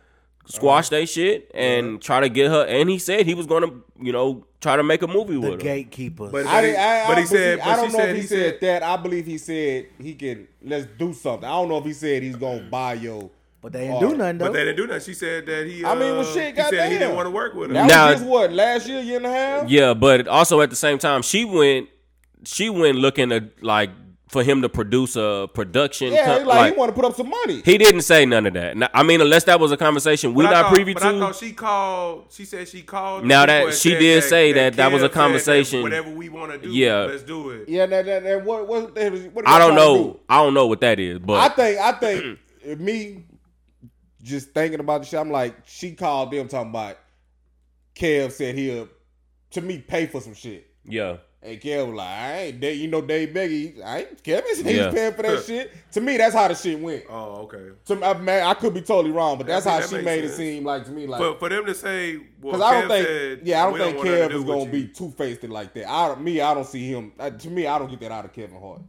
S2: squash they shit and try to get her. And he said he was going to you know try to make a movie
S4: The
S2: with her.
S4: gatekeepers.
S5: But-
S3: I, didn't- I, I,
S5: But he
S3: believe-
S5: said-
S3: I
S5: but
S3: don't
S5: she
S3: know
S5: said
S3: if he,
S5: he
S3: said,
S5: said-
S3: that. I believe he said he can. Let's do something. I don't know if he said he's gonna buy yo.
S4: but they didn't do
S3: Oh,
S4: nothing though.
S5: But they didn't do nothing. She said that he.
S3: I mean, well,
S5: uh,
S3: shit,
S5: He said he
S3: goddamn.
S5: didn't want to work with her.
S3: That
S2: Now-
S3: was just what last year, year and a half.
S2: Yeah, but also at the same time, she went she went looking to like for him to produce a production.
S3: Yeah,
S2: co-
S3: he like,
S2: like-
S3: he want to put up some money.
S2: He didn't say none of that. Now- I mean, unless that was a conversation we
S5: But I
S2: not
S5: thought-
S2: privy
S5: but
S2: to.
S5: I thought she called. She said she called. the
S2: Now
S5: people
S2: that-
S5: and
S2: she
S5: said
S2: did say that that was a
S5: Kev said that
S2: conversation.
S5: Whatever we want to do,
S2: Yeah.
S5: let's do it.
S3: yeah, that, that, that what what, what, what
S2: I don't
S3: y'all
S2: know.
S3: do?
S2: I don't know what that is,
S3: I
S2: but
S3: think I think if me just thinking about the shit. I'm like, she called them talking about. Kev said he'll to me pay for some shit.
S2: yeah,
S3: And Kev was like, I ain't, Dave- you know, Dave Beggy, I ain't, Kevin said he's
S2: Yeah.
S3: paying for that shit. To me, that's how the shit went.
S5: Oh, okay.
S3: To, I, man, I could be totally wrong, but that's
S5: I mean,
S3: how
S5: that
S3: she
S5: makes
S3: made it
S5: sense.
S3: seem like to me, like,
S5: But for them to say, well,
S3: because I don't
S5: Kev
S3: think,
S5: said,
S3: yeah, I
S5: we
S3: don't think
S5: want nothing
S3: Kev
S5: to
S3: is
S5: do with
S3: gonna
S5: you.
S3: be two faced like that. I, don't- me, I don't see him. uh, to me, I don't get that out of Kevin Hart.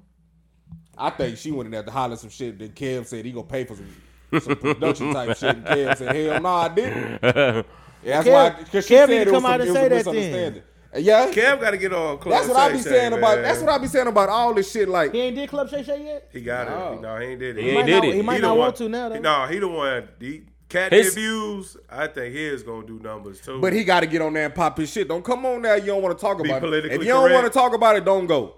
S3: I think she went in there to holler some shit that Kev said he gonna pay for some, some production type shit. And Kev said, hell no, I didn't. That's
S4: Kev-
S3: why, because she said
S4: Kev need to
S3: it was,
S4: come
S3: some,
S4: out and
S3: it was
S4: say
S3: a
S4: that then.
S3: misunderstanding. Uh, Yeah,
S5: Kev got to get on. Club
S3: that's what I be
S5: Shay Shay,
S3: saying about.
S5: man.
S3: That's what I be saying about all this shit. Like,
S4: he ain't did Club Shay Shay yet.
S5: He got
S3: No.
S5: it. No, he ain't did it.
S2: He
S4: might
S2: ain't did
S4: not,
S2: it.
S4: He might
S5: the
S4: not
S5: one-
S4: want to now though.
S5: No, he the one. The cat
S2: His-
S5: views. I think he is gonna do numbers too.
S3: But he got to get on there and pop his shit. Don't come on there. You don't want to talk
S5: Be
S3: about it.
S5: politically
S3: If you don't
S5: correct.
S3: want to talk about it, don't go.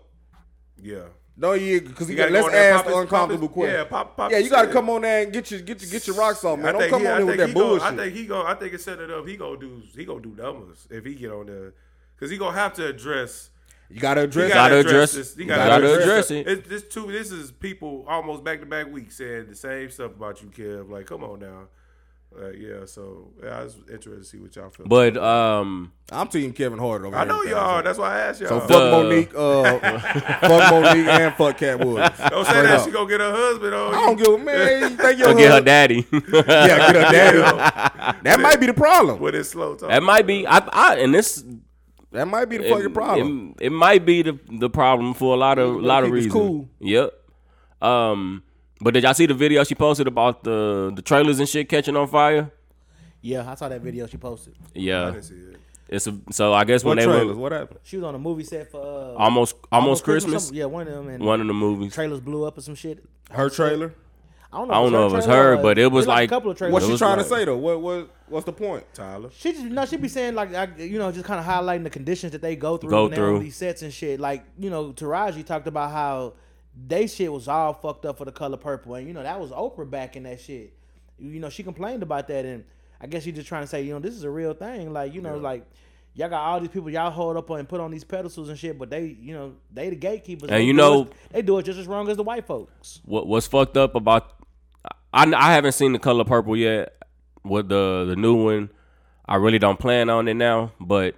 S5: yeah.
S3: No, you because you
S5: gotta
S3: got. Let's
S5: go on there and
S3: ask
S5: pop
S3: the
S5: his- pop
S3: uncomfortable
S5: his-
S3: question.
S5: yeah, pop- pop
S3: Yeah,
S5: his
S3: you got to
S5: shit.
S3: come on there and get your get your get your rocks off, man.
S5: I
S3: Don't
S5: think
S3: come
S5: he,
S3: on
S5: I
S3: there with
S5: think
S3: that
S5: he gonna-
S3: bullshit.
S5: I think he going I think it's set it up. He gonna do. He gonna do numbers if he get on there, because he gonna have to address.
S3: you got to
S5: He
S3: address.
S2: gotta
S5: gotta
S2: address-
S5: address this. He
S2: you
S5: gotta,
S3: gotta
S2: address
S5: address
S2: it.
S5: it. It's, this two. This is people almost back to back week saying the same stuff about you, Kev. Like, come on now. Uh, yeah. So yeah, I was interested to see what y'all feel.
S2: but um,
S3: I'm team Kevin Hart over
S5: I
S3: here.
S5: know y'all. That's why I asked y'all.
S3: So fuck
S2: Duh.
S3: Monique, uh, fuck Monique, and fuck Cat Woods.
S5: don't say
S3: Straight
S5: that.
S3: up.
S5: She gonna get her husband on.
S3: I don't give a man. You think your
S2: go get her
S3: husband-
S2: daddy.
S3: Yeah, get her daddy.
S5: that.
S3: That might be the problem.
S5: With his slow talk.
S2: that might be. I, I and this
S3: That might be the
S2: it,
S3: fucking problem.
S2: It, it might be the the problem for a lot of lot of
S4: keep us
S2: reasons.
S4: cool.
S2: Yep. Um, but did y'all see the video she posted about the the trailers and shit catching on fire?
S4: Yeah, I saw that video she posted.
S5: I
S2: Yeah,
S5: didn't see it.
S2: it's a, so I guess when
S3: What
S2: they
S3: trailers?
S2: were
S3: What happened?
S4: She was on a movie set for uh, almost,
S2: almost almost Christmas,
S4: something. Yeah, one of them and
S2: one of the movies.
S4: trailers blew up or some shit.
S3: Her trailer.
S4: I don't know.
S2: I don't know if
S4: her
S2: it's
S4: trailer
S2: her,
S4: or-
S2: but it was
S4: There's,
S2: like-
S4: a couple of trailers.
S3: What's
S2: It
S3: she
S2: was
S3: trying
S2: like-
S3: to say though? What what what's the point?
S5: Tyler.
S4: She just, no, she be saying like, like you know, just kind of highlighting the conditions that they go through
S2: Go
S4: when they're
S2: through.
S4: on these sets and shit. Like you know, Taraji talked about how they shit was all fucked up for the color purple, and you know that was Oprah back in that shit. You know, she complained about that, and I guess she just trying to say, you know, this is a real thing. Like you know, like y'all got all these people y'all hold up on and put on these pedestals and shit, but they, you know, they the gatekeepers,
S2: And
S4: They
S2: you
S4: do
S2: know-
S4: it- they do it just as wrong as the white folks.
S2: What what's fucked up about? I I haven't seen the color purple yet. With the the new one, I really don't plan on it now. But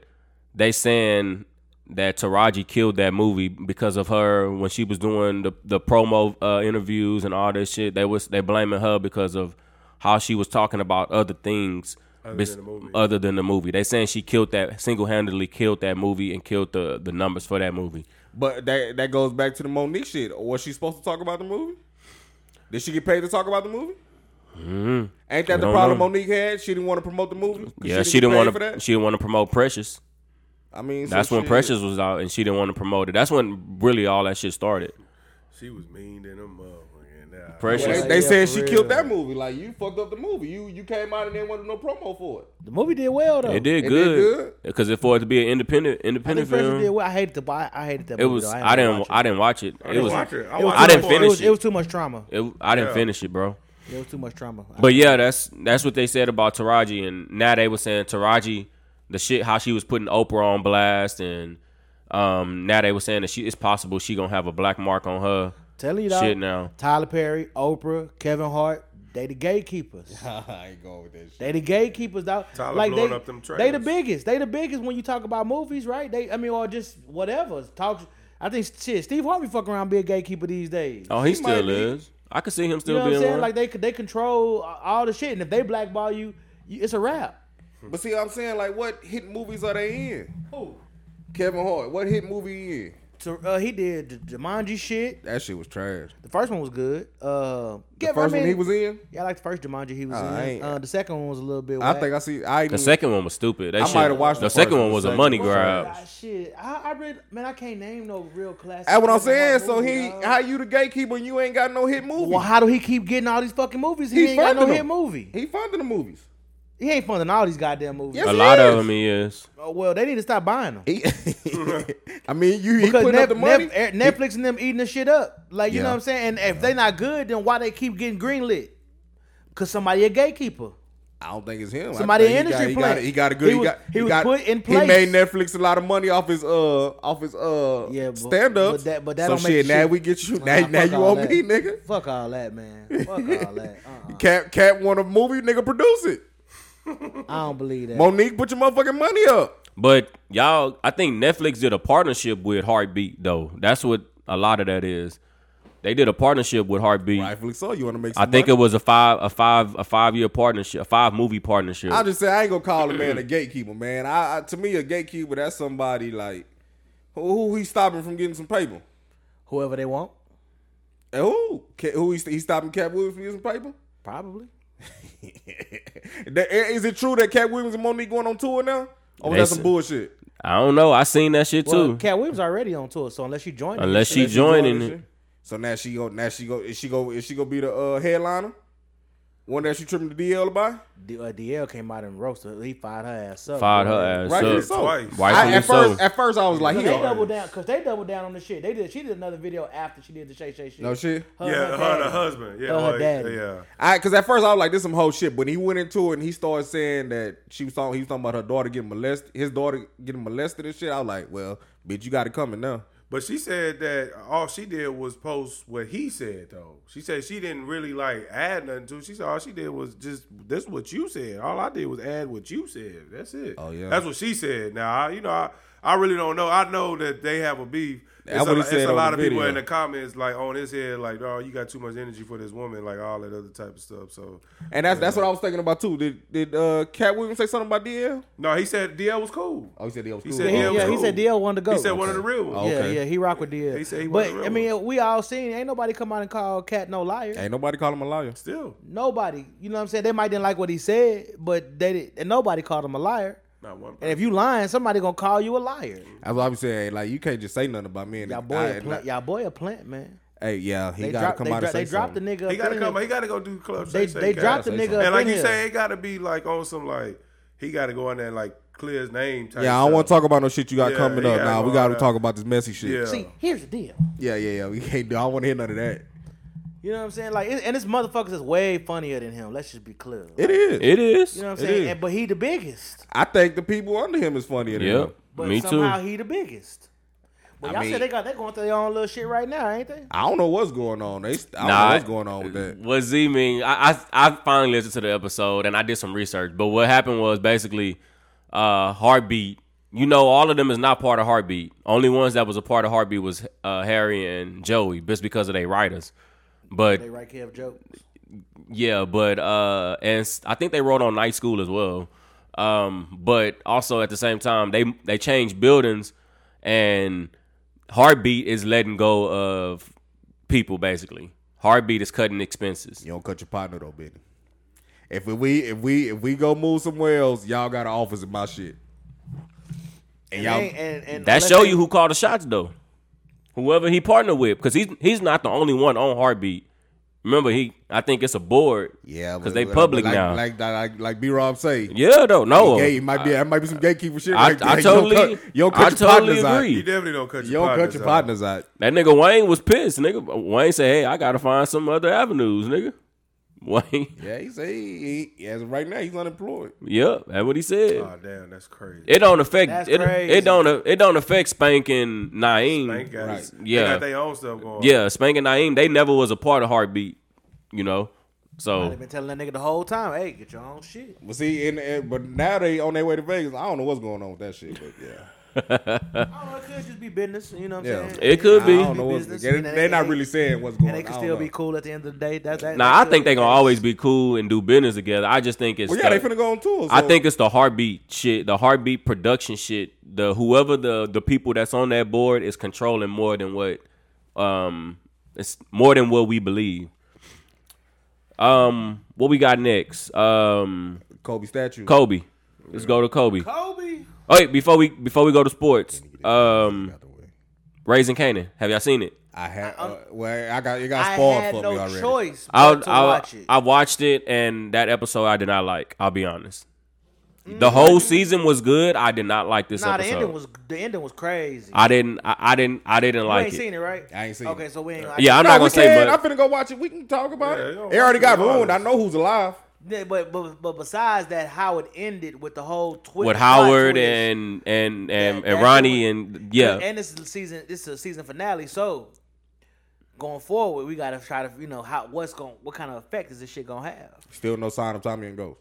S2: they saying that Taraji killed that movie because of her when she was doing the the promo uh, interviews and all this shit. They was they blaming her because of how she was talking about other things
S5: Other
S2: bes-
S5: than the movie.
S2: other than the movie. They saying she killed that single handedly killed that movie and killed the the numbers for that movie.
S3: But that that goes back to the Monique shit. Was she supposed to talk about the movie? Did she get paid to talk about the movie? Ain't that the
S2: Mm-hmm. don't
S3: problem
S2: know.
S3: Monique had? She didn't want to promote the movie. 'Cause
S2: Yeah, she didn't
S3: get
S2: want
S3: paid for
S2: to
S3: that?
S2: she didn't want to promote Precious.
S3: I mean, so
S2: That's when
S3: shit.
S2: Precious was out and she didn't want to promote it. That's when really all that shit started.
S5: She was mean than a motherfucker. and, uh,
S2: Precious.
S3: They,
S4: Yeah,
S3: they
S4: yeah,
S3: said
S4: for
S3: she
S4: real.
S3: killed that movie. Like you fucked up the movie. You you came out and didn't want no promo for it.
S4: The movie did well though.
S2: It did
S3: did
S2: good because it for it to be an independent
S4: I think
S2: independent
S4: Precious
S2: film,
S4: did well. I hated the I, I hated that.
S2: it
S4: movie,
S2: was
S4: though.
S2: I
S4: didn't
S2: didn't
S4: watch it.
S2: I didn't watch it.
S5: I
S2: it
S5: didn't
S2: was
S5: watch it. I,
S4: It was
S5: watched
S4: too
S2: I didn't
S4: much-
S5: it once.
S2: finish
S4: it. Was,
S2: it.
S4: it was too much trauma.
S2: it, I didn't
S5: Yeah.
S2: finish it, bro.
S4: It was too much trauma. I-
S2: But yeah, that's that's what they said about Taraji, and now they were saying Taraji, the shit how she was putting Oprah on blast, and um now they were saying that she it's possible she gonna have a black mark on her
S4: telling you
S2: shit
S4: that
S2: now.
S4: Tyler Perry, Oprah, Kevin Hart, They the gatekeepers.
S6: I ain't going with that shit.
S4: They the gatekeepers, dog.
S5: Tyler
S4: like
S5: blowing
S4: they,
S5: up them
S4: they the
S5: trailers.
S4: biggest. They the biggest when you talk about movies, right? They, I mean, or just whatever. Talk. I think shit. Steve Harvey fuck around be a gatekeeper these days.
S2: Oh, he,
S6: He might
S2: still
S6: be.
S2: is. I could see him
S4: you
S2: still
S4: know what I'm
S2: being
S4: saying?
S2: one.
S4: Like they they control all the shit, and if they blackball you, you it's a wrap.
S3: But see, I'm saying like, what hit movies are they in?
S4: Who?
S3: Kevin Hart, what hit movie he in?
S4: So, uh, he did the Jumanji shit.
S3: That shit was trash.
S4: The first one was good. Uh,
S3: The
S4: yeah,
S3: first
S4: I mean,
S3: one he was in,
S4: Yeah, I like the first Jumanji he was
S3: Oh, I
S4: in.
S3: ain't-
S4: Uh, the second one was a little bit.
S3: I
S4: whack.
S3: think I see. I
S2: the
S3: even-
S2: second one was stupid. That
S3: I
S2: shit-
S3: might have watched
S2: the
S3: the
S2: second
S3: first
S2: one
S3: one.
S2: was a
S3: Second
S2: money
S3: one was
S2: grab.
S4: Ah, shit, I, I read. Man, I can't name no real classic.
S3: That's what I'm
S4: Kevin
S3: saying.
S4: Hart
S3: So
S4: movie,
S3: he,
S4: dog.
S3: how you the gatekeeper? and You ain't got no hit movie.
S4: Well, how do he keep getting all these fucking movies? He,
S3: He's
S4: ain't got no
S3: funding
S4: hit
S3: them.
S4: movie.
S3: He funding the movies.
S4: He ain't funding all these goddamn movies.
S3: Yes.
S2: A
S3: Yes,
S2: lot
S3: he
S2: of
S3: is.
S2: them he is.
S4: Oh, well, they need to stop buying them.
S3: He, I mean, you he
S4: Because
S3: putting
S4: Nef-
S3: up the money.
S4: Nef- er, Netflix and them eating the shit up. Like, you
S3: Yeah.
S4: know what I'm saying? And if they not good, then why they keep getting greenlit? Because somebody a gatekeeper.
S3: I don't think it's him. I
S4: Somebody
S3: think
S4: in
S3: he got-
S4: industry
S3: he got,
S4: plant.
S3: he got a good.
S4: He
S3: He,
S4: was-
S3: got.
S4: he was
S3: got-
S4: put in
S3: He
S4: place.
S3: made Netflix a lot of money off his uh off his uh
S4: Yeah, but-
S3: stand ups.
S4: but that- but that
S3: so
S4: don't make
S3: shit. Now
S4: shit-
S3: we get you.
S4: Nah,
S3: Now, now
S4: fuck
S3: you
S4: all
S3: on me,
S4: that.
S3: nigga.
S4: Fuck all that, man. Fuck all that. Uh-uh.
S3: Cap Cap want a movie, nigga. Produce it.
S4: I don't believe that.
S3: Monique, put your motherfucking money up.
S2: But y'all, I think Netflix did a partnership with Heartbeat though. That's what a lot of that is. They did a partnership with Heartbeat.
S3: Rightfully so. You want to make.
S2: I
S3: Some
S2: think it
S3: money?
S2: was a five, a five, a five year partnership, a five movie partnership.
S3: I just say I ain't gonna call a man a gatekeeper, man. I, I to me a gatekeeper that's somebody like who, who he stopping from getting some paper.
S4: Whoever they want,
S3: And who? Ca- Who he, st- he stopping Cat Williams from using paper?
S4: probably.
S3: That- i- Is it true that Cat Williams and Monique going on tour now? Or was that some
S2: Listen.
S3: bullshit?
S2: I don't know. I seen that shit
S4: Well,
S2: too.
S4: Cat Williams already on tour, so unless you join, them,
S2: Unless she
S3: That she joined
S2: joining
S3: this
S2: it,
S3: shit? So now she go. Now she go. Is she go? Is she gonna be the uh, headliner? One that she tripping the DL by?
S4: D- uh, DL came out and roasted. her. He fired her ass up.
S2: fired
S4: bro.
S2: her ass
S3: Rightfully
S2: up.
S3: so.
S5: Twice.
S3: I,
S2: Rightfully
S3: at
S2: so.
S3: first, at first I was like,
S4: Cause
S3: he
S4: they
S3: all right.
S4: doubled down because they doubled down on the shit. They did. She did another video after she did the Shay Shay shit.
S3: no shit.
S4: Her and
S5: Yeah,
S4: her
S5: her, her
S4: daddy.
S5: husband. Yeah,
S4: Her
S5: well,
S4: daddy.
S5: yeah.
S3: I because at first I was like, this some whole shit. But he went into it and he started saying that she was talking. He was talking about her daughter getting molested. His daughter getting molested and shit. I was like, well, bitch, you got it coming now.
S5: But she said that all she did was post what he said though. She said she didn't really like add nothing to. it. She said all she did was just this what you said. All I did was add what you said. That's it.
S3: Oh, yeah.
S5: That's what she said. Now I, you know I, I really don't know. I know that they have a beef.
S3: That's
S5: It's a,
S3: what he
S5: it's
S3: said
S5: a
S3: on
S5: lot
S3: the
S5: of people
S3: video.
S5: in the comments like on his head like oh you got too much energy for this woman like all that other type of stuff. So
S3: And that's that's what I was thinking about too. Did did uh, Cat Williams say something about DL?
S5: no, he said DL was cool.
S3: Oh, he said DL was
S5: He
S3: cool.
S4: Yeah,
S5: said
S4: he,
S5: DL
S4: yeah,
S5: was
S4: he
S5: cool.
S4: said DL wanted to go.
S5: He said one of the real ones.
S3: Oh, okay.
S4: Yeah, yeah, he rock with DL.
S5: He said he
S4: but
S5: wasn't real
S4: I mean, we all seen. Ain't nobody come out and call Cat no liar.
S3: Ain't nobody call him a liar.
S5: Still
S4: Nobody. You know what I'm saying? They might didn't like what he said, but they did, and nobody called him a liar.
S5: not one.
S4: And if you lying, somebody gonna call you a liar.
S3: That's what I was saying. Like you can't just say nothing about me. And
S4: Y'all
S3: I-
S4: boy, a
S3: and
S4: plant,
S3: I-
S4: y'all boy a plant, man.
S3: Hey, yeah, he
S4: They
S3: got
S4: dropped,
S3: to
S4: they,
S3: come out
S4: dro-
S3: and say
S4: they dropped the
S3: something.
S4: nigga.
S5: He
S4: up
S5: gotta
S4: in
S5: come.
S4: here.
S5: He gotta go do club.
S4: They,
S5: Shay Shay
S4: they
S5: Cat.
S4: dropped the
S3: gotta say
S4: nigga.
S3: something.
S4: up
S5: And like
S4: in
S5: you
S4: here.
S5: say, it gotta be like on some like he gotta go in there and like clear his name. Type
S3: Yeah, I don't want to
S5: stuff.
S3: talk about no shit you got
S5: Yeah,
S3: coming
S5: he
S3: up.
S5: gotta
S3: Nah,
S5: go
S3: we got
S5: all
S3: to
S5: out.
S3: talk about this messy shit.
S5: Yeah.
S4: See, here's the deal.
S3: yeah, yeah, yeah. We can't do. I don't want to hear none of that.
S4: You know what I'm saying? Like, it, and this motherfuckers is way funnier than him. Let's just be clear.
S3: It is.
S2: It is.
S4: you know what I'm
S3: it
S4: saying?
S3: is.
S4: And, but he the biggest.
S3: I think the people under him is funnier than him.
S2: Yep.
S4: But
S2: Me too.
S4: somehow he the biggest. But
S3: I
S4: y'all
S3: mean-
S4: said they got they going through their own little shit right now, ain't they?
S3: I don't know what's going on. They, I
S2: Nah,
S3: don't know what's going on with that.
S2: What Z mean? I, I I finally listened to the episode and I did some research. But what happened was basically, uh, heartbeat. You know, all of them is not part of heartbeat. Only ones that was a part of heartbeat was uh, Harry and Joey, just because of they writers. But
S4: They right Kev jokes.
S2: yeah, but uh, and s- I think they wrote on night school as well. Um, but also at the same time, they they changed buildings, and heartbeat is letting go of people basically. Heartbeat is cutting expenses.
S3: You don't cut your partner though, Benny. If we if we if we go move somewhere else, y'all got an office in my shit. And,
S4: And,
S3: y'all,
S4: they- and, and
S2: That
S4: unless
S2: show
S4: they-
S2: you who called the shots though. Whoever he partnered with, because he's he's not the only one on Heartbeat. Remember, he I think it's a board.
S3: yeah,
S2: because
S3: but-
S2: they
S3: but
S2: public
S3: like,
S2: now.
S3: Like like like, like B Rob say,
S2: yeah, though. No,
S3: gay, it might be that might be some gatekeeper shit.
S2: I,
S3: right there.
S2: I
S3: You don't
S2: totally,
S3: cut- you don't
S2: I
S3: cut your
S2: totally
S3: partners out.
S2: agree.
S5: You definitely don't cut your.
S3: You don't cut
S5: partners
S3: your
S5: out.
S3: partners out.
S2: That nigga Wayne was pissed, nigga. Wayne said, "Hey, I gotta find some other avenues, nigga." Wayne,
S3: Yeah, he say he, he, as of right now he's unemployed.
S2: yep, that's what he said.
S5: Oh damn, that's crazy.
S2: It don't affect
S4: That's
S2: it.
S4: crazy.
S2: It don't. It don't affect Spank and Naeem.
S5: Thank God.
S3: Right.
S5: They
S2: Yeah.
S5: got their own stuff going.
S2: Yeah, Spank and Naeem, they never was a part of Heartbeat. You know,
S4: I'd
S2: So
S4: have been telling that nigga the whole time, hey, get your own shit.
S3: But see, and, and- but now they on their way to Vegas. I don't know what's going on with that shit, but yeah.
S4: I don't know, it could just be business, you know what I'm
S3: Yeah.
S4: saying?
S2: It could
S3: I
S2: be.
S3: don't know what's
S4: business,
S3: they,
S4: and they-
S3: they're not
S4: and-
S3: really saying what's going on.
S4: And they can
S3: I don't
S4: still be
S3: know.
S4: cool at the end of the day. That, that,
S2: now I think they gonna always be cool and do business together. I just think it's
S3: Well, yeah, they
S2: the-
S3: finna go on tour. So
S2: I think it's the heartbeat shit, the heartbeat production shit. The whoever the the people that's on that board is controlling more than what um it's more than what we believe. Um what we got next? Um
S3: Kobe statue.
S2: Kobe. Let's go to Kobe.
S4: Kobe.
S2: Oh, wait, before we before we go to sports, um
S3: By the way.
S2: Raising Canaan. Have y'all seen it?
S3: I had uh, well, I got it got
S4: I
S3: spoiled
S4: had
S3: for
S4: no
S3: me already.
S4: choice
S2: I
S4: but to
S2: I
S4: watch it.
S2: I watched it and that episode I did not like. I'll be honest. The whole season was good. I did not like this
S4: Mm-hmm. nah, the
S2: episode.
S4: ending was the ending was crazy.
S2: I didn't. I, I didn't. I didn't
S4: you
S2: like
S4: ain't
S2: it.
S4: seen it, right?
S3: I ain't seen
S4: okay,
S3: it.
S4: so we ain't.
S2: Yeah, I'm
S3: No,
S2: not
S3: we
S2: gonna say
S3: can.
S2: much.
S3: I'm finna go watch it. We can talk about
S5: Yeah,
S3: it.
S5: yo,
S3: It already
S5: I'm
S3: got
S5: honest.
S3: ruined. I know who's alive.
S4: Yeah, but but but besides that, how it ended with the whole twist
S2: with
S4: plot
S2: Howard
S4: twist.
S2: and and
S4: That-
S2: and,
S4: that's
S2: and
S4: the
S2: Ronnie
S4: one.
S2: and yeah.
S4: and this is the season. This is a season finale. So going forward, we gotta try to you know how what's going what kind of effect is this shit gonna have?
S3: Still no sign of Tommy and Ghost.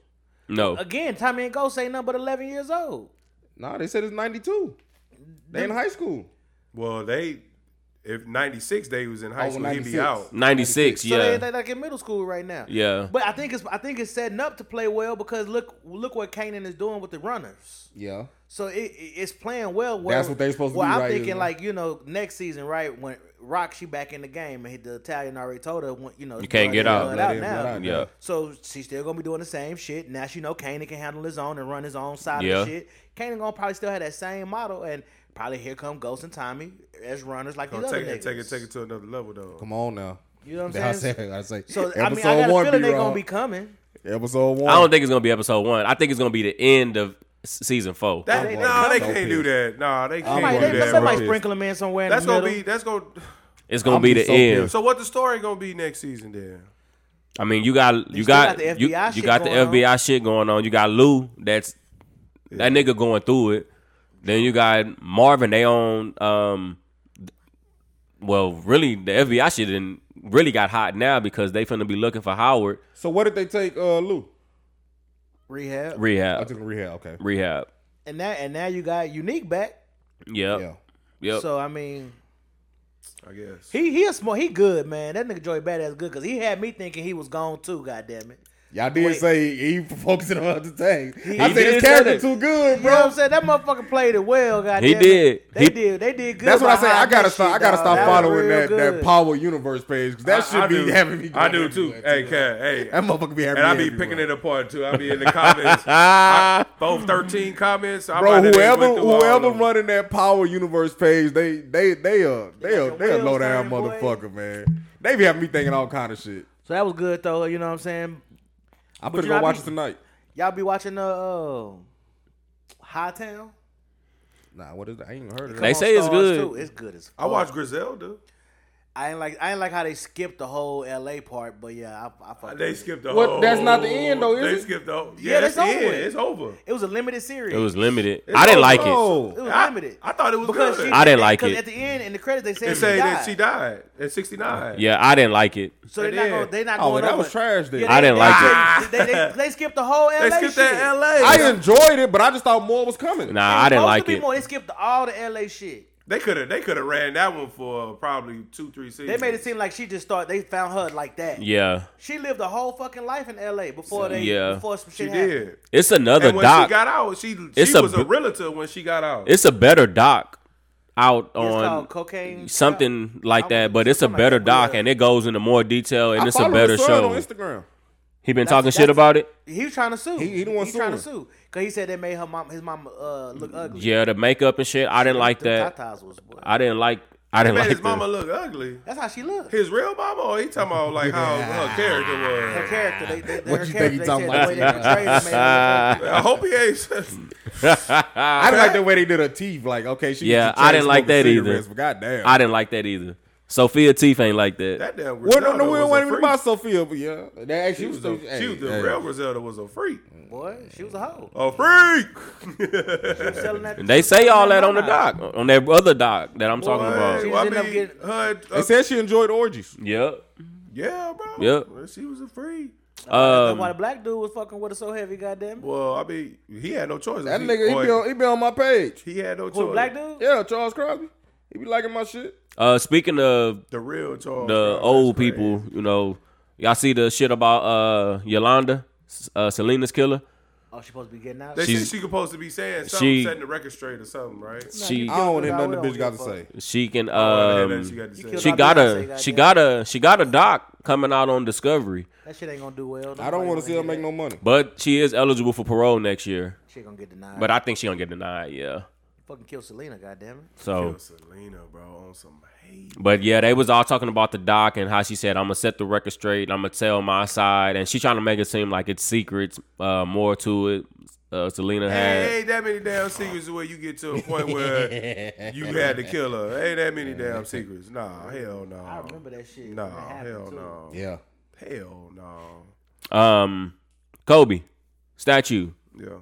S2: no,
S4: Again, Tommy and Ghost ain't nothing but eleven years old.
S3: Nah, they said it's 92. They in high school.
S5: Well, they if ninety six they was in high
S3: Oh,
S5: school, he'd
S3: 96.
S5: be out.
S2: ninety six.
S4: So they,
S2: Yeah,
S4: they like in middle school right now.
S2: Yeah.
S4: But I think it's I think it's setting up to play well because look look what Kanan is doing with the runners.
S3: Yeah.
S4: So it, it- it's playing well.
S3: That's what they supposed to
S4: well,
S3: be
S4: I'm
S3: right here,
S4: thinking
S3: man.
S4: like you know next season, right? When Rock she back in the game, and the Italian already told her, when- you know, you
S2: can't get out.
S3: Blood
S4: out
S3: in,
S4: now.
S3: blood out
S2: now. Yeah.
S4: So she's still gonna be doing the same shit. Now she know Kanan can handle his own and run his own side
S2: Yeah.
S4: of the shit. Kanan gonna probably still have that same model, and probably here come Ghost and Tommy as runners like these
S5: Gonna
S4: other
S5: Oh, take it,
S4: niggas.
S5: take it, take it to another level though.
S3: Come on now.
S4: You know what I'm
S3: I
S4: saying?
S3: say, I say,
S4: So
S3: episode
S4: I mean, I got
S3: one
S4: a feeling
S3: be
S4: they're
S3: wrong.
S4: gonna be coming.
S3: episode one.
S2: I don't think it's gonna be episode one. I think it's gonna be the end of s- season four.
S5: That,
S3: I'm going-
S5: no, they
S3: I'm
S5: can't
S3: so
S5: do that. No, they
S3: going-
S5: can't
S4: Somebody,
S5: do
S4: they,
S5: that.
S4: somebody
S5: bro.
S4: sprinkle them in somewhere. In
S5: That's
S4: the
S5: gonna
S4: middle.
S5: be that's gonna.
S2: It's gonna
S3: I'm
S2: be the
S3: just so
S2: end.
S3: pissed.
S5: So what the story gonna be next season then?
S2: I mean, you got you
S4: still
S2: got,
S4: got the
S2: you,
S4: FBI
S2: you
S4: shit
S2: got the
S4: going on.
S2: FBI shit going on. You got Lou. That's that nigga going through it. Then you got Marvin. They own um. th- Well, really, the FBI shit didn't really got hot now because they finna be looking for Howard
S3: so what did they take uh, Lou?
S4: rehab.
S3: I
S2: rehab.
S3: took him rehab. Okay.
S2: Rehab.
S4: and now and now you got unique back.
S2: Yep.
S3: Yeah.
S2: Yep.
S4: So I mean,
S5: I guess.
S4: he he a small, he good man. That nigga Joey Badass good because he had me thinking he was gone too. God damn it.
S3: Y'all did
S4: Wait.
S3: say he focusing on other things. I
S2: He
S3: said
S2: did
S3: his
S2: say
S3: character
S2: that.
S3: too good,
S4: You know what I'm
S3: bro.
S4: saying? That motherfucker played it well. God
S2: He
S4: damn it.
S2: did.
S4: They
S2: He-
S4: did. They did good.
S3: That's what I
S4: by
S3: said. I
S4: hiding
S3: gotta
S4: that
S3: stop.
S4: shit,
S3: I gotta
S4: dog.
S3: stop
S4: That was
S3: following
S4: real
S3: that, that
S4: good.
S3: Power Universe page because that should
S5: I
S3: be
S5: do.
S3: having me.
S5: I
S3: going
S5: do too.
S3: everywhere,
S5: Hey, Cat. Hey.
S3: That motherfucker be having
S5: and I
S3: me
S5: be
S3: everywhere.
S5: picking it apart too. I be in the comments. I, both thirteen comments. I
S3: Bro,
S5: might have
S3: whoever
S5: went through all of
S3: whoever
S5: them.
S3: running that Power Universe page, they they they uh they a
S4: got your
S3: they a
S4: wheels
S3: low down
S4: turning, boy.
S3: motherfucker, man. They be having me thinking all kind of shit.
S4: So that was good though. You know what I'm saying?
S3: I'm
S4: But
S3: gonna
S4: you
S3: go
S4: know what I
S3: watch
S4: mean?
S3: it tonight.
S4: Y'all be watching the uh, High Town.
S3: Nah, what is that? I ain't even heard of
S2: They
S3: that.
S4: On
S2: say it's
S4: Stars,
S2: good.
S4: too. It's good as fuck.
S5: I watched Griselda.
S4: I ain't like I ain't like how they skipped the whole L.A. part, but yeah, I, I fuck
S5: They
S4: with it.
S5: skipped the
S3: What?
S5: whole.
S3: That's not the end, though, is
S5: they
S3: it?
S5: skipped the whole.
S4: Yeah,
S5: Yeah, that's the
S4: that's
S5: end.
S4: over with.
S5: It's over.
S4: It was a limited series.
S2: it was limited. I didn't
S5: over.
S2: like it.
S3: Oh,
S4: It was
S5: I-
S4: limited.
S5: I thought it was
S4: because
S5: good.
S4: she-
S2: I didn't like
S4: because
S2: it.
S4: At the end, in the credits, they said
S5: They
S4: she
S5: say
S4: died.
S5: that she died at sixty nine.
S2: Yeah, I didn't like it.
S4: So
S5: They
S4: they're not,
S5: did.
S4: gonna, they're not
S3: Oh,
S4: going.
S3: that
S4: over.
S3: was trash then.
S2: I didn't like
S4: it. They, they, they skipped the whole LA.
S5: They skipped
S4: shit.
S5: that LA.
S3: I enjoyed it, but I just thought more was
S2: Nah,
S3: coming.
S4: It was
S2: I didn't
S4: supposed
S2: like
S4: to be
S2: it.
S4: More. They skipped all the LA shit.
S5: They could have they could have ran that one for probably two three seasons.
S4: They made it seem like she just thought they found her like that.
S2: Yeah,
S4: She lived a whole fucking life in LA before they
S2: yeah.
S4: before some
S5: she
S4: shit happened.
S5: did.
S2: it's another
S5: And when
S2: doc.
S5: she got out, she
S2: It's
S5: she
S2: a
S5: was
S2: bu-
S5: a realtor when she got out.
S2: it's a better doc out
S4: It's
S2: on
S4: called cocaine
S2: something like
S4: I'm-
S2: that, but it's a
S4: something like
S2: better
S4: that,
S2: doc
S4: yeah.
S2: and it goes into more detail and
S3: I
S2: it's a
S3: follow
S2: better
S3: his son
S2: show.
S3: on Instagram.
S2: He been
S4: That's-
S2: talking shit
S4: that's-
S2: about it.
S4: He was trying to sue.
S3: He- he the one
S4: He's trying to
S3: suing.
S4: sue because he said they made her mom his mama uh, look ugly.
S2: Yeah, the makeup and shit. I didn't like
S4: Them
S2: that.
S4: tatas was- boy.
S2: I didn't like. I
S5: They
S2: didn't
S5: made
S2: like
S5: his mama
S2: that.
S5: look ugly.
S4: That's how she looked.
S5: His real mama, or he talking about like how her
S4: Her
S5: character
S4: character. They, they, they,
S3: What
S4: her
S3: you think
S4: character,
S3: he
S4: they
S3: talking
S4: said
S3: about?
S4: the way they portrayed her made her look
S5: was. I hope he ain't.
S3: I didn't like the way they did her teeth. Like, okay, she
S2: Yeah,
S3: used to
S2: I didn't
S3: chain
S2: like that
S3: smoking
S2: either.
S3: cigarettes, But goddamn,
S2: I didn't like that either. Sophia Teeth ain't like that.
S5: that damn
S3: well,
S5: Griselda
S3: no, no, we don't
S5: was
S3: want
S5: a
S3: to
S5: freak.
S3: about Sophia, but yeah, that actually
S5: She was a,
S3: hey,
S5: she was the
S3: hey.
S5: real Griselda was a freak.
S4: ugly. Boy, she was a hoe.
S5: A freak.
S4: Selling that-
S2: And they say all that on the
S4: Nah,
S2: doc, on that other doc that I'm talking
S5: Boy,
S2: about.
S4: She
S5: well, I
S4: ended up
S5: mean,
S4: getting-
S5: her, uh,
S3: They said she enjoyed orgies.
S2: Yep.
S5: yeah, bro.
S2: Yep.
S5: Well, She was a freak.
S4: Uh,
S2: Um,
S4: why the black dude was fucking with her so heavy, goddamn. it.
S5: Well, I mean, he had no choice.
S3: That
S5: He-
S3: nigga, he
S5: or-
S3: be, on, he be on my page.
S5: he had no choice.
S4: Who, black dude?
S3: Yeah, Charles Crosby. He be liking my shit.
S2: Uh, speaking of
S5: The real Charles.
S2: the
S5: Brown,
S2: old
S5: that's
S2: people, you know, y'all see the shit about uh Yolanda, S- uh, Selena's killer.
S4: Oh, she supposed to be getting out.
S5: crazy. They
S2: she's-
S5: said she supposed to be saying something,
S2: she-
S5: setting the record straight or something, right?
S2: She
S3: I don't want to hear
S4: Yeah,
S3: nothing
S4: we
S3: the
S4: don't
S3: bitch got to
S4: give a
S3: say.
S2: she can
S5: Oh, that- that
S2: um
S5: she got to
S4: you
S5: say.
S4: killed
S2: she
S4: my
S2: got
S4: Beyonce,
S2: a she
S4: goddamn.
S2: got a she got a doc coming out on Discovery,
S4: That shit ain't gonna do well.
S3: I don't want to see her make no money.
S2: but she is eligible for parole next year.
S4: She gonna get denied.
S2: But I think she gonna get denied. Yeah.
S4: fucking kill Selena, goddamn it.
S2: So,
S5: Yo, Selena, bro, on some hate.
S2: but yeah, they was all talking about the doc and how she said, "I'm gonna set the record straight. I'm gonna tell my side," and she trying to make it seem like it's secrets, uh, more to it. Uh, Selena had.
S5: Hey, ain't that many damn secrets where you get to a point where you had to kill her. Ain't that many damn secrets. Nah, hell no.
S4: I remember that shit.
S5: Nah,
S4: when it happened,
S5: hell
S4: too.
S5: no.
S3: Yeah.
S5: Hell no.
S2: Um, Kobe statue.
S5: Yeah.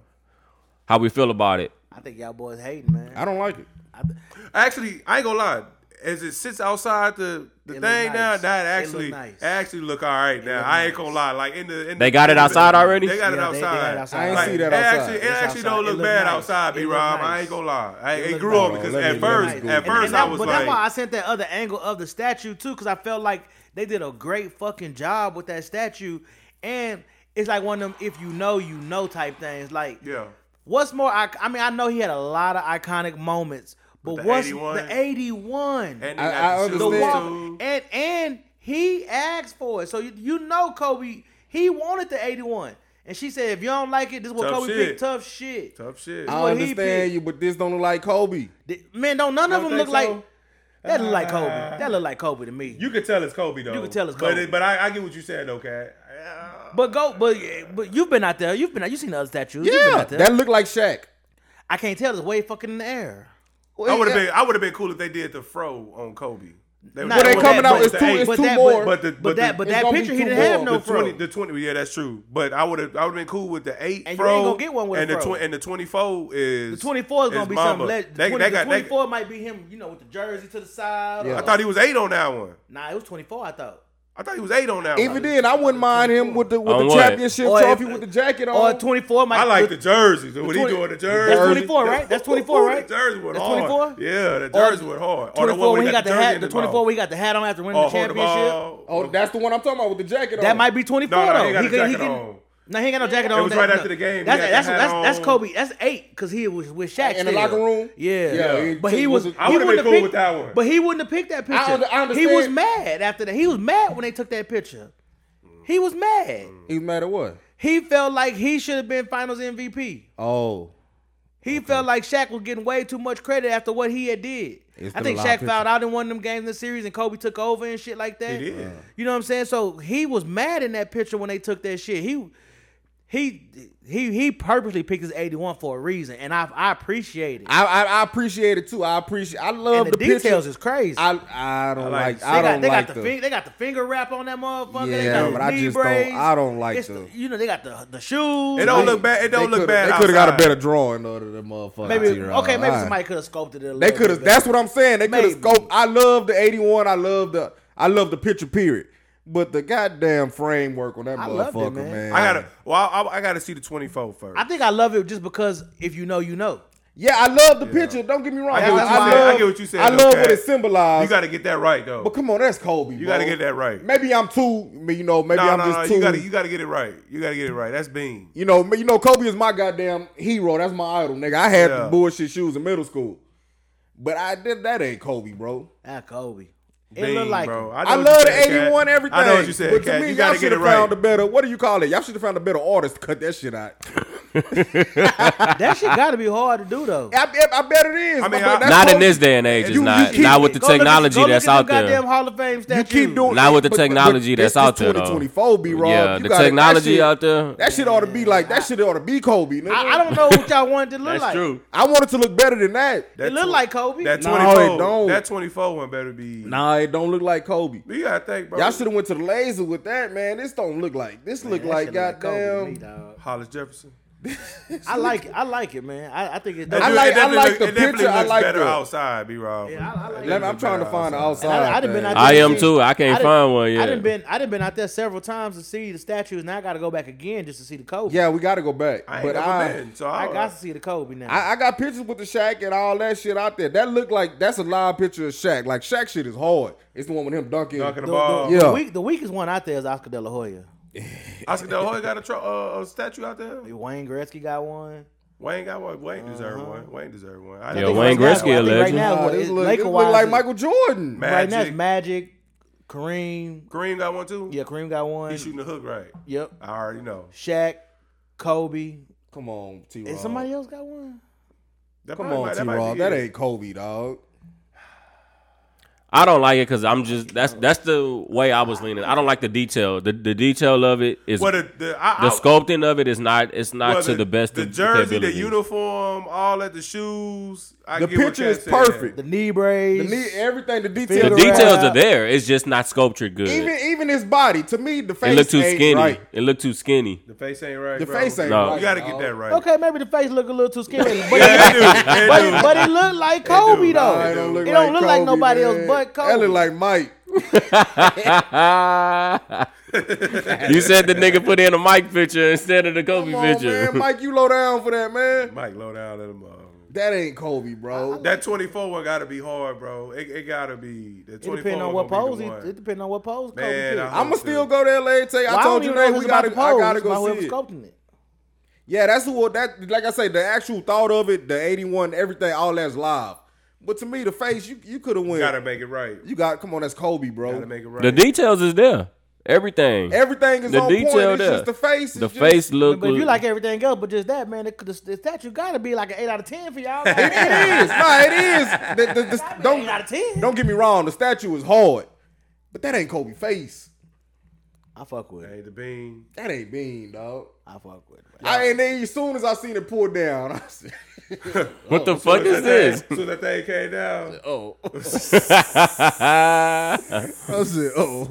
S2: How we feel about it?
S4: I think y'all boys hating, man.
S3: I don't like it.
S5: Actually, I ain't gonna lie. As it sits outside the, the
S4: It look
S5: thing now,
S4: nice.
S5: that
S4: It
S5: actually
S4: look nice.
S5: actually look all right now.
S4: look
S5: I ain't
S4: nice.
S5: gonna lie. Like in the, in
S2: They
S5: the-
S2: got it
S5: in the-
S2: outside already?
S5: They got it
S4: Yeah, they- they
S5: outside.
S4: got it outside.
S3: I ain't see that
S5: it
S3: outside.
S5: Actually, it
S4: It's
S5: actually
S4: outside.
S5: don't
S4: It
S5: look
S4: look
S5: bad
S4: nice.
S5: outside, B.
S4: It look
S5: Rob. I
S4: nice.
S5: ain't gonna lie. I, it,
S4: look
S5: grew on
S4: nice.
S5: me because
S3: Hold on,
S5: at
S3: let me-
S5: first,
S3: let me
S5: at
S3: Google.
S5: first
S4: and
S5: I
S4: that-
S5: was
S4: but
S5: like,
S4: that's why I sent that other angle of the statue too, because I felt like they did a great fucking job with that statue, and it's like one of them if you know you know type things. Like,
S5: yeah.
S4: what's more? I, I mean, I know he had a lot of iconic moments, but
S5: the
S4: what's
S5: 81?
S4: the eighty-one?
S5: And
S3: I-
S5: they got
S3: I
S5: the shoes,
S4: the
S3: understand.
S5: too.
S4: walk, and and he asked for it. So you, you know Kobe, he wanted the 81. And she said, if you don't like it, this is what
S5: Tough
S4: Kobe
S5: shit.
S4: picked. Tough shit.
S5: Tough shit.
S3: I
S4: What he
S3: understand
S4: picked.
S3: you, but this don't look like Kobe.
S4: Th- Man, don't none of
S5: Don't
S4: them look
S5: think so? Ah.
S4: like that look like Kobe. That look like Kobe to me.
S5: You could tell it's Kobe though. You
S4: could tell it's
S5: But,
S4: Kobe.
S5: it, but I, I get what you said, okay.
S4: but go, but but you've been out there. You've been out. You've seen the other statues. You've been
S3: Yeah,
S4: out there.
S3: that look like Shaq.
S4: I can't tell. It's way fucking in the air.
S5: I would have been. I would have been cool if they did the fro on Kobe. They,
S4: Nah, they
S5: would've
S4: coming
S5: did
S4: out,
S3: it's
S5: the
S3: too-
S5: eight-
S3: it's
S4: but
S3: two
S4: that,
S3: more.
S4: But,
S5: But the-
S4: but,
S5: but
S4: that
S5: the-
S4: but
S3: it's
S4: that
S3: gonna be
S4: picture
S3: two
S4: he didn't
S3: more.
S4: have no
S5: the
S4: fro.
S5: twenty, the twenty, yeah, that's true. But I would have, I would have been cool with the eight
S4: And you
S5: fro,
S4: ain't gonna get one with a
S5: and the
S4: fro.
S5: twen- and the twenty four is
S4: the twenty four is gonna be something.
S5: Mamba.
S4: Le-
S5: They-
S4: the 20,
S5: they
S4: the
S5: got- they-
S4: twenty four might be him. You know, with the jersey to the side.
S3: Yeah.
S5: I
S4: or-
S5: thought he was eight on that one.
S4: nah, it was twenty four. I thought.
S5: I thought he was eight on that
S3: Even
S5: one.
S3: then, I wouldn't mind him with the with
S2: On
S3: the
S2: what?
S3: championship
S4: Or
S3: trophy
S4: if-
S3: with the jacket
S4: Or
S3: on.
S4: 24 might
S5: I like the jerseys. What he
S4: 20
S5: doing the
S4: That's
S5: jersey?
S4: 24, right? That's 24, right?
S5: The jersey was
S4: That's
S5: hard.
S4: 24?
S5: Yeah, the jersey was hard. Or Oh, the
S4: 24
S5: one
S4: when he got the
S5: jersey
S4: hat.
S5: in
S4: The
S5: his
S4: 24
S5: mouth.
S4: when he got the hat on after winning the
S5: Or hold the
S4: championship.
S5: ball.
S3: oh, that's the one I'm talking about with the jacket on.
S4: That might be 24
S5: No, no,
S4: though.
S5: he got a
S4: can-
S5: jacket
S4: can-
S5: on.
S4: No, he ain't got no jacket on.
S5: was
S4: That-
S5: right
S4: no.
S5: after the game. He
S4: That's
S5: had the
S4: that's
S5: hat
S4: that's, that's
S5: on.
S4: Kobe. That's eight because he was with Shaq
S3: In the
S4: still.
S3: locker room?
S4: Yeah,
S3: Yeah, he
S4: But
S3: took-
S4: he was.
S3: was it-
S4: he
S5: I would've been
S4: wouldn't have
S5: cool
S4: picked-
S5: with that one.
S4: But he wouldn't have picked that picture.
S3: under- I
S4: He was
S3: understand.
S4: mad after that. He was mad when they took that picture. He was mad.
S3: He's mad at what?
S4: He felt like he should have been Finals MVP.
S3: Oh,
S4: He felt like Shaq was getting way too much credit after what he had did.
S3: It's
S4: I
S3: been
S4: think
S3: a lot of
S4: Shaq found out in one of them games in the series, and Kobe took over and shit like that.
S5: He did.
S4: You know what I'm saying? So he was mad in that picture when they took that shit. He he he he purposely picked his 81 for a reason, and I I appreciate it.
S3: I, I I appreciate it too. I appreciate. I love
S4: and the,
S3: picture.
S4: details is crazy.
S3: I I don't like.
S5: like- They
S3: I
S4: they
S3: don't
S4: got, they
S3: like
S4: got the, fin- they got the finger wrap on that motherfucker. they
S3: Yeah,
S4: got the
S3: but I
S4: knee
S3: just don't-
S4: braids.
S3: I don't like
S4: It's the,
S3: the-
S4: you know they got the the shoes.
S5: It don't
S4: Like,
S5: look bad. It don't
S3: they
S5: look
S3: coulda-
S5: bad.
S3: They coulda got a
S5: outside.
S3: better drawing though than the motherfucker.
S4: Maybe
S3: T-Rob.
S4: okay. Maybe
S3: Alright.
S4: somebody could have sculpted it. A
S3: They
S4: little
S3: could have.
S4: bit better.
S3: That's what I'm saying. They could have
S4: Maybe.
S3: scoped. I love the '81. I love the. I love the picture period. But the goddamn framework on that
S4: I loved it,
S3: motherfucker, man.
S4: man.
S5: I gotta. Well, I, I gotta see the twenty four first.
S4: I think I love it just because if you know, you know.
S3: Yeah, I love the picture. Don't get me wrong.
S5: I get what
S4: you said.
S5: I get what you said,
S3: I
S5: though,
S3: love
S5: Cat.
S3: what it
S5: You
S3: symbolized.
S5: gotta get that right though.
S3: but come on, that's Kobe. You
S5: gotta get that right.
S3: Maybe I'm too. You know, maybe
S5: No,
S3: I'm
S5: no, no.
S3: just too.
S5: You gotta. You gotta get it right. You gotta get it right. That's Bean.
S3: You know, you know, Kobe is my goddamn hero. That's my idol, nigga. I had
S5: Yeah.
S3: the bullshit shoes in middle school, but I did that ain't Kobe, bro.
S4: Ah, Kobe. It
S5: Bean,
S4: look like him.
S5: bro. know
S3: I,
S5: what
S3: love
S5: you
S3: the
S5: said, Cat.
S3: '81 everything.
S5: I know what you said,
S3: but to
S5: Cat.
S3: me,
S5: you
S3: y'all
S5: gotta get
S3: should
S5: it
S3: have found a
S5: right.
S3: better. What do you call it? Y'all should have found a better artist to cut that shit out.
S4: that shit got to be hard to do though.
S3: I, bet- I bet it is.
S5: I mean,
S3: but
S5: I-
S3: that's
S2: Not in
S3: Kobe.
S2: this day and age, it's
S3: You- you
S2: not.
S3: keep-
S2: Not with the
S4: Go look at-
S2: technology
S4: go look
S2: that's
S4: at them
S2: out there.
S4: Goddamn Hall of Fame
S3: You
S4: statues.
S3: keep doing
S2: Not with the
S3: but- but
S2: technology
S3: this-
S2: that's out
S3: this
S2: there, though.
S3: 2024, B. Rob.
S2: Yeah,
S3: You
S2: the
S3: gotta- that
S2: technology
S3: shit-
S2: out there.
S3: That shit ought to be like that. Shit ought to be Kobe. Nigga.
S4: I, I don't know what y'all wanted to look like.
S3: I want it to look better than that.
S5: That
S4: It look
S5: tw-
S4: like Kobe.
S5: That
S3: No,
S5: twenty
S3: it
S5: four.
S3: don't.
S5: that twenty four one better be.
S3: Nah, it don't look like Kobe.
S5: You gotta think, bro.
S3: Y'all should have went to the laser with that, man. This don't look like. This look
S4: That
S3: like
S4: shit look Kobe to me,
S3: goddamn.
S4: dog.
S5: Hollis Jefferson.
S4: I like it. I like it, man. I, I think it.
S3: I
S5: It
S3: like- I
S5: definitely
S3: like
S5: look-
S3: the
S5: it definitely
S3: picture. I
S5: looks
S3: like
S5: better
S3: the-
S5: outside, B. Rob.
S4: Yeah, I- I like
S3: Let me- I'm trying to find the outside.
S4: I- I done been
S3: thing.
S4: out
S2: I
S4: there-
S2: am too. I can't
S4: done-
S2: find one yet.
S4: I done been I done been out there several times to see the statues. Now I got to go back again just to see the Kobe.
S3: Yeah, we got to go back.
S5: I ain't
S3: but
S5: never
S3: I,
S5: been, so I,
S4: I got to see the Kobe now.
S3: I, I got pictures with the Shaq and all that shit out there. That look like that's a live picture of Shaq. Like Shaq shit is hard. It's the one with him dunking.
S5: dunking the
S4: the,
S5: ball.
S4: the-
S3: Yeah.
S4: the, weak, the weakest one out there is Oscar De La Hoya.
S5: Oscar De La Hoya got a, tro- uh, a statue out there.
S4: Wayne Gretzky got one.
S5: Wayne got one. Wayne deserve
S4: Uh-huh.
S5: one. Wayne deserve one. I
S2: Yeah, Wayne
S5: think
S4: right now-
S2: Gretzky
S4: I
S2: a
S4: think Right
S2: legend.
S4: now,
S3: Nah,
S4: what
S3: this
S4: is
S3: look, this
S4: Laker
S3: look
S4: wise,
S3: like Michael Jordan.
S5: Man.
S4: right now it's
S5: Magic.
S4: Magic, Kareem.
S5: Kareem got one too.
S4: Yeah, Kareem got one.
S5: He's shooting the hook right.
S4: Yep,
S5: I already know.
S4: Shaq, Kobe.
S3: Come on, T.
S4: And
S3: Rob.
S4: somebody else got one.
S5: That
S3: Come
S5: probably
S3: on,
S5: might-
S3: T.
S5: might be
S3: Rob.
S5: it.
S3: That ain't Kobe, dog.
S2: I don't like it because I'm just that's that's the way I was leaning. I don't like the detail. The the detail of it is
S5: Well,
S2: the,
S5: the the, I, I,
S2: sculpting of it is not it's not
S5: well,
S2: to the, best
S5: The
S2: of
S5: jersey, the
S2: capabilities.
S5: uniform, all at the shoes. I
S3: The
S5: get what
S3: picture
S5: you're
S3: is
S5: saying.
S3: perfect.
S4: The knee brace.
S3: The knee, everything, the
S2: The
S3: detail.
S4: Figure
S3: around-
S2: details are there. It's just not sculptured good.
S3: Even even his body. To me, the face
S2: it looked too
S3: ain't
S2: skinny.
S3: right.
S2: It looked too skinny.
S5: The face ain't right.
S3: The
S5: bro.
S3: face ain't
S2: No.
S3: right.
S5: You gotta get
S3: dog.
S5: that right.
S4: Okay, maybe the face look a little too skinny, but,
S5: Yeah,
S4: it,
S5: it do. It
S4: but,
S5: do.
S4: it- but it looked like Kobe
S5: Nah,
S4: though.
S3: Nah,
S5: it don't
S4: It don't look like
S3: Kobe,
S4: nobody
S3: man.
S4: else but Kobe.
S3: That look like Mike.
S2: you said the nigga put in a Mike picture instead of the Kobe
S3: Come on,
S2: picture.
S3: man. Mike, you low down for that, man.
S5: Mike, low down at him. uh,
S3: That ain't Kobe, bro.
S5: That 24 one gotta be hard, bro. It, it gotta be. The
S4: It
S5: 24
S4: depends on
S5: one
S4: what
S5: gonna be
S4: pose.
S5: the
S4: It,
S5: one.
S4: it depends on what pose Kobe
S5: Man,
S4: picked.
S5: I hope-
S3: I'm gonna still go there later. Take.
S4: Well,
S3: I told
S4: don't
S3: you
S4: even know if
S3: that
S4: it's
S3: we
S4: about
S3: gotta.
S4: the
S3: I
S4: pose.
S3: gotta
S4: It's about
S3: go
S4: whoever's
S3: see it.
S4: sculpting it.
S3: Yeah, that's what that. Like I say, the actual thought of it, the 81, everything, all that's live. But to me, the face, you you could have won.
S5: Gotta make it right.
S3: you got. Come on, that's Kobe, bro.
S5: Gotta make it right.
S2: The details is there. Everything.
S3: Everything is
S2: the
S3: on
S2: detail
S3: point. It's
S2: there.
S3: just the face.
S2: the
S3: It's just-
S2: face look.
S4: But if you like everything else, but just that, man, the, the, the statue gotta be like an eight out of ten for y'all.
S3: It is. Nah, it is. The- the- the-
S4: Gotta be
S3: don't
S4: eight out of 10.
S3: don't get me wrong. The statue is hard, but that ain't Kobe face.
S4: I fuck with it.
S5: Ain't the bean.
S3: That ain't Bean, dog.
S4: I fuck with it. man.
S3: I, and then as soon as I seen it pull down, I said,
S2: what the fuck is this?
S5: So that thing came down.
S3: "Oh,
S2: I
S3: I said, oh."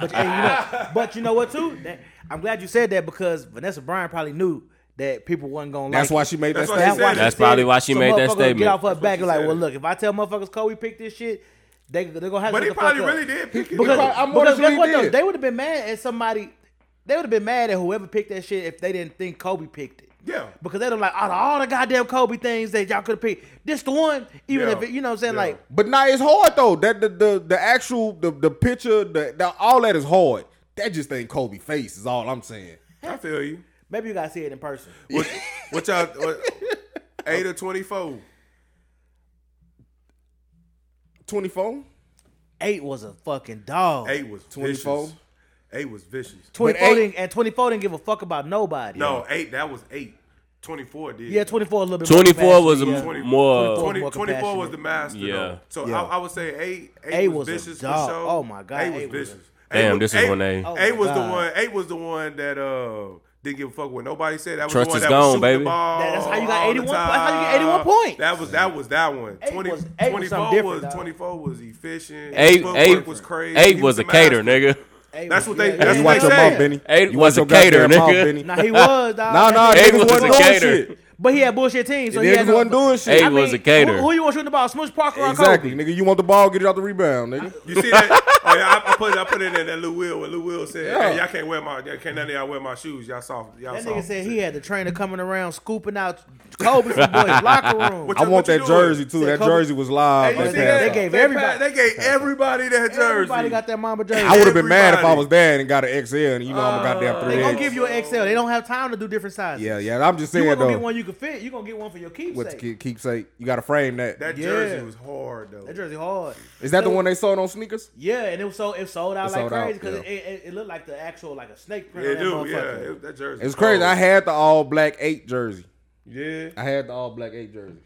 S4: But, hey, you know, but you know what too? That- I'm glad you said that because Vanessa Bryan probably knew that people wasn't gonna
S3: That's
S4: like
S3: why
S4: it.
S3: she made
S5: That's
S3: that
S5: why she
S3: statement.
S5: said
S4: she
S5: That's
S4: said
S2: probably
S4: it.
S2: why she
S4: So
S2: motherfuckers
S4: motherfuckers
S2: statement.
S4: Get off her back
S5: she
S4: and like,
S5: said.
S4: well, look, if I tell motherfuckers Kobe picked this shit, they they're gonna have.
S5: But
S4: to
S5: he
S4: shut the fuck
S5: probably
S4: up.
S5: really did pick it.
S4: Because,
S5: up.
S3: I'm more
S4: because
S3: than sure
S4: guess what
S3: he
S4: though?
S3: did.
S4: They would have been mad at somebody. They would have been mad at whoever picked that shit if they didn't think Kobe picked it.
S5: Yeah.
S4: Because they're like, out of all the goddamn Kobe things that y'all could have picked, this the one. Even
S5: Yeah.
S4: if it, you know what I'm saying,
S5: Yeah.
S4: like
S3: But nah, it's hard though. That the the, the actual the, the picture, the, the all that is hard. That just ain't Kobe face. Is all I'm saying.
S5: I feel you.
S4: maybe you gotta see it in person.
S5: What, what y'all? What, eight or twenty four?
S3: Twenty four.
S4: Eight was a fucking dog.
S5: Eight was
S3: 24?
S5: vicious. Eight was vicious.
S4: 24
S3: eight-
S4: didn't, and 24 didn't give a fuck about nobody.
S5: No, eight. That was eight. Twenty four did.
S4: Yeah, 24 a little bit. more
S2: 24 was a
S4: compassionate,
S2: m-
S5: 20
S2: more.
S5: 20
S4: more
S5: 24 was
S4: compassionate.
S5: the master.
S2: Yeah.
S5: though. So
S3: Yeah.
S5: I, I would say eight. Eight,
S4: Eight
S5: was,
S4: was a
S5: vicious for
S4: dog.
S5: sure.
S4: Oh, my God,
S5: Eight was
S4: eight was
S5: vicious.
S2: Damn,
S5: was-
S2: this is
S5: eight-
S2: when they-
S4: Oh,
S5: eight was the
S4: God.
S5: one. Eight was the one that uh didn't give a fuck what nobody said. That was
S2: Trust
S5: the one
S2: is
S5: that
S2: gone,
S5: was shooting
S2: baby.
S5: the ball.
S4: That- that's how you got
S5: all the
S4: 81 points. That's how you get
S5: time.
S4: 81 points.
S5: That was that was that one.
S4: Eight
S5: 20,
S4: was- eight was
S5: 24
S4: something different,
S5: was
S4: dog.
S5: 24 was efficient.
S2: Eight,
S5: Footwork
S2: eight
S5: was crazy.
S2: Eight
S5: He
S2: was
S5: the
S2: a cater,
S5: master.
S2: nigga.
S4: Eight
S5: That's
S4: was-
S5: what they-
S4: yeah,
S5: that's
S4: yeah,
S5: what
S4: yeah.
S5: they said.
S2: Eight
S3: You
S2: was
S3: watch
S2: a
S3: your
S2: cater,
S3: goddamn mouth,
S2: nigga.
S3: Benny.
S4: Nah, he was, dog.
S3: Nah, nah,
S2: Eight
S3: niggas
S2: was
S3: wasn't
S2: a
S3: doing
S2: cater.
S3: shit.
S4: But he had bullshit teams, so he
S3: Niggas
S4: had to-
S3: wasn't doing shit.
S2: Eight was a cater.
S4: Who, who you want shooting the ball? Smush Parker or
S3: Exactly,
S4: Kobe?
S3: nigga. You want the ball, get it out the rebound, nigga.
S5: You see that? oh yeah, I, I put it. I put it in that Lou Will. When Lou Will said,
S3: Yeah.
S5: hey, "Y'all can't wear my. Y'all can't none of y'all wear my shoes. Y'all soft. Y'all
S4: That
S5: soft."
S4: nigga said he had the trainer coming around scooping out Kobe from boys locker room.
S5: What
S3: I
S5: you-
S3: want
S5: you
S3: that
S5: doing?
S3: jersey too.
S4: Said
S3: That
S4: Kobe-
S3: jersey was live.
S5: Hey, you
S3: at
S5: see
S4: They
S5: that?
S3: halftime.
S4: gave
S5: pa-
S4: everybody-
S5: They gave everybody that jersey.
S4: Everybody got their mama jersey.
S3: I would have been mad if I
S5: everybody.
S3: was there and got an XL, and you know I'm a goddamn
S4: Uh, they
S3: three
S4: gonna
S3: X.
S4: give you an XL. They don't have time to do different sizes.
S3: Yeah, yeah. I'm just
S4: You
S3: saying
S4: ain't gonna get
S3: though.
S4: one you can fit. You gonna get one for your
S3: What's
S4: keepsake.
S3: the keep- keepsake? You gotta frame that.
S5: That
S4: Yeah.
S5: jersey was hard though.
S4: That jersey hard.
S3: Is that the
S4: Look-
S3: one they sold on sneakers?
S4: Yeah, and it was so it sold out
S3: It
S4: like
S3: sold out,
S4: crazy because
S3: yeah.
S4: it, it, it looked like the actual like a snake print.
S5: Yeah,
S4: on
S5: dude.
S4: that
S5: Yeah,
S4: motherfucker.
S5: it- that jersey.
S3: It was
S2: Oh.
S3: crazy. I
S5: hard.
S3: had the all black eight jersey.
S5: Yeah,
S3: I had the all black eight jersey.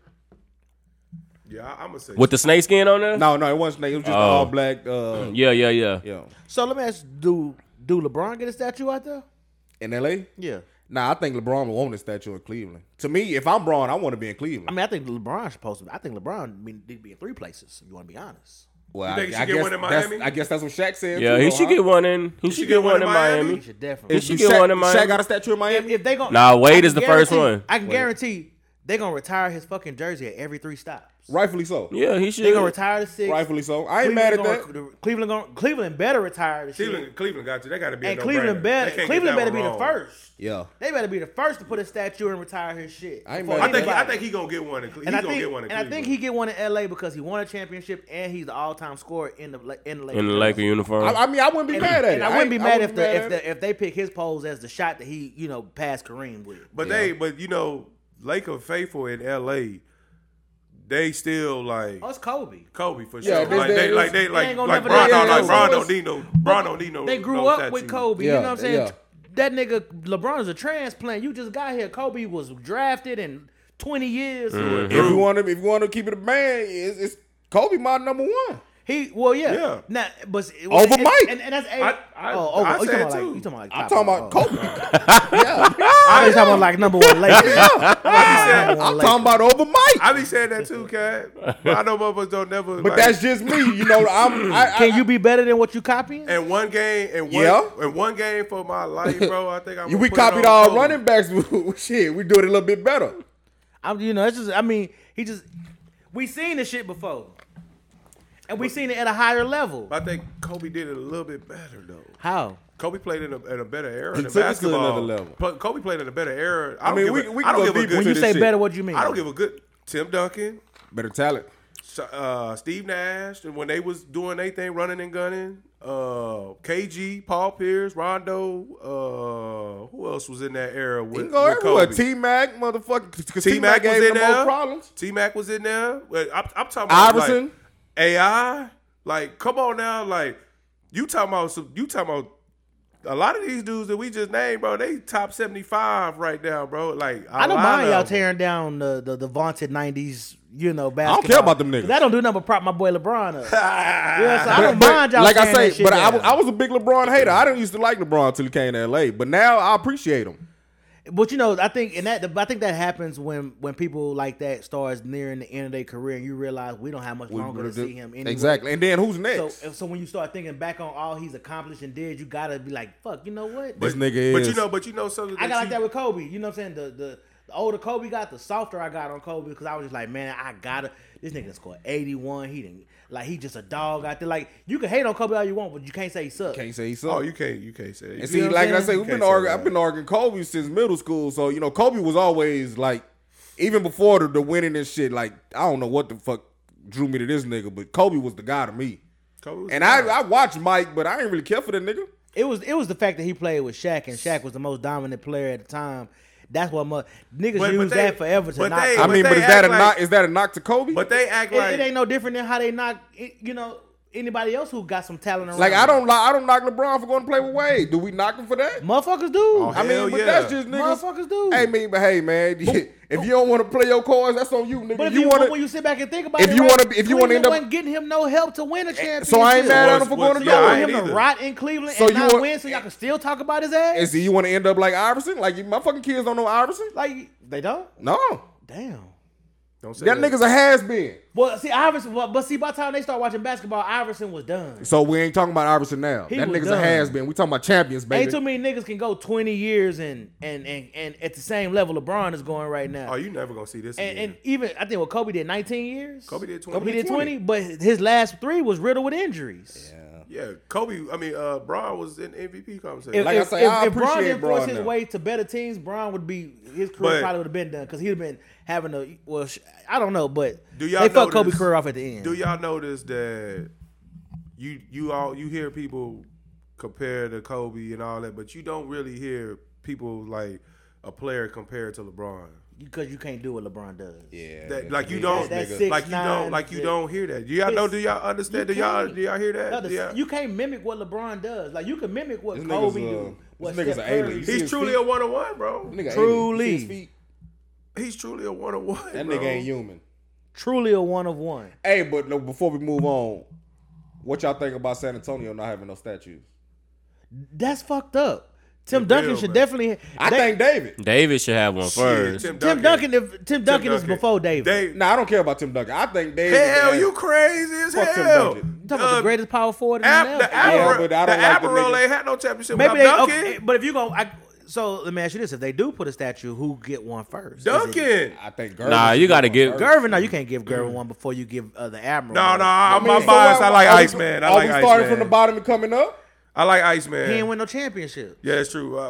S5: yeah. I'm gonna say
S2: With the snake skin on there?
S3: No, no, it wasn't snake. It was just
S2: Oh.
S3: all black. Uh,
S2: Yeah, yeah, yeah.
S3: yeah,
S4: So let me ask: Do do LeBron get a statue out there?
S3: in L.A.
S4: Yeah.
S3: Nah, I think LeBron will own the statue in Cleveland. To me, if I'm Braun, I want to be in
S4: I
S3: Cleveland.
S4: mean, I think LeBron's supposed to. I think LeBron be- need to be in three places. If you want to be honest,
S3: Well,
S5: You think he
S3: I,
S5: should
S3: I
S5: get
S3: guess
S5: one in
S3: that's-
S5: Miami?
S3: I guess that's what Shaq said.
S2: Yeah,
S3: too,
S2: he
S3: though,
S2: should
S3: huh?
S2: get one in. He should get one in Miami.
S4: He should definitely.
S2: He
S3: If
S2: should
S3: you
S2: get
S3: Shaq-
S2: one in Miami.
S3: Shaq got a statue in
S4: if,
S3: Miami.
S4: if they gonna
S2: Nah, Wade
S4: I can
S2: is the first
S4: guarantee-
S2: one.
S4: I can guarantee they gonna retire his fucking jersey at every three stops.
S3: Rightfully so.
S2: Yeah, he
S4: They gonna
S2: should.
S4: retire the six.
S3: Rightfully so. I ain't mad at
S4: Cleveland
S3: that.
S4: gonna- Cleveland gonna, Cleveland better retire the shit.
S5: Cleveland, Cleveland got you. They got to be. a
S4: And
S5: no-brainer.
S4: Cleveland
S5: They
S4: better.
S5: can't get
S4: Cleveland
S5: that
S4: better be
S5: one
S4: the
S5: wrong.
S4: first.
S3: Yeah.
S4: They better be the first to put a statue and retire his shit.
S3: I ain't
S4: before
S3: mad
S5: I
S3: at
S5: think
S4: anybody.
S5: I think he gonna get one. In, Cle- he
S4: And I
S5: gonna
S4: think,
S5: get one. In
S4: and I think
S5: Cleveland.
S4: he get one in L.A. because he won a championship and he's the all-time scorer in the La- in the Lakers.
S2: In the Laker uniform.
S3: I, I mean, I wouldn't be
S4: And,
S3: mad at it.
S4: and I wouldn't be
S3: ain't-
S4: mad
S3: wouldn't
S4: if
S3: be
S4: the, if
S3: at it.
S4: the, if they pick his pose as the shot that he you know passed Kareem with.
S5: But they, but you know, Laker faithful in L.A. They still like
S4: Oh, it's Kobe.
S5: Kobe for
S3: Yeah,
S5: sure.
S3: they-
S5: like
S3: they-
S5: they, like they,
S4: they
S5: like
S4: ain't gonna
S5: like
S4: never
S5: Bron,
S3: let
S5: don't-
S3: it
S5: like
S3: go.
S5: Bron
S4: So
S5: don't need no Bron don't need no.
S4: They grew
S5: no
S4: up
S5: statue.
S4: with Kobe.
S3: Yeah,
S4: you know what I'm saying?
S3: yeah.
S4: That nigga LeBron is a transplant. You just got here. Kobe was drafted in 20 years.
S3: If
S5: Mm-hmm.
S3: you want to, if you want to keep it a man, it's, it's Kobe my number one.
S4: He well yeah.
S5: Yeah.
S4: Now but
S3: Over
S4: and,
S3: Mike.
S4: And, and that's
S5: I- I-
S4: oh, over,
S5: I
S4: oh, you
S5: said
S4: talking about like
S5: too.
S4: you talking about like
S3: I'm
S4: top
S3: talking
S4: five.
S3: about
S4: Oh.
S3: Kobe. yeah,
S4: I was talking about like number one Lakers. I'm
S3: I'm talking about over Mike.
S5: I be saying that too, Cat. But I know motherfuckers don't never.
S3: But
S5: like,
S3: that's just me. You know, I'm. I, I,
S4: Can you be better than what you copying?
S5: and one game and one
S3: Yeah.
S5: and one game for my life, bro. I think I'm.
S3: we
S5: gonna put it
S3: copied
S5: on
S3: our
S5: Kobe.
S3: running backs. Shit, we do it a little bit better.
S4: I'm you know it's just I mean he just we seen this shit before, and we seen it at a higher level.
S5: But I think Kobe did it a little bit better though.
S4: How?
S5: Kobe played in a, in a better era.
S3: He
S5: than
S3: took us to
S5: basketball.
S3: another level.
S5: But Kobe played in a better era. I,
S3: I
S5: don't
S3: mean,
S5: give
S3: we-
S5: a,
S3: we can
S5: I don't
S3: go
S5: give a
S3: deep
S5: good.
S3: into
S4: When you
S3: this
S4: say
S3: shit.
S4: better, what you mean?
S5: I don't give a good Tim Duncan,
S3: Better talent.
S5: S- uh, Steve Nash, and when they was doing their thing, running and gunning. Uh, KG, Paul Pierce, Rondo. Uh, who else was in that era
S3: We can
S5: with,
S3: go
S5: with
S3: everywhere.
S5: Kobe?
S3: T Mac, motherfucker. Because T Mac
S5: T-Mac was
S3: gave the
S5: in
S3: most
S5: there.
S3: problems.
S5: T Mac was in there. Well, I'm, I'm talking about
S3: Iverson.
S5: Like, AI. Like, come on now. Like, you talking about some, you talking about a lot of these dudes that we just named, bro. They top seventy five right now, bro. Like,
S4: I don't mind y'all tearing
S5: tearing.
S4: down the, the, the vaunted '90s, you know, basketball.
S3: don't care about them niggas.
S4: That don't do nothing but prop my boy LeBron up. yeah, so I don't
S3: But-
S4: mind y'all
S3: like I
S4: tearing that
S3: say,
S4: shit
S3: but I,
S4: down.
S3: was- I was a big LeBron hater. I didn't used to like LeBron until he came to LA, but now I appreciate him.
S4: But you know, I think and that I think that happens when when people like that starts nearing the end of their career and you realize we don't have much longer to see him. Anyway.
S3: Exactly. And then who's
S4: So
S3: next?
S4: so when you start thinking back on all he's accomplished and did, you gotta be like, fuck, you know what?
S3: this nigga
S5: But
S3: is.
S5: you know, but you know something.
S4: I
S5: that
S4: got like
S5: you-
S4: that with Kobe. You know what I'm saying? The the, the older Kobe got, the softer I got on Kobe because I was just like, man, I gotta. This nigga scored 81. He didn't like he just a dog out there. Like you can hate on Kobe all you want, but you can't say he sucks.
S3: can't say so.
S5: Oh, you can't. You can't say.
S3: And
S5: That.
S3: see,
S4: know what
S3: like
S4: I'm
S3: I
S4: saying?
S3: say,
S4: You
S3: we've
S5: can't
S3: been
S5: say
S3: arguing.
S5: that.
S3: I've been arguing Kobe since middle school. So you know, Kobe was always like, even before the, the winning and shit. Like I don't know what the fuck drew me to this nigga, but Kobe was the guy to me.
S5: Kobe was
S3: and
S5: the
S3: I,
S5: guy.
S3: I watched Mike, but I ain't really care for that nigga.
S4: It was it was the fact that he played with Shaq and Shaq was the most dominant player at the time. That's what mu- niggas
S5: But- but
S4: use
S5: they-
S4: that forever to
S5: but
S4: knock.
S5: they-
S4: Kobe.
S3: I mean,
S5: they
S3: but is that a
S5: act like-
S3: knock? Is that a knock to Kobe?
S5: But they act
S4: it,
S5: like
S4: it ain't no different than how they knock it- you know anybody else who got some talent around.
S3: like I
S4: them.
S3: don't, li- I don't knock LeBron for going to play with Wade. Do we knock him for that?
S4: motherfuckers do.
S3: I mean,
S5: Oh, Hell
S3: but
S5: yeah.
S3: that's just niggas.
S4: Motherfuckers do.
S3: Hey, mean, but hey, man, if you don't want to play your cards, that's on you, nigga.
S4: But if
S3: you,
S4: you,
S3: want
S4: when
S3: to,
S4: you sit back and think about
S3: if
S4: it,
S3: you
S4: right,
S3: wanna be- if you wanna end
S4: Cleveland
S3: up- Eh,
S4: wasn't getting him no help to win a championship.
S3: so I ain't mad at him
S5: Was-
S3: for
S5: was-
S3: going to
S5: yeah, I
S3: do
S5: ain't
S4: him
S3: it.
S5: either.
S4: to rot in Cleveland
S3: So
S4: and
S3: you
S4: not
S3: want-
S4: win, so y'all can still talk about his
S3: And
S4: ass.
S3: see, you want to end up like Iverson? Like you, motherfucking kids don't know Iverson?
S4: Like they don't.
S3: No,
S4: Damn.
S5: Don't say
S3: that nigga's a has been.
S4: Well, see, Iverson. Well, but see, by the time they start watching basketball, Iverson was done.
S3: So we ain't talking about Iverson now.
S4: He
S3: that
S4: was
S3: nigga's
S4: done.
S3: a has been. We talking about champions, baby.
S4: Ain't too many niggas can go twenty years and and and, and at the same level LeBron is going right now.
S5: Oh, you never gonna see this.
S4: and,
S5: again.
S4: and even I think what Kobe did nineteen years.
S5: Kobe did 20.
S4: He did twenty, but his last three was riddled with injuries.
S5: Yeah, Kobe. I mean, uh, Braun was in MVP conversation.
S4: If,
S3: Like I
S4: if,
S3: say,
S4: if,
S3: I
S4: if Bron
S3: appreciate
S4: didn't force
S3: Bron
S4: his
S3: now.
S4: way to better teams, Bron would be his career
S5: But-
S4: probably would have been done because he'd have been having a well, sh- I don't know, but
S5: Do y'all
S4: they fucked
S5: notice-
S4: Kobe's career off at the end.
S5: Do y'all notice that you you all you hear people compare to Kobe and all that, but you don't really hear people like a player compared to LeBron.
S4: because you can't do what Lebron does.
S3: yeah,
S5: That, like you don't,
S4: That six,
S5: like you
S4: nine,
S5: don't, like you
S4: that-
S5: don't hear that. Do y'all know? Do y'all understand? Do y'all
S4: can't.
S5: do y'all hear
S4: No,
S5: that?
S4: the-
S5: Do y'all-
S4: You can't mimic what LeBron does. Like you can mimic what
S3: This nigga's,
S4: Kobe
S3: uh,
S4: do. What
S3: this nigga's
S4: Steph
S3: an alien.
S4: Curry
S3: See
S5: He's
S3: his
S5: truly
S3: feet?
S5: a one on one, bro.
S3: Nigga,
S4: Truly.
S3: 80. You see his feet?
S5: He's truly a one on one.
S3: That nigga ain't human.
S4: truly a one of one.
S3: Hey, but no, before we move on, what y'all think about San Antonio not having no statues?
S4: That's fucked up. Tim Duncan
S5: Bill,
S4: should
S5: man.
S4: definitely.
S3: I
S4: they-
S3: think David.
S2: David should have one first.
S5: Tim
S4: Tim Duncan. If Tim Duncan is before David.
S5: Dave,
S3: No, I don't care about Tim Duncan. I think David.
S5: hell, you crazy as
S3: Fuck Tim
S5: hell.
S3: Duncan.
S4: You talking about the
S5: Uh,
S4: greatest power forward in
S5: Ab-
S4: the
S5: the
S4: NFL?
S3: Yeah, but I
S5: Admiral,
S3: don't
S5: the
S3: like the
S5: Admiral
S3: nigga.
S5: ain't had no championship
S4: Maybe they.
S5: without Duncan.
S4: Okay, but if you go, I, so let me ask you this: If they do put a statue, who get one first?
S5: Duncan.
S3: I think Gervin.
S2: Nah,
S3: should
S2: you
S3: be
S2: gotta
S3: on
S2: give-
S3: first.
S4: Gervin, no, you can't give Gervin one before you give uh, the Admiral.
S5: No,
S4: one.
S5: no, I'm
S3: mean,
S5: my
S3: so
S5: biased.
S3: why-
S5: I like
S3: are we-
S5: Iceman. I
S3: are
S5: like
S3: we starting from
S5: Iceman.
S3: the bottom and coming up?
S5: I like
S4: He ain't
S5: Iceman.
S4: win no championship.
S5: Yeah, it's true. Uh,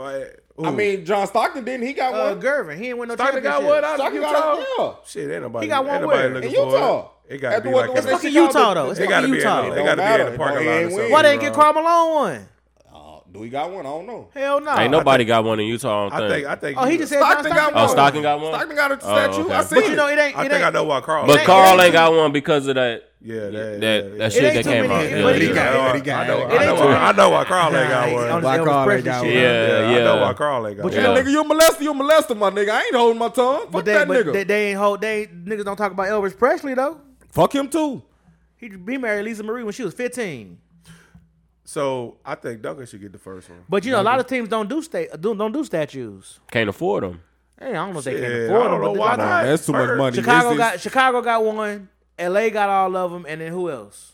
S5: I,
S3: I
S5: ooh.
S3: mean, John Stockton didn't he got
S4: Uh,
S3: one?
S4: Gervin, he ain't win no
S5: Stockton got
S4: championship.
S5: what out of
S3: Stockton
S5: Utah?
S3: got it, yeah.
S5: Shit, ain't nobody.
S4: He got one
S5: ain't nobody
S4: where?
S5: looking
S3: In
S5: for
S3: Utah.
S5: It, it gotta
S3: At
S5: be
S3: the-
S5: like.
S3: what's
S5: in a-
S3: that
S4: It's fucking
S3: Chicago-
S4: Utah, though. It's
S5: It
S4: fucking
S5: gotta be. In,
S4: Utah.
S5: a-
S4: It
S5: it
S4: don't
S5: gotta be in
S3: matter.
S5: the parking
S3: He
S5: lot.
S3: ain't
S5: or
S3: win.
S5: something,
S4: Why they didn't get
S5: bro.
S4: Carmelo on?
S3: Oh, do he got one? I don't know.
S4: Hell no.
S2: Ain't nobody got one in Utah. I
S5: I
S2: don't think.
S5: think. I think.
S4: Oh, he
S5: you-
S4: just said John
S3: Stockton got
S4: Stockton.
S2: Oh,
S3: one.
S2: Stockton got one.
S3: Stockton got a
S2: Oh,
S3: statue.
S2: okay.
S3: I
S2: But
S3: seen
S4: But you know
S3: it.
S4: it ain't.
S5: I
S4: it
S5: think I
S4: ain't-
S5: know why Carl.
S2: But
S4: ain't-
S2: Carl
S4: it
S2: ain't
S4: ain't
S2: got one because of that
S5: Yeah, that.
S2: that that
S4: ain't
S2: shit that
S4: too
S2: came
S4: many-
S2: out.
S4: it
S2: Yeah,
S4: ain't
S2: yeah.
S4: too many.
S5: I
S4: got-
S5: know.
S4: he
S5: I
S4: got-
S5: know.
S4: it
S5: I know
S4: ain't
S5: why-
S4: too-
S5: I know why Carl ain't got
S4: Nah, on
S5: one.
S4: this
S6: Why
S4: Elvis
S6: Carl ain't
S4: Presley
S6: got
S4: shit.
S6: one?
S2: Yeah,
S5: Yeah,
S2: yeah.
S5: I know why Carl ain't got
S4: But
S5: one.
S4: you
S3: Yeah,
S4: know-
S3: nigga, you a molester. You a molester, my nigga. I ain't holding my tongue. Fuck
S4: But they,
S3: that
S4: but
S3: nigga.
S4: they, they ain't hold. They niggas don't talk about Elvis Presley though.
S3: Fuck him too.
S4: He, he married Lisa Marie when she was 15.
S5: So I think Duncan should get the first one.
S4: But you know, a lot of teams don't do sta- don't, don't do statues.
S2: Can't afford them.
S4: Hey, I don't know if they
S5: Shit,
S4: can
S5: I
S4: afford
S5: don't
S4: them.
S5: know
S4: but
S5: why
S4: the-
S5: not.
S3: That's too much
S5: First.
S3: money.
S4: Chicago
S3: This is-
S4: got Chicago got one. L.A. got all of them, and then who else?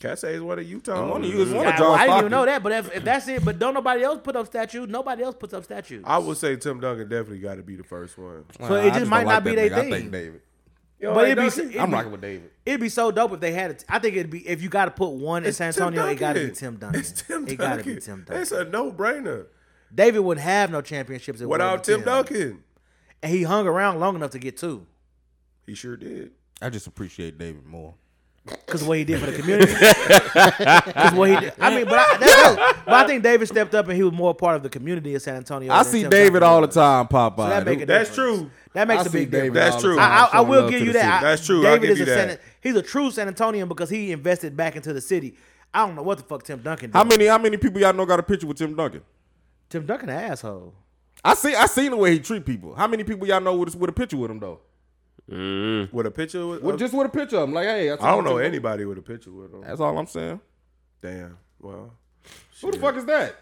S5: Cat says one of Utah.
S3: One of you is one
S4: I,
S3: of John
S4: I didn't
S3: Stockton.
S4: even know that. But if, if that's it, but don't nobody else put up statues. Nobody else puts up statues.
S5: I would say Tim Duncan definitely got to be the first one.
S4: So it
S3: I
S4: just
S3: don't
S4: might not
S3: that
S4: be they
S3: nigga. I
S4: thing.
S3: think David.
S4: but it'd be, it'd
S3: I'm
S4: be-
S3: rocking with David.
S4: It'd be so dope if they had it. I think it'd be if you got to put one in San Antonio, it got to be Tim Duncan.
S5: It's Tim Duncan.
S4: It got to be Tim Duncan.
S5: It's a no-brainer.
S4: David wouldn't have no championships if it
S5: Without
S4: wasn't
S5: Tim Duncan,
S4: and he hung around long enough to get two
S5: he sure did.
S3: I just appreciate David more.
S4: because what he did for the community. 'Cause what he did. I mean, but I, that's, that's- but I think David stepped up and he was more a part of the community of San Antonio.
S3: I
S4: than
S3: see
S4: Tim
S3: David
S4: Duncan
S3: all the
S4: was.
S3: time pop
S4: So
S3: by.
S4: that make a
S5: That's
S4: difference.
S5: true.
S4: That makes
S3: I
S4: a
S3: see
S4: big
S3: David
S4: difference.
S5: That's
S3: all the
S5: true.
S3: time
S4: I, I, I
S3: showing
S4: will
S3: love
S4: give
S3: to
S4: you
S3: the
S4: that.
S3: city.
S5: That's true. I'll
S4: David
S5: give
S4: is
S5: you
S4: a
S5: that.
S4: San, he's a true San Antonian because he invested back into the city. I don't know what the fuck Tim Duncan. Did.
S3: How many how many people y'all know got a picture with Tim Duncan?
S4: Tim Duncan, an asshole.
S3: I see I seen the way he treat people. How many people y'all know with, with a picture with him though?
S5: With a picture with, uh,
S3: With, just with a picture of him. Like, hey,
S5: I don't know anybody with a picture with him.
S3: That's all I'm saying.
S5: Damn. Well,
S3: Who the fuck is that?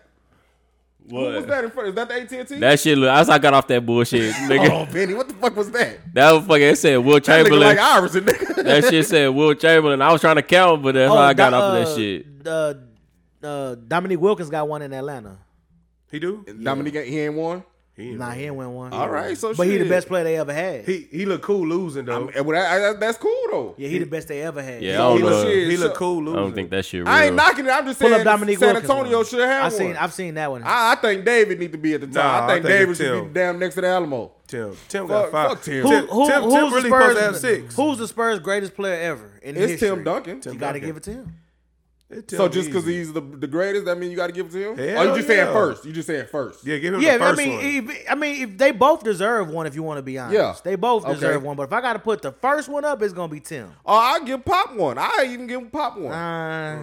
S3: Who was
S2: What?
S3: that in front? Is that the AT&T?
S2: That shit. look- As I got off that bullshit, nigga.
S3: oh, Benny, what the fuck was that?
S2: That was fucking. It said Will
S3: That nigga
S2: Chamberlain.
S3: like Iris and nigga.
S2: that shit said Will Chamberlain. I was trying to count, but that's how I got
S4: Do-
S2: off of
S4: uh,
S2: that shit.
S4: Uh, uh, Dominique Wilkins got one in Atlanta.
S5: he do.
S3: Dominique, ain't- he ain't won.
S5: He, ain't
S4: Nah,
S5: right.
S4: he ain't win one.
S3: All right, so
S4: but
S3: shit.
S4: he the best player they ever had.
S5: he he look cool losing
S3: I
S5: though.
S3: mean, well, that- I- that's cool though.
S4: yeah, he, the best they ever had.
S2: Yeah, I
S4: So
S2: don't
S5: he
S2: know.
S5: look, he
S3: Shit,
S5: look
S3: Oh, so-
S5: cool
S2: I
S5: losing.
S2: don't think that shit. Real.
S3: I ain't knocking it. I'm just
S4: Pull
S3: saying
S4: up Dominique
S3: San
S4: Wilkins
S3: Antonio
S4: one.
S3: should have
S4: I
S3: one.
S4: seen. I've seen that one.
S3: I, I think David need to be at the top. I
S5: Nah,
S3: think
S5: I think
S3: David
S5: it's
S3: should
S5: Tim.
S3: be down next to the Alamo.
S5: Tim Tim
S3: Fuck-
S5: got five.
S3: fuck Tim.
S4: who, who,
S5: Tim,
S4: who's
S5: Tim
S4: the
S5: really
S4: Spurs?
S5: supposed to have six.
S4: Who's the Spurs' greatest player ever in
S3: It's
S4: history?
S3: Tim Duncan.
S5: Tim
S4: You got to
S5: Duncan.
S4: give it to him.
S5: It
S3: so
S5: Tim
S3: just because
S5: easy.
S3: he's the, the greatest, that mean you got to give it to him?
S5: Hell
S3: or you just
S5: yeah.
S3: saying first? You just saying first?
S5: yeah, give him
S4: Yeah,
S5: the first
S4: I mean,
S5: one.
S4: if, I mean, if they both deserve one, if you want to be honest,
S3: Yeah.
S4: they both
S3: Okay.
S4: deserve one. But if I got to put the first one up, it's gonna be Tim.
S3: Or Oh, I give Pop one. I even give Pop one.
S4: Uh,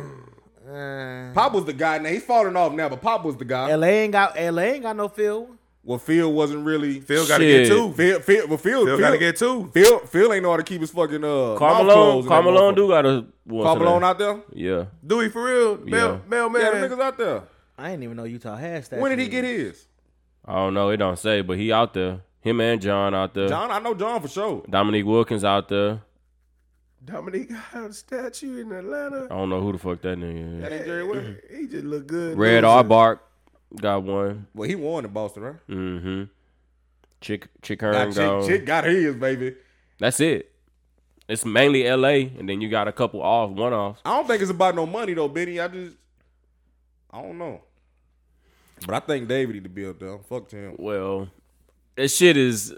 S3: Pop was the guy. Now he's falling off now, but Pop was the guy.
S4: LA ain't got LA ain't got no field.
S3: well, Phil wasn't really.
S5: Phil got to get
S2: Shit.
S5: two. Phil,
S3: Phil, Phil, well, Phil, Phil
S5: got to get two.
S3: Phil, Phil ain't know how to keep his fucking uh.
S2: Carmelo. Carmelo do got a one.
S3: Carmelo
S2: today.
S3: out there.
S2: Yeah.
S5: Dewey for real. Mel,
S2: Yeah.
S5: Mel,
S3: Yeah,
S5: man.
S3: the niggas out there.
S4: I didn't even know Utah had that.
S3: When did he get his?
S2: I don't know. It don't say, but he out there. Him and John out there.
S3: John, I know John for sure.
S2: Dominique Wilkins out there.
S5: Dominique got a statue in Atlanta.
S2: I don't know who the fuck that nigga is.
S5: Hey, Jerry, what- he just look good.
S2: Red
S5: losing.
S2: R. Bark got one.
S3: Well, he won in Boston, right?
S2: Mm-hmm. Chick Chick
S3: Nah,
S2: Hearn
S3: Chick,
S2: gone.
S3: Chick got his, baby.
S2: That's it. It's mainly L.A. and then you got a couple off, one off.
S3: I don't think it's about no money though, Benny. I just, I don't know. But I think David need to be up there. Fuck to him.
S2: Well, that shit is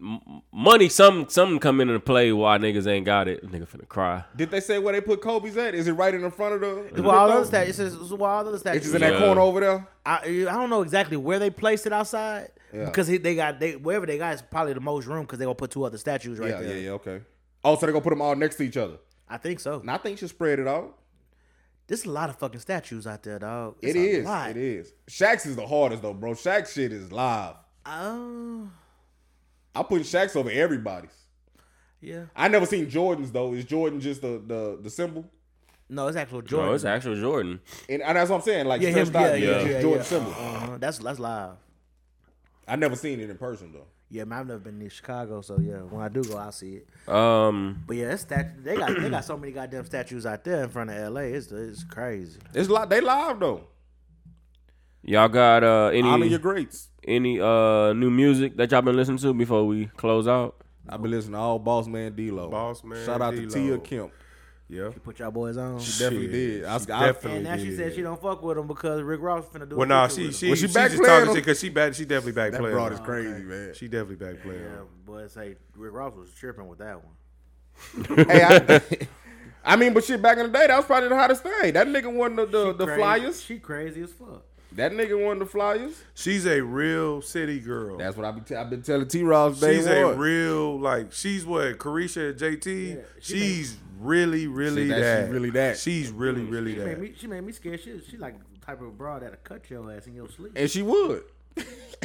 S2: m- money. Some some come into play why niggas ain't got it. Nigga finna cry.
S3: Did they say where they put Kobe's at? Is it right in the front of the?
S4: Well, all other stat- it's just- it's well, all other
S3: It's
S4: statues.
S3: just in that
S2: Yeah.
S3: corner over there.
S4: I, I don't know exactly where they placed it outside because he, they got they wherever they got is probably the most room because they gonna put two other statues right
S3: Yeah,
S4: there.
S3: yeah, yeah. Okay. Oh, so they gonna put them all next to each other.
S4: I think so.
S3: And I think she spread it out.
S4: There's a lot of fucking statues out there, dog.
S3: It's
S4: It's a Lot.
S3: It is. Shaq's is the hardest though, bro. Shaq's shit is live.
S4: Oh,
S3: I put Shaq's over everybody's.
S4: yeah.
S3: I never seen Jordan's though. Is Jordan just the the, the symbol?
S4: No, it's actual Jordan.
S2: No, it's actual Jordan.
S3: And, and that's what I'm saying. Like
S4: Yeah, him,
S3: stretched
S4: yeah,
S3: out,
S4: yeah,
S2: yeah,
S4: yeah,
S3: Jordan
S4: yeah.
S3: symbol.
S4: Uh-huh. That's that's live.
S3: I never seen it in person though.
S4: Yeah, man, I've never been to Chicago, so yeah, when I do go, I'll see it.
S2: Um,
S4: But yeah, it's stat- they got they got so many goddamn statues out there in front of LA. It's it's crazy.
S3: It's like they live though.
S2: y'all got uh
S3: Honor
S2: any
S3: your greats.
S2: any uh new music that y'all been listening to before we close out?
S3: I've been listening to all Boss Man D-Lo.
S5: Boss Man
S3: Shout out
S5: D-Lo.
S3: to Tia Kemp.
S5: Yeah.
S4: Put y'all boys on.
S3: She definitely
S5: Shit.
S3: did. I,
S5: She
S3: I,
S5: definitely
S4: And now she
S5: did.
S4: said she don't fuck with him because Rick Ross finna do. a
S5: Well, nah,
S4: feature
S5: she
S4: with him.
S5: she
S3: Was she
S5: she
S3: back
S5: just
S3: playing
S5: talking
S3: him?
S5: shit because she back she definitely back
S3: that
S5: playing.
S3: broad is
S5: him.
S3: crazy, man.
S5: She definitely back playing.
S4: Yeah,
S5: him.
S4: boy, say Rick Ross was tripping with that one.
S3: hey, I, I mean, but shit, back in the day, that was probably the hottest thing. That nigga won the the, the
S4: Crazy-
S3: flyers.
S4: She crazy as fuck.
S3: That nigga won the flyers.
S5: She's a real city girl.
S3: That's what I've been, t- I've been telling T. Ross day
S5: she's a
S3: one.
S5: real like she's what Carisha and JT.
S4: she
S5: she's really really
S3: She- that-
S5: that,
S3: she's really that.
S5: She's really really
S4: She made
S5: that.
S4: me she made me scared. She she like the type of broad that'll cut your ass in your sleep.
S3: and she would.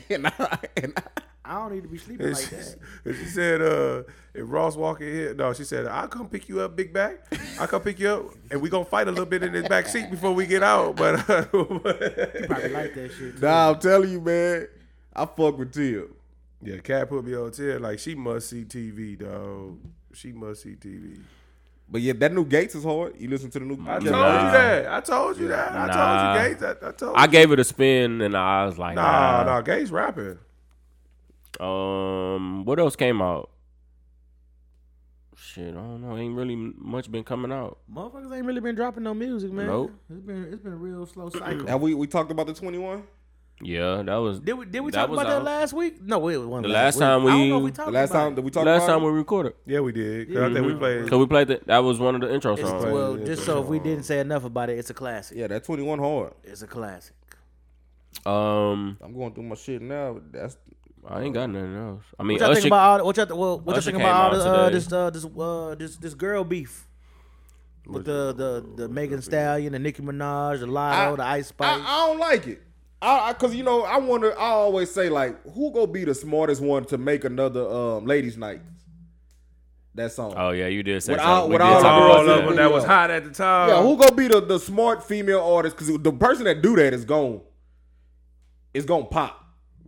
S3: and I, and I,
S4: I don't need to be sleeping
S5: And
S4: like
S5: she,
S4: that.
S5: and she said, uh, if Ross walking here, no, she said, I'll come pick you up, Big Back. I'll come pick you up, and we going to fight a little bit in this back seat before we get out. But, uh,
S4: Probably like that shit. Too.
S3: nah, I'm telling you, man, I fuck with Tia.
S5: yeah, Cat put me on 10. Like, she must see TV, dog. She must see TV.
S3: But yeah, that new Gates is hard. You listen to the new. Yeah.
S5: I told you that. I told you that. I
S2: Nah.
S5: told you, Gates. I, I told
S2: I
S5: you.
S2: gave it a spin and I was like,
S5: Nah,
S2: nah.
S5: nah, Gates rapping.
S2: Um, what else came out? Shit, I don't know. Ain't really much been coming out.
S4: Motherfuckers ain't really been dropping no music, man.
S2: Nope.
S4: It's been it's been a real slow cycle.
S3: Have we we talked about the 21?
S2: Yeah, that was
S4: Did we did we
S2: That
S4: talk
S2: was
S4: about that
S2: all.
S4: last week? No, it was one
S2: The last time
S4: last, week. I don't know
S2: we-
S4: if we
S2: the
S4: talked
S3: The last
S4: about
S3: time that we talked
S2: last
S3: about
S2: time we recorded.
S5: Yeah, we did. 'Cause I think we played.
S2: So we played that. That was one of the intro
S4: it. It's-
S2: songs.
S4: well,
S5: Yeah,
S4: just
S5: so-
S4: so if we didn't say enough about it, it's a classic.
S3: Yeah, that 21 hard.
S4: It's a classic.
S2: Um,
S3: I'm going through my shit now. but That's
S2: I ain't got nothing else. I mean,
S4: What y'all
S2: Usher,
S4: think about all? the- What y'all, th- well, what y'all
S2: Usher
S4: think
S2: came
S4: about all
S2: out
S4: the, uh,
S2: today.
S4: this uh, this uh, this this girl beef with the the the Megan Stallion, the Nicki Minaj, the Lotto, the Ice
S3: I,
S4: Spice?
S3: I don't like it. I, I cause you know I wonder. I always say like, who gonna be the smartest one to make another um ladies night? That song.
S2: oh yeah, you did say
S3: With
S2: something.
S3: all-
S2: We
S3: with
S2: did talk
S3: all the
S2: about
S5: all
S3: girls
S5: of
S3: in
S5: them
S3: the
S5: that was
S3: video.
S5: hot at the time.
S3: yeah, who gonna be the, the smart female artist? Cause the person that do that is gone. It's gonna pop,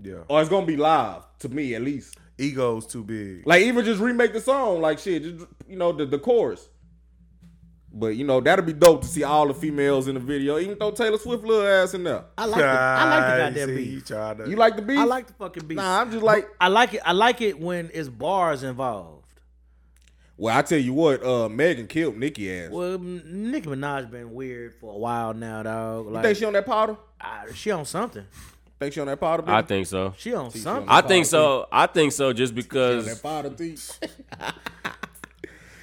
S5: Yeah.
S3: or it's gonna be live to me at least.
S5: Ego's too big.
S3: Like even just remake the song, like shit, just you know the the chorus. But you know that'll be dope to see all the females in the video, even though Taylor Swift little ass in there.
S4: I like the, I like the
S5: Ah,
S4: goddamn
S5: see, you
S4: beef.
S5: trying to-
S3: You like the beat?
S4: I like the fucking beef.
S3: Nah, I'm just like.
S4: I like it. I like it when it's bars involved.
S3: Well, I tell you what, uh, Megan killed Nicki ass.
S4: Well, M- Nicki Minaj been weird for a while now, dog. Like
S3: Think she on that powder?
S4: I- she on something.
S3: Think she on that powder? Bitch?
S2: I think so.
S4: She on something.
S2: I think so. I think so. Just because
S3: powder teeth.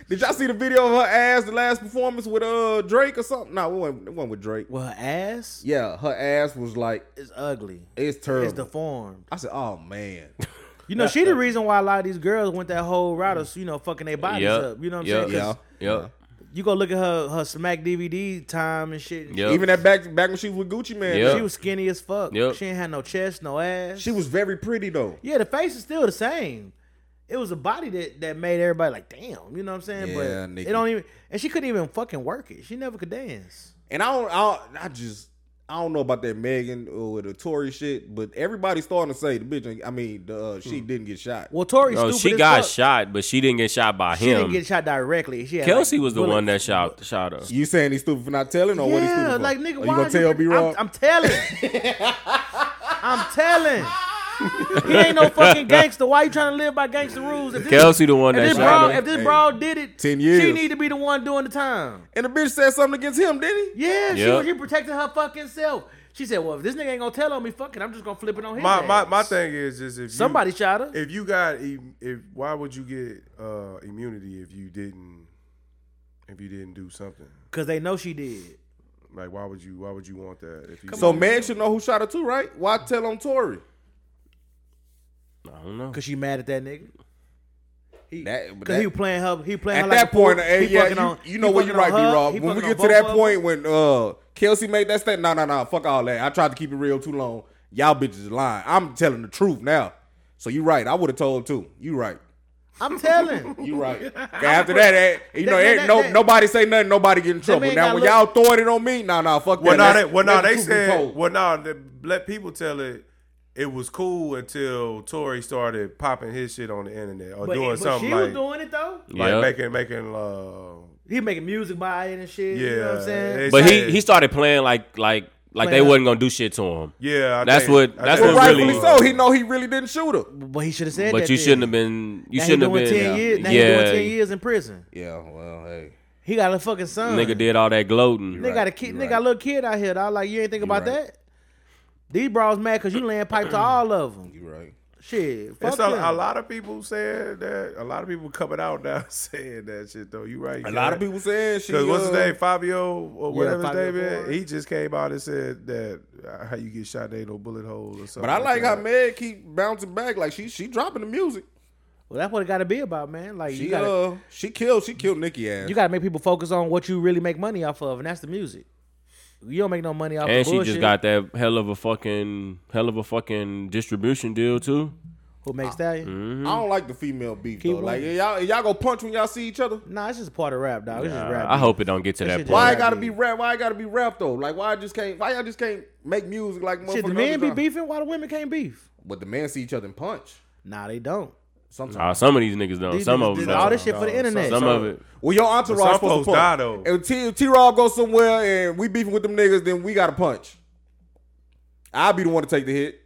S3: Did y'all see the video of her ass the last performance with uh Drake or something? No, it wasn't, it wasn't with Drake.
S4: well, her ass
S3: Yeah, her ass was like
S4: is ugly.
S3: it's
S4: It's
S3: terrible.
S4: deformed.
S3: I said, oh man,
S4: You know, she the reason why a lot of these girls went that whole route of you know fucking their bodies
S2: Yep.
S4: up. You know what I'm
S2: Yep.
S4: saying? 'Cause
S2: yeah,
S4: You go look at her her smack DVD time and shit.
S2: yeah,
S3: even that back back when she was with Gucci man,
S2: Yep.
S4: She was skinny as fuck.
S2: Yep.
S4: She ain't had no chest, no ass.
S3: she was very pretty though.
S4: yeah, the face is still the same. It was a body that that made everybody like, damn. You know what I'm saying?
S3: Yeah,
S4: but
S3: Nikki.
S4: it don't even. And she couldn't even fucking work it. She never could dance.
S3: And I don't, I don't, I just, I don't know about that Megan or the Tory shit, but everybody's starting to say the bitch. ain't- I mean, the, uh, she didn't get shot.
S4: Well, Tori
S2: No,
S4: stupid
S2: she
S4: as
S2: got
S4: fuck.
S2: shot, but she didn't get shot by
S4: She
S2: him.
S4: didn't get shot directly. She had, like,
S2: Kelsey was the
S4: bullets.
S2: one that shot shot her.
S3: You saying he's stupid for not telling or what he's
S4: yeah,
S3: stupid for?
S4: like nigga,
S3: Are
S4: why
S3: you gonna
S4: is
S3: tell
S4: it-
S3: B Rob?
S4: I'm, I'm telling. I'm telling. He ain't no fucking gangster. Why you trying to live by gangster rules? If this,
S2: Kelsey, the one
S4: if
S2: that
S4: this,
S2: shot
S4: broad,
S2: her.
S4: if this
S3: Hey,
S4: broad did it,
S3: 10
S4: she
S3: years.
S4: need to be the one doing the time.
S3: And the bitch said something against him, didn't he?
S4: Yeah, she
S2: Yep.
S4: was she protecting her fucking self. She said, "Well, if this nigga ain't gonna tell on me, fuck it, I'm just gonna flip it on him."
S5: my, my my thing is is if you-
S4: Somebody shot her.
S5: if you got im- if why would you get uh immunity if you didn't if you didn't do something
S4: Cause they know she did.
S5: like why would you why would you want that if you
S3: So Meg should know who shot her too, right? Why tell on Tory?
S2: I don't know.
S4: Cause she mad at that nigga.
S3: That- but
S4: Cause
S3: that-
S4: he was playing her. He playing
S3: at
S4: her like
S3: that
S4: a fool.
S3: point, hey,
S4: He
S3: yeah,
S4: fucking
S3: you,
S4: on-
S3: you know
S4: he
S3: what you're
S4: fucking
S3: right, B
S4: on her.
S3: Rob.
S4: He
S3: When we
S4: fucking
S3: get to
S4: on both
S3: that
S4: of them.
S3: point when uh Kelsey made that statement, no, no, no, fuck all that. I tried to keep it real too long. Y'all bitches lying. I'm telling the truth now. So you right. I would have told too. You right.
S4: I'm telling.
S3: You right. After that, that you know,
S4: That-
S3: ain't
S4: that-
S3: no
S4: that-
S3: nobody say nothing, nobody get in trouble.
S4: man
S3: Now
S4: got
S3: when
S4: look-
S3: y'all throwing it on me, nah, nah, fuck
S5: Well,
S3: that.
S5: now
S3: That's-
S5: they, well, now
S3: that's
S5: they
S3: truth be
S5: said,
S3: told.
S5: well, now they let people tell it. It was cool until Tory started popping his shit on the internet or
S4: But,
S5: doing
S4: but
S5: something
S4: she
S5: like,
S4: was doing it though.
S5: like
S2: Yeah.
S5: making making uh,
S4: He making music by it and shit.
S5: yeah,
S4: You know what I'm saying?
S5: It's-
S2: But he he started playing like like like they
S4: Playing-
S2: wasn't gonna do shit to him.
S5: yeah, I
S2: That's
S5: think-
S2: what-
S5: I
S2: that's
S5: think
S2: what
S3: Well,
S5: that's
S3: rightfully
S2: really-
S3: so. He know he really didn't shoot her.
S4: But he should have said that.
S2: But you
S4: then.
S2: shouldn't have been. You
S4: Now he
S2: shouldn't have
S4: doing
S2: been.
S4: 10 years. Now he doing
S2: yeah,
S4: ten years in prison.
S3: Yeah, well, hey.
S4: He got a fucking son.
S2: nigga did all that gloating.
S4: They got a kid. They got a little kid out here. Dog. Like you ain't think about
S3: right.
S4: that. These bros mad because you laying pipe to all of them.
S3: You right.
S4: Shit, fuck
S5: It's a,
S4: them.
S5: a lot of people said that. A lot of people coming out now saying that shit though. You right.
S3: A lot of people saying she
S5: Because what's his
S3: uh,
S5: name, Fabio or whatever
S4: Fabio
S5: his name
S4: Flores.
S5: is, he just came out and said that uh, how you get shot, they ain't no bullet hole or something.
S3: But I like how
S5: that.
S3: Meg keep bouncing back. Like she she dropping the music.
S4: well, that's what it got to be about, man. Like
S3: She
S4: you got to
S3: uh she killed she killed Nikki ass.
S4: you got to make people focus on what you really make money off of, and that's the music. You don't make no money off.
S2: And
S4: the
S2: she
S4: bullshit.
S2: just got that hell of a fucking hell of a fucking distribution deal too.
S4: who makes
S2: Uh,
S4: stallion.
S2: mm-hmm.
S3: I don't like the female beef
S4: Keep
S3: though. Like
S4: winning.
S3: y'all y'all go punch when y'all see each other.
S4: Nah, it's just part of rap, dog. It's just rap.
S2: I hope it don't get to that
S4: shit
S2: point.
S4: just-
S3: Why
S4: Yeah,
S3: it gotta be rap? Why it gotta be rap though? Like why I just can't? Why y'all just can't make music like motherfuckers?
S4: Shit, the men be
S3: other-
S4: beefing while the women can't beef.
S3: But the men see each other and punch
S4: Nah, they don't.
S3: sometimes.
S2: Nah, some of these niggas don't.
S4: These
S2: Oh, Some
S4: niggas
S2: of them
S4: did
S2: don't.
S4: all this shit for the
S5: Some-
S4: internet.
S2: Some of it.
S3: Well, your
S5: But
S3: entourage
S5: some
S3: supposed to
S5: folks
S3: punch.
S5: die, though.
S3: If T if T Raw goes somewhere and we beefing with them niggas, then we gotta punch. I'll be the one to take the hit.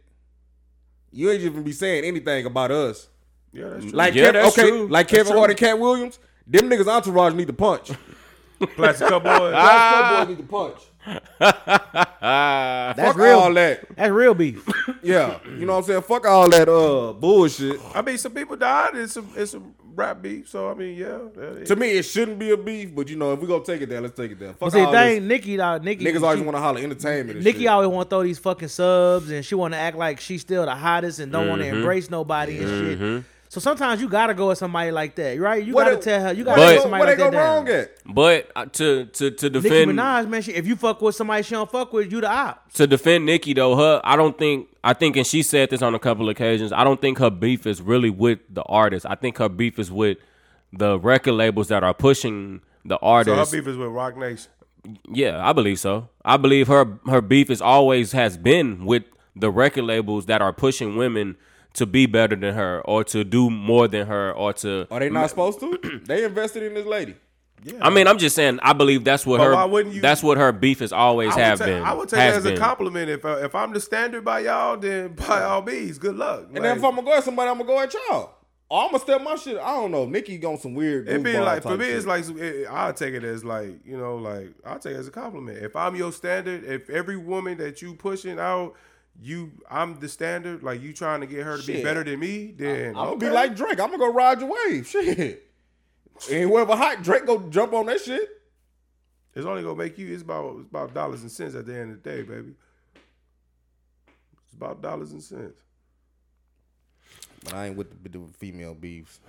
S3: You ain't even be saying anything about us.
S5: Yeah, that's true.
S3: Like
S2: Yeah,
S3: Kevin,
S2: that's
S3: okay,
S2: true.
S3: like
S2: That's
S3: Kevin Hart and Cat Williams, them niggas entourage need to punch.
S5: Plastic Cup Boys.
S3: That boy need to punch.
S4: That's
S3: Fuck
S4: real.
S3: all that.
S4: That's real beef.
S3: Yeah, you know what I'm saying. Fuck all that uh bullshit.
S5: I mean, some people died in some in some rap beef. So I mean, yeah. that is-
S3: To me, it shouldn't be a beef, but you know if we gonna take it there, let's take it there. Fuck
S4: But see,
S3: all
S4: the
S3: this.
S4: thing, Nikki, dog, Nikki,
S3: Niggas always
S4: she-
S3: want to holler entertainment. And
S4: Nikki
S3: shit.
S4: always want to throw these fucking subs, and she want to act like she's still the hottest and don't want
S2: Mm-hmm.
S4: to embrace nobody and shit. So sometimes you gotta go with somebody like that, right? You
S3: What
S4: gotta
S3: it-
S4: tell her. You
S3: Where
S4: gotta
S2: But-
S3: they
S4: take
S3: go-
S4: somebody
S3: where
S4: like
S3: they go
S4: that down.
S3: wrong at?
S2: But uh, to to to
S4: Nicki
S2: defend
S4: Minaj, man, she, if you fuck with somebody she don't fuck with, you the op.
S2: to defend Nikki though, her I don't think I think and she said this on a couple occasions. I don't think her beef is really with the artist. I think her beef is with the record labels that are pushing the
S5: so her
S2: artist.
S5: beef is with Rock Nation.
S2: yeah, I believe so. I believe her her beef is always has been with the record labels that are pushing women to be better than her or to do more than her or to
S3: Are they not supposed to? They invested in this lady.
S2: I mean, I'm just saying I believe that's what
S5: But why
S2: her
S5: wouldn't you-
S2: that's what her beef has always
S5: I
S2: have
S5: would, ta-
S2: been.
S5: I would take
S2: has
S5: it as
S2: been.
S5: a compliment. If I, if I'm the standard by y'all, then by all means, good luck.
S3: And then if I'm gonna go at somebody, I'm gonna go at y'all. Or I'm gonna step my shit. I don't know. Nikki going some weird.
S5: It be
S3: goofball
S5: like for
S3: type
S5: me,
S3: shit.
S5: it's like it, I take it as like you know, like I take it as a compliment. If I'm your standard, if every woman that you pushing out, you I'm the standard. Like you trying to get her to be
S3: Shit.
S5: better than me, then
S3: I'm gonna
S5: okay.
S3: be like Drake. I'm gonna go ride your wave. Shit. And whoever hot Drake go jump on that shit.
S5: it's only gonna make you. It's about it's about dollars and cents at the end of the day, baby. It's about dollars and cents.
S3: But I ain't with the, the female beefs.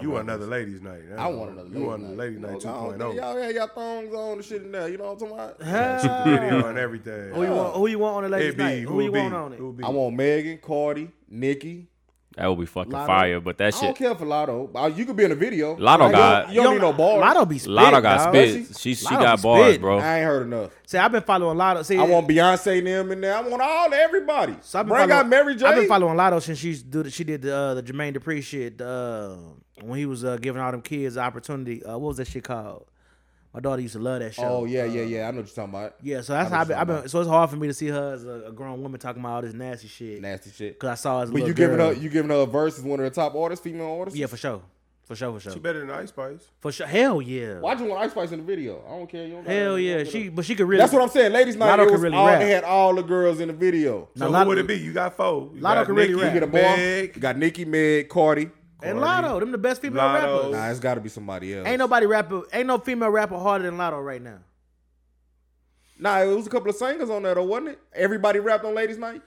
S5: You want another ladies' night? huh?
S3: I want another.
S5: You want another ladies' night
S3: ladies'
S5: two
S3: night.
S5: point
S3: No, I don't think-
S5: oh.
S3: Y'all had y'all thongs on and shit in there. You know what I'm talking about?
S5: Video and everything.
S3: Oh,
S4: Who you want? Who you want on the
S5: It
S4: ladies'
S5: be
S4: night?
S5: who
S4: Who you
S5: be,
S4: want on it?
S5: who be.
S3: I want Megan, Cardi, Nikki.
S2: That would be fucking
S4: Lotto.
S2: fire, but that
S3: I don't
S2: shit
S3: care for Lotto. But You could be in a video.
S2: Lotto
S3: Like, you
S2: got-
S3: don't- You don't need no bars.
S4: Lotto be spit.
S2: Lotto got
S4: dog.
S2: spit. She she
S4: Lotto
S2: got
S4: be
S2: bars,
S4: spitting.
S2: bro.
S3: I ain't heard enough.
S4: See, I've been following Lotto. See,
S3: I want Beyonce and them in there. I want all everybody.
S4: So I've been
S3: Bring
S4: following,
S3: out Mary J.
S4: I've been following Lotto since she's do the, she did the uh, the Jermaine Dupri shit uh, when he was uh, giving all them kids the opportunity. Uh, what was that shit called? My daughter used to love that show.
S3: Oh yeah, yeah, yeah. I know what you're talking about.
S4: yeah. So that's
S3: know
S4: how I've been,
S3: what
S4: I've
S3: you're
S4: been. So it's hard for me to see her as a, a grown woman talking about all this nasty shit.
S3: Nasty shit.
S4: Cause I saw as a
S3: But you
S4: little
S3: giving
S4: girl.
S3: her, you giving her a verse as one of the top artists, female artists.
S4: yeah, for sure, for sure, for sure,
S5: She better than Ice Spice.
S4: for sure. Hell yeah,
S3: Why you want Ice Spice in the video? I don't care. You don't gotta-
S4: hell
S3: you
S4: yeah.
S3: don't gotta-
S4: She, but she could really.
S3: That's what I'm saying. Ladies night.
S4: Lotto
S3: It
S4: can
S3: was
S4: really
S3: all,
S4: rap.
S3: they had all the girls in the video.
S4: Now,
S5: So
S4: Lotto-
S5: who would it be? You got four. You
S4: Lotto
S5: got
S4: can really
S5: Nicki,
S3: You
S4: rap.
S3: get a bar.
S5: Meg,
S3: You got Nicki, Meg, Cardi.
S4: And Lotto, them the best female
S5: Lotto.
S4: rappers.
S3: Nah, it's got to be somebody else.
S4: Ain't nobody rapper. Ain't no female rapper harder than Lotto right now.
S3: Nah, it was a couple of singers on there, though, wasn't it? Everybody rapped on Ladies Night.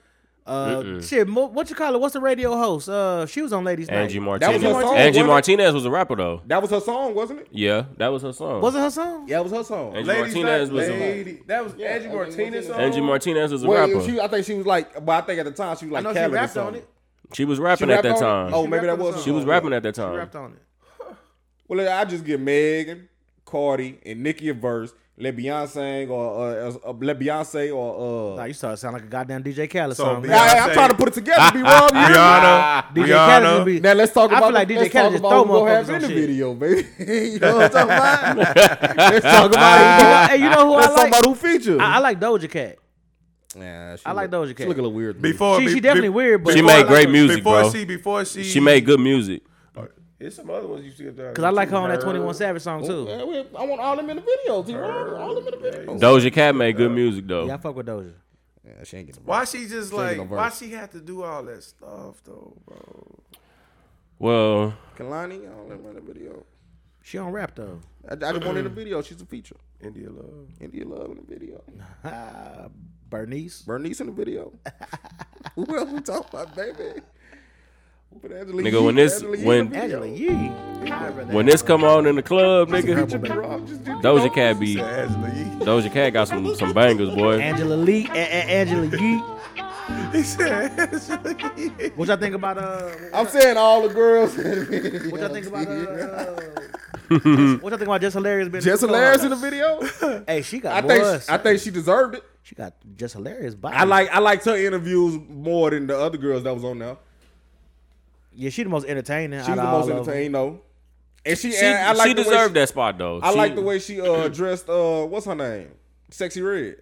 S4: Uh, shit, mo- what you call it? What's the radio host? Uh, she was on Ladies
S2: Angie
S4: Night.
S3: That
S2: Martinez.
S3: was her song,
S2: Angie
S3: wasn't it?
S2: Martinez was a rapper though.
S3: That was her song, wasn't it?
S2: Yeah, that was her song.
S4: Was it her song?
S3: Yeah, it was her song.
S2: Angie
S5: Ladies
S2: Martinez
S5: Night,
S2: was a
S5: lady. That was Angie
S3: Angie
S5: Martinez.
S3: Martinez.
S5: song?
S2: Angie Martinez was a
S3: Well,
S2: rapper.
S3: she, I think she was like, but I think at the time she was
S4: I
S3: like
S4: know she
S3: Khaled or
S4: rapped on
S3: something.
S4: it.
S2: She was rapping at that
S3: rapped on it?
S2: time.
S3: Oh, maybe that
S4: rapped on
S3: was.
S4: the
S2: she was rapping at that time.
S4: Rapped on it.
S3: Well, I just give Megan, Cardi, and Nicki a verse. Let Beyonce or uh, uh, let Beyonce or uh.
S4: Nah, you started sounding like a goddamn DJ Khaled
S5: So,
S4: song.
S5: Beyonce-
S4: man.
S3: I, am trying to put it together. Be wrong. you hear me?
S5: Rihanna,
S4: DJ Khaled gonna
S5: Rihanna.
S4: be.
S3: Now let's talk
S4: I
S3: about.
S4: feel like DJ
S3: let's
S4: Khaled
S3: talk
S4: just
S3: about
S4: throw
S3: who gonna have
S4: motherfuckers
S3: in
S4: on
S3: the
S4: shit.
S3: video, baby. you know what I'm talking about? let's talk about.
S4: Hey, you know who I
S3: Let's talk
S4: like?
S3: about who featured.
S4: I, I like Doja Cat.
S3: Nah, she
S4: I like
S3: look-
S4: Doja
S3: She
S4: Cat.
S3: look a little weird. to me.
S5: Before
S4: She-
S5: be-
S4: she definitely
S5: be-
S4: weird, but-
S2: She made great music,
S5: before
S2: bro.
S5: She, before she,
S2: She made good music.
S5: It's some other ones you see. Because
S4: Cause I like her on that Twenty One Savage song too.
S3: Man, we- I want all them in the videos. You heard? All them in the videos.
S2: Doja Cat made good music though.
S4: Yeah, I fuck with Doja.
S3: Yeah, she ain't getting.
S5: Why she just
S3: ain't
S5: like?
S3: no verse.
S5: Why she have to do all that stuff though, bro?
S2: Well,
S3: Kalani, I don't let her in the video.
S4: She don't rap though.
S3: I, I just wanted a video. She's a feature.
S5: India love.
S3: India Love in the video.
S4: Ah, Bernice.
S3: Bernice in the video. Who else we talking about, baby? But Angela
S2: Nigga, when this-
S3: Angela Yee in
S2: when-
S3: the video.
S4: Angela Yee.
S2: when this come on in the club, nigga,
S3: Feature the rock, just do-
S2: Doja Cat be
S5: Angela Yee.
S2: Doja Cat got some some bangers, boy.
S4: Angela Lee. A- A- Angela Yee.
S5: He said Angela Yee.
S4: What y'all think about uh?
S3: I'm saying all the girls. what
S4: What y'all think about uh? what y'all think about Jess Hilarious? being
S3: Jess
S4: the
S3: Hilarious in
S4: co-host?
S3: the video?
S4: Hey, she got.
S3: I think
S4: buzz.
S3: I think she deserved it.
S4: she got Jess Hilarious. Body.
S3: I like I liked her interviews more than the other girls that was on there.
S4: Yeah, she the most entertaining.
S3: She's the most entertaining though. And she,
S2: She,
S3: and I like
S2: she
S3: the way
S2: deserved that spot though.
S3: I
S2: she,
S3: like the way she uh dressed uh what's her name? Sexy Red.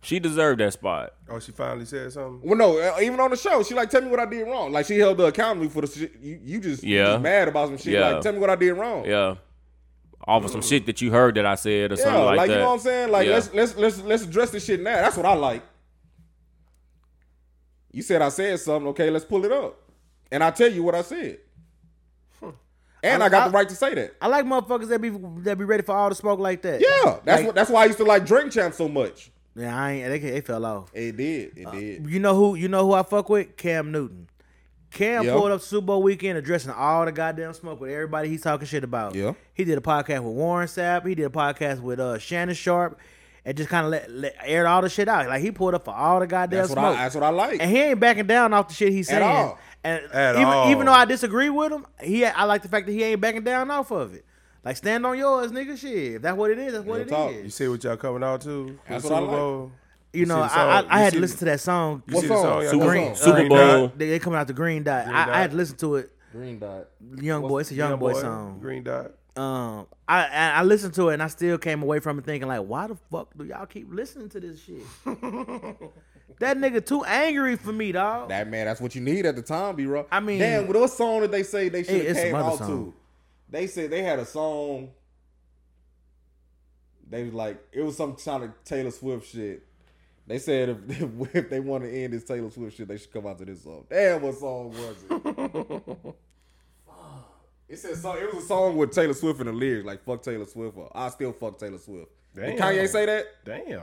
S2: she deserved that spot.
S5: Oh, she finally said something.
S3: Well, no, uh, even on the show, she like tell me what I did wrong. Like she held her accountable for the shit. You, you just you
S2: Yeah.
S3: just mad about some shit.
S2: Yeah.
S3: Like tell me what I did wrong.
S2: Yeah, off of some shit that you heard that I said or
S3: Yeah,
S2: something like,
S3: like,
S2: that.
S3: you know what I'm saying. Like
S2: Yeah.
S3: let's let's let's let's address this shit now. That's what I like. You said I said something. Okay, let's pull it up, and I tell you what I said. And I, got the right to say that.
S4: I like motherfuckers that be that be ready for all the smoke like that.
S3: Yeah, that's
S4: Like-
S3: what. That's why I used to like Drink Champ so much.
S4: Yeah, I ain't. They, they fell off.
S3: It did.
S4: Uh,
S3: It did.
S4: You know who? You know who I fuck with? Cam Newton. Cam
S3: Yeah.
S4: pulled up Super Bowl weekend addressing all the goddamn smoke with everybody he's talking shit about.
S3: Yeah.
S4: He did a podcast with Warren Sapp. He did a podcast with uh, Shannon Sharp, and just kind of let, let aired all the shit out. Like he pulled up for all the goddamn
S3: That's what
S4: smoke.
S3: I. That's what I like.
S4: and he ain't backing down off the shit he's
S3: At
S4: saying.
S3: all.
S4: And
S5: At
S4: even,
S5: all.
S4: even though I disagree with him, he I like the fact that he ain't backing down off of it. Like stand on yours, nigga. Shit, if that's what it is. That's what
S3: Real
S4: it is.
S3: talk.
S5: You see what y'all coming out to? for
S3: That's
S5: the
S3: what I
S5: Super
S3: like.
S5: Bowl?
S4: You know,
S5: see the song?
S4: I, I, I
S5: You
S4: had
S5: see
S4: to listen
S5: the-
S4: to that song.
S5: You see
S3: song?
S5: the song? y'all
S3: Super-
S5: coming out?
S2: Super
S5: Green
S2: Bowl.
S5: Dot?
S4: They, they coming out the Green Dot.
S5: Green
S4: I, I
S5: Dot.
S4: had to listen to it.
S3: Green dot.
S4: Young boy, it's a young,
S5: Young
S4: boy,
S5: Boy,
S4: song.
S5: Green Dot.
S4: Um, I, I I listened to it and I still came away from it thinking like, why the fuck do y'all keep listening to this shit? that nigga too angry for me, dog.
S3: That man, that's what you need at the time, B Rock.
S4: I mean-
S3: damn, what song did they say they should have
S4: it's some
S3: came
S4: other
S3: out
S4: song.
S3: to? They said they had a song. They was like, it was some kind of Taylor Swift shit. They said if, if they want to end this Taylor Swift shit, they should come out to this song. Damn, what song was it? it said so, it was a song with Taylor Swift in the lyrics, like "fuck Taylor Swift" or "I still fuck Taylor Swift." Did
S5: Damn.
S3: Kanye say that?
S5: Damn.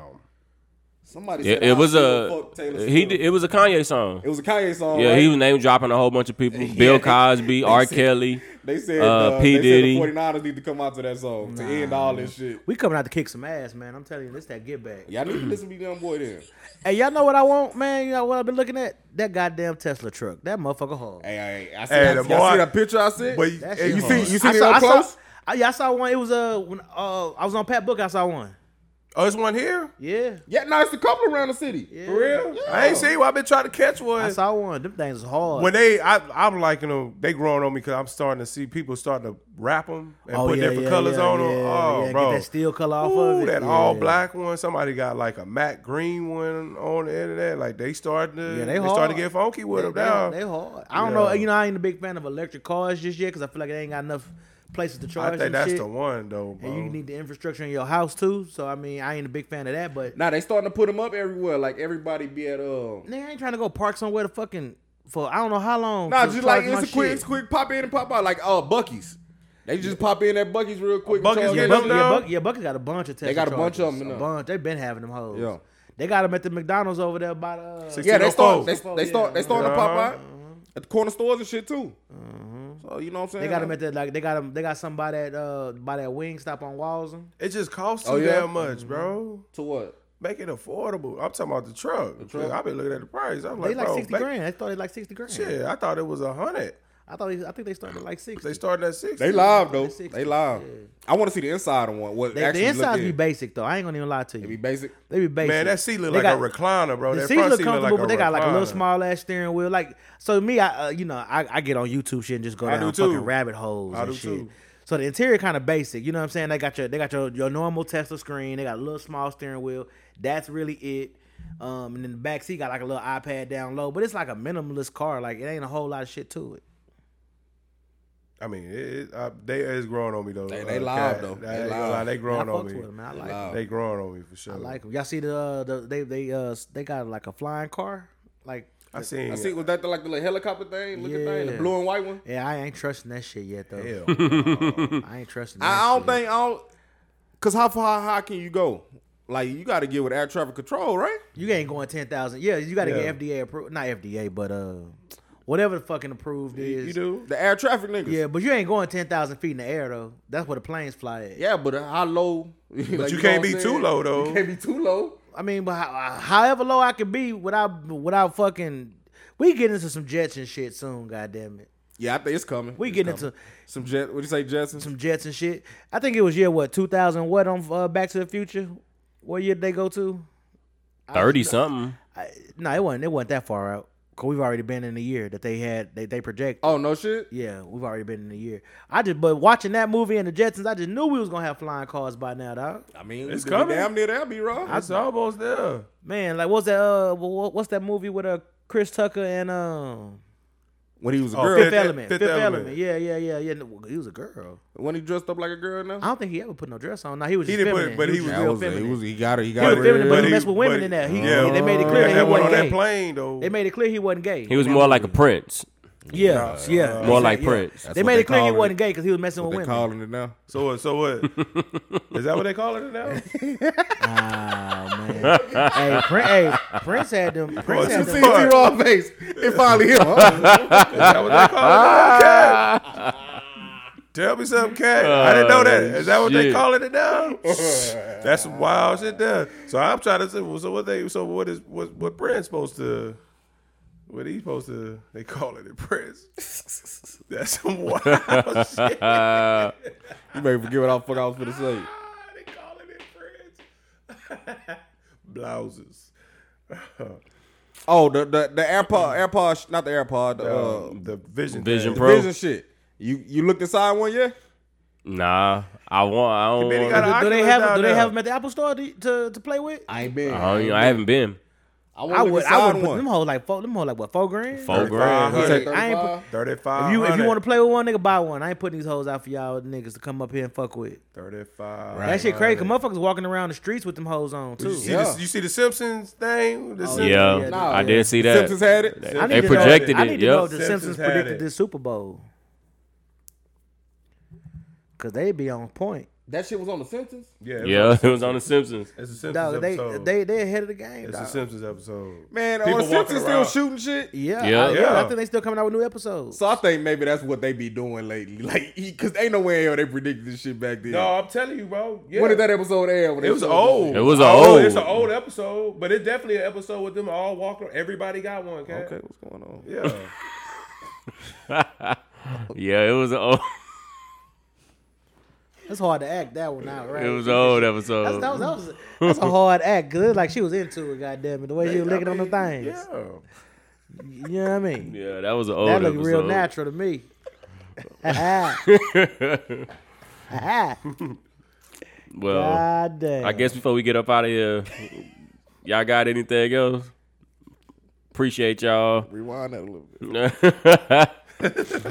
S3: Somebody
S2: It,
S3: said
S2: it
S3: "I
S2: was
S3: still
S2: a
S3: fuck Taylor
S2: he.
S3: Swift."
S2: Did, it was a Kanye song.
S3: It was a Kanye song.
S2: Yeah,
S3: right?
S2: he was name dropping a whole bunch of people: Bill Cosby, R. Kelly.
S3: They said
S2: Uh,
S3: uh,
S2: P.
S3: they
S2: Diddy.
S3: Said the 49ers need to come out to that song to end all this shit.
S4: We coming out to kick some ass, man. I'm telling you, this that get back.
S3: Y'all need to listen to Young Boy then.
S4: Hey, y'all know what I want, man? You know what I've been looking at? That goddamn Tesla truck. That motherfucker hard.
S3: Hey, hey, I see,
S5: Hey,
S3: I,
S5: the
S3: see- y'all
S5: boy-
S3: see that picture I sent.
S5: But you,
S4: That
S5: hey,
S4: shit
S5: you
S4: hard.
S5: see, you
S3: see
S5: see.
S3: it up
S4: I
S3: close?
S4: saw, I, yeah, I saw one. It was uh, when, uh, I was on Pat Book. I saw one.
S5: Oh, it's one here.
S4: Yeah,
S3: yeah, no, it's a couple around the city.
S5: For real? I ain't seen. one. I've been trying to catch one.
S4: I saw one. Them things is hard.
S5: when they, I, I'm liking them. They growing on me because I'm starting to see people starting to wrap them and
S4: oh
S5: put
S4: yeah,
S5: different
S4: yeah,
S5: colors
S4: yeah,
S5: on
S4: yeah,
S5: them. oh,
S4: yeah.
S5: bro,
S4: Get that steel color off
S5: Ooh,
S4: of it.
S5: that all
S4: Yeah.
S5: black one. Somebody got like a matte green one on the internet. Like they starting to,
S4: Yeah, they
S5: they, starting
S4: hard.
S5: to get funky with
S4: They,
S5: them now.
S4: they, they hard. I don't know. You know, I ain't a big fan of electric cars just yet because I feel like they ain't got enough places to charge.
S5: I think
S4: and
S5: that's
S4: shit.
S5: the one though, bro.
S4: And you need the infrastructure in your house too. So I mean, I ain't a big fan of that. But
S3: Now they starting to put them up everywhere. Like everybody be at um.
S4: nigga, I ain't trying to go park somewhere to fucking for I don't know how long.
S3: Nah,
S4: to
S3: just
S4: charge
S3: like
S4: my
S3: it's a quick,
S4: shit.
S3: it's quick pop in and pop out. Like uh, Bucky's. They just pop in at Bucky's real quick.
S5: Buc-ee's
S3: charge
S5: getting
S3: that
S5: them
S4: Bucky,
S3: shit.
S4: yeah,
S5: now?
S4: Bucky, yeah, Bucky got a bunch of Tesla.
S3: got a bunch of
S4: chargers.
S3: them
S4: A
S3: now.
S4: bunch. They've been having them hoes.
S3: Yeah.
S4: They got them at the McDonald's over there by the. Uh,
S3: Yeah, they start.
S5: 1604.
S3: They, they start. They starting to pop out at the corner stores and shit too. So you know what I'm saying.
S4: they got them at the like. They got them. They got somebody at uh by that wing stop on Walls.
S5: It just costs
S3: Oh,
S5: too
S3: yeah?
S5: damn much, bro.
S3: to what?
S5: Make it affordable. I'm talking about the truck. I've been looking at the price. I'm
S4: They
S5: like,
S4: like
S5: bro,
S4: sixty
S5: make-
S4: grand. They started like sixty grand.
S5: Shit, I thought it was a hundred.
S4: I thought. They, I think they started at like sixty.
S5: They started at sixty.
S3: They live though.
S4: 60,
S3: They live. I want to see the inside of one. What
S4: They-
S3: actually
S4: the insides be
S3: look at.
S4: basic though. I ain't gonna even lie to you.
S3: It be basic.
S4: They be basic.
S5: Man, that seat look
S4: They
S5: like
S4: got-
S5: a recliner, bro.
S4: The
S5: that
S4: seats
S5: front
S4: look
S5: seat look
S4: comfortable,
S5: like a
S4: but they got like a little
S5: recliner.
S4: small ass steering wheel. Like so, me, I uh, you know, I, I get on YouTube shit and just go
S5: I
S4: down
S5: do too.
S4: fucking rabbit holes
S5: I
S4: and
S5: do
S4: shit.
S5: too.
S4: So the interior kind of basic, you know what I'm saying? They got your they got your, your normal Tesla screen. They got a little small steering wheel. That's really it. Um, and then the back seat got like a little iPad down low, but it's like a minimalist car. Like it ain't a whole lot of shit to it.
S5: I mean, it, it, I, they is growing on me though.
S3: They- they
S5: Uh,
S3: live,
S5: Cat.
S3: though.
S5: I
S3: They
S5: ain't gonna
S3: live.
S5: lie, They
S4: I
S5: growing on
S4: fucks
S5: me.
S4: with them. I like
S3: Live.
S4: 'em.
S5: They growing on me for sure.
S4: I like 'em. Y'all see the, uh, the they they uh they got like a flying car. Like
S5: I seen.
S3: I see. Was that the, like the little helicopter thing? Looking thing, the
S4: Yeah.
S3: blue and white one.
S4: yeah, I ain't trusting that shit yet though.
S5: Hell,
S4: I ain't trusting. That
S3: I, I
S4: shit.
S3: don't think I don't. Cause how far how high can you go? Like you got to get with air traffic control, right?
S4: You ain't going ten thousand. Yeah, you got to
S5: Yeah.
S4: get FDA approved. Not FDA, but uh, whatever the fucking approved is.
S5: you do.
S3: The air traffic niggas.
S4: Yeah, but you ain't going ten thousand feet in the air though. That's where the planes fly at.
S3: Yeah, but uh, how low? But
S5: you can't be too low, though.
S3: You can't be too low.
S4: I mean, but how, however low I could be without without fucking, we get into some jets and shit soon. goddamn it,
S3: Yeah, I think it's coming.
S4: we
S3: It's
S4: get
S3: coming.
S4: into
S3: some jet. What would you say, Jetson?
S4: some jets and shit. I think it was year what two thousand what on uh, Back to the Future. What year did they go to?
S2: Thirty something.
S4: I, no, it wasn't. It wasn't that far out. Cause we've already been in the year that they had they they project.
S3: oh no, shit.
S4: Yeah, we've already been in the year. I just but watching that movie and the Jetsons, I just knew we was gonna have flying cars by now, dog.
S3: I mean,
S5: It's
S3: it's coming. Damn
S5: coming.
S3: near there, be wrong.
S5: It's almost there.
S4: Man, like what's that? Uh, wha- wha- what's that movie with uh Chris Tucker and um
S3: When he was a
S5: Oh,
S3: girl,
S4: Fifth
S5: Fifth-
S4: Element?
S5: Fifth
S4: Fifth,
S5: Element.
S4: Element. Yeah, yeah, yeah, yeah. No, He was a girl.
S3: when he dressed up like a girl now.
S4: I don't think he ever put no dress on. No, he was.
S5: He
S4: Just
S5: didn't put-
S4: feminine.
S5: but he was-
S4: just
S3: Yeah,
S4: real
S3: it was- it
S4: feminine.
S3: was- he got it. He
S4: He
S3: got
S4: was
S3: it.
S4: feminine, but
S5: But
S4: he
S5: he-
S4: messed with women
S5: but-
S4: in that. He,
S5: yeah.
S4: they made it
S5: They
S4: clear that
S5: had
S4: he
S5: one on
S4: wasn't
S5: that
S4: gay.
S5: plane though.
S4: They made it clear he wasn't gay.
S2: He was more like a prince.
S4: yeah, yeah,
S2: More like
S4: yeah.
S2: Prince.
S4: They
S3: what
S4: made
S3: they
S4: it clear he
S3: calling
S4: wasn't
S3: it.
S4: gay because he was messing with
S3: They
S4: women.
S3: calling it now.
S5: So what? So what? Is that what they call it now?
S4: Oh man, hey, Prince, hey, Prince had them. Prince
S5: you
S4: had
S5: see
S4: them.
S5: him
S3: See raw face. It finally hit. Huh?
S5: Is that what they call it now, Cat? Tell me something, Cat. I
S4: Uh,
S5: didn't know that. Is that what they
S2: Shit.
S5: call it now? That's some wild shit there. So I'm trying to say, well, so what they, so what is, what, what Prince supposed to, what he supposed to, they call it in Prince. That's some wild shit. They call
S3: you better forget what the fuck I was gonna say.
S5: it in Prince. Blouses.
S3: Oh, the the, the AirPod, AirPod, sh- not the AirPod, the, uh,
S5: Um, the Vision.
S2: Vision
S5: thing.
S2: Pro.
S3: vision shit. You you looked inside one yeah?
S2: Nah, I want. I don't.
S5: Man, he
S2: Want,
S5: got an
S4: Do they
S5: Oculus
S4: have? Do
S5: down
S4: they
S5: there.
S4: have them at the Apple Store to to, to play with?
S3: I ain't been.
S5: Oh,
S2: I, don't, I haven't been.
S3: wanna
S4: I
S3: look
S4: would. I
S3: inside
S4: would put them hoes like four. Them hoes like what four grand?
S2: Four grand.
S3: He said
S4: I ain't put-
S3: 35.
S5: 35.
S4: If you if you want to play with one nigga, buy one. I ain't putting these hoes out for y'all niggas to come up here and fuck with.
S5: 35.
S4: That shit crazy. 'cause motherfuckers walking around the streets with them hoes on too.
S5: You see,
S3: Yeah.
S5: the, you see the Simpsons thing? The Simpsons?
S2: Yeah,
S4: yeah,
S3: nah,
S2: I
S3: yeah.
S2: did see that.
S3: Simpsons had it.
S2: They-
S5: I
S2: They
S5: need to know
S2: projected
S5: that.
S4: I need
S2: it.
S4: to know if
S2: Yep.
S4: the
S5: Simpsons
S4: Simpsons
S5: had
S4: predicted
S5: it.
S4: this Super Bowl. Cause they be on point.
S3: That shit was on the sentence.
S5: Yeah. it's
S2: Yeah, it was on the Simpsons.
S5: It's a Simpsons
S4: Dog, they
S5: episode.
S4: they they ahead of the game.
S5: it's a
S4: dog.
S5: Simpsons episode.
S3: Man,
S5: People
S3: on the
S5: walking
S3: sentence still shooting
S5: around.
S3: shit.
S4: Yeah,
S2: Yeah.
S4: I,
S5: Yeah.
S4: I think they still coming out with new episodes.
S3: So I think maybe that's what they be doing lately. Like, he- cause ain't no way in hell they predicted this shit back then.
S5: No, I'm telling you, bro. Yeah.
S3: When did that episode air? When
S5: It
S3: they
S5: was
S3: showed
S5: old.
S2: It was a
S5: Oh,
S2: old.
S5: It's an old episode, but it's definitely an episode with them all walking. Everybody got one.
S3: this
S5: Okay.
S3: shit? Okay, what's going on?
S5: Yeah.
S2: Yeah, it was an old.
S4: It's hard to act that one out, right?
S2: It was an old
S4: That's,
S2: episode.
S4: that was, that was, that's a hard act because it's like she was into it, goddamn it. The way she was licking on the things.
S5: Yeah.
S4: You know what I mean?
S2: Yeah, that was an old.
S4: that looked
S2: episode.
S4: real natural to me.
S2: Well,
S4: God damn.
S2: I guess before we get up out of here, y'all got anything else? Appreciate y'all.
S3: Rewind that a little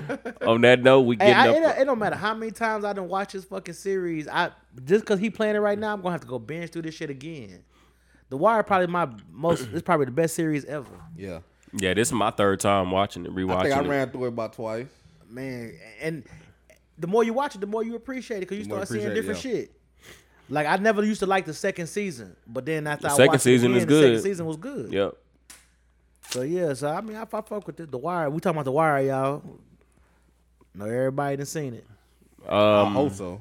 S3: bit.
S2: On that note, we
S4: Hey,
S2: getting
S4: I,
S2: up.
S4: it, don't- it don't matter how many times I done watch this fucking series. I just because he playing it right now, I'm gonna have to go binge through this shit again. The Wire probably my most. It's probably the best series ever.
S3: Yeah.
S2: yeah, this is my third time watching it,
S3: I think I
S2: rewatching it.
S3: ran through it about twice.
S4: man. And the more you watch it, the more you appreciate it because you
S3: more you
S4: start seeing
S3: appreciate it,
S4: different shit. Like I never used to like the second season, but then after I
S2: second
S4: watched
S2: season
S4: it
S2: is
S4: again, the
S2: good.
S4: second season was good.
S2: Yep.
S4: So yeah, so I mean, I, I fuck with it. The Wire. We talking about the Wire, y'all. No, everybody done seen it.
S2: Um,
S3: I hope so.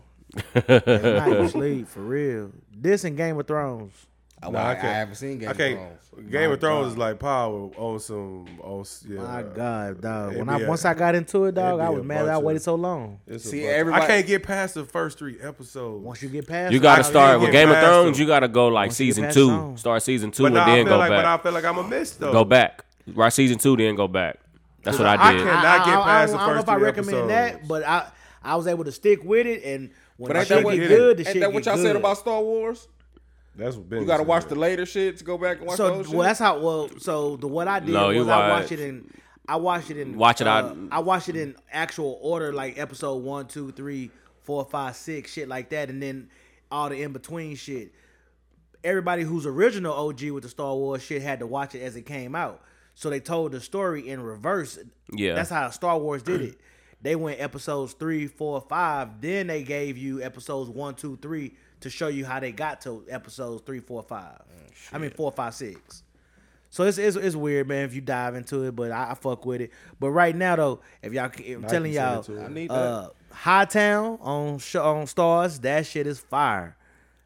S4: At night you sleep for real. This and Game of Thrones.
S3: I,
S5: Nah,
S3: I, I
S5: can't-
S3: haven't seen Game
S5: I
S3: of
S5: can't.
S3: Thrones.
S5: Game
S3: My
S5: of Thrones
S3: God.
S5: is like power on some on s- yeah.
S4: My God, dog.
S5: It'd
S4: When I
S5: be a-
S4: once I got into it, dog,
S5: it'd
S4: I
S5: be
S4: was
S5: a
S4: mad that I
S5: bunch of-
S4: waited so long.
S5: It's a
S3: See,
S5: bunch-
S3: everybody-
S5: I can't get past the first three episodes.
S4: Once you get past,
S2: You
S4: it,
S2: got to
S5: I-
S2: start
S5: yeah,
S2: with
S5: yeah,
S2: Game of
S5: past
S2: Thrones.
S5: them.
S2: You got to go like
S4: you get
S2: season
S4: past
S2: two.
S4: them.
S2: Start season two
S5: but
S2: and
S5: nah, I
S2: then
S5: feel
S2: go
S5: like, but I
S2: back.
S5: feel like I'm a miss though.
S2: Go back. Right, season two, then go back. That's what I
S5: I
S2: did.
S5: can't- Cannot get past
S4: don't-
S5: the
S4: I don't know
S5: first
S4: if I
S5: three
S4: recommend that,
S5: episodes.
S4: but I I was able to stick with it, and when
S3: But
S4: the
S3: ain't
S4: shit
S3: that what,
S4: get
S5: it-
S4: good, the
S3: ain't
S4: shit
S3: that what
S4: get
S3: y'all
S4: good.
S3: said about Star Wars?
S5: That's what Ben
S3: You gotta
S5: said.
S3: watch the later shit to go back and watch
S4: so
S3: those.
S4: well, that's how well. So the what I did
S2: No,
S4: was
S2: you
S4: I
S2: watch-
S4: watched it in I watched it in
S2: Watch it
S4: uh,
S2: out-
S4: I watched it in actual order, like episode one, two, three, four, five, six, shit like that, and then all the in between shit. Everybody who's original OG with the Star Wars shit had to watch it as it came out, so they told the story in reverse.
S2: Yeah.
S4: that's how Star Wars did it. They went episodes three, four, five. Then they gave you episodes one, two, three to show you how they got to episodes three, four, five.
S3: Mm,
S4: I mean, four, five, six. So it's, it's it's weird, man. If you dive into it, but I, I fuck with it. But right now though, if y'all, I'm telling
S5: send
S4: y'all,
S5: it to
S3: I need that.
S4: uh, High Town on sh- on Stars, that shit is fire.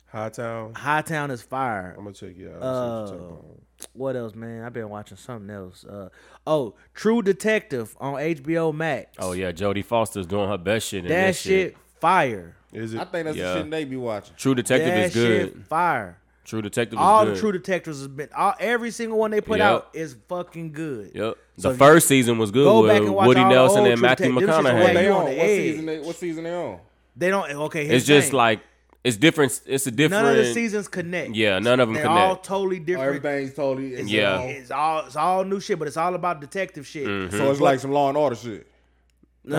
S5: High Town.
S4: High Town is fire. Uh,
S5: I'm gonna check you out. I'll see what you're talking about.
S4: What else, man? I've been watching something else. Uh, oh, True Detective on HBO Max.
S2: Oh yeah, Jodie Foster's doing her best shit in
S4: that
S2: this shit.
S4: shit fire.
S5: Is it?
S3: I think that's
S2: Yeah.
S3: the shit they be watching.
S2: True Detective
S4: that
S2: is good.
S4: shit fire.
S2: True Detective is
S4: All
S2: good.
S4: the True Detectives has been all, every single one they put
S2: Yep.
S4: out is fucking good.
S2: Yep.
S4: So
S2: The
S4: if you
S2: first season was good
S4: go back
S2: with
S4: and watch
S2: Woody
S4: all the
S2: Nelson
S4: old
S2: and
S4: True
S2: Matthew
S4: Detec- them shits
S2: McConaughey.
S4: way
S3: What they
S4: you
S3: on? What
S4: on the
S3: season?
S4: edge.
S3: They, what season they on?
S4: They don't okay. Here's
S2: It's
S4: the
S2: just
S4: thing.
S2: like it's different. It's a different.
S4: none of the seasons connect.
S2: Yeah, none of them
S4: They're all
S2: connect.
S4: totally different.
S3: Everything's totally. It's
S2: Yeah. Mm-hmm.
S3: all-
S4: It's all it's all new shit, but it's all about detective shit.
S3: so it's like some Law and Order shit.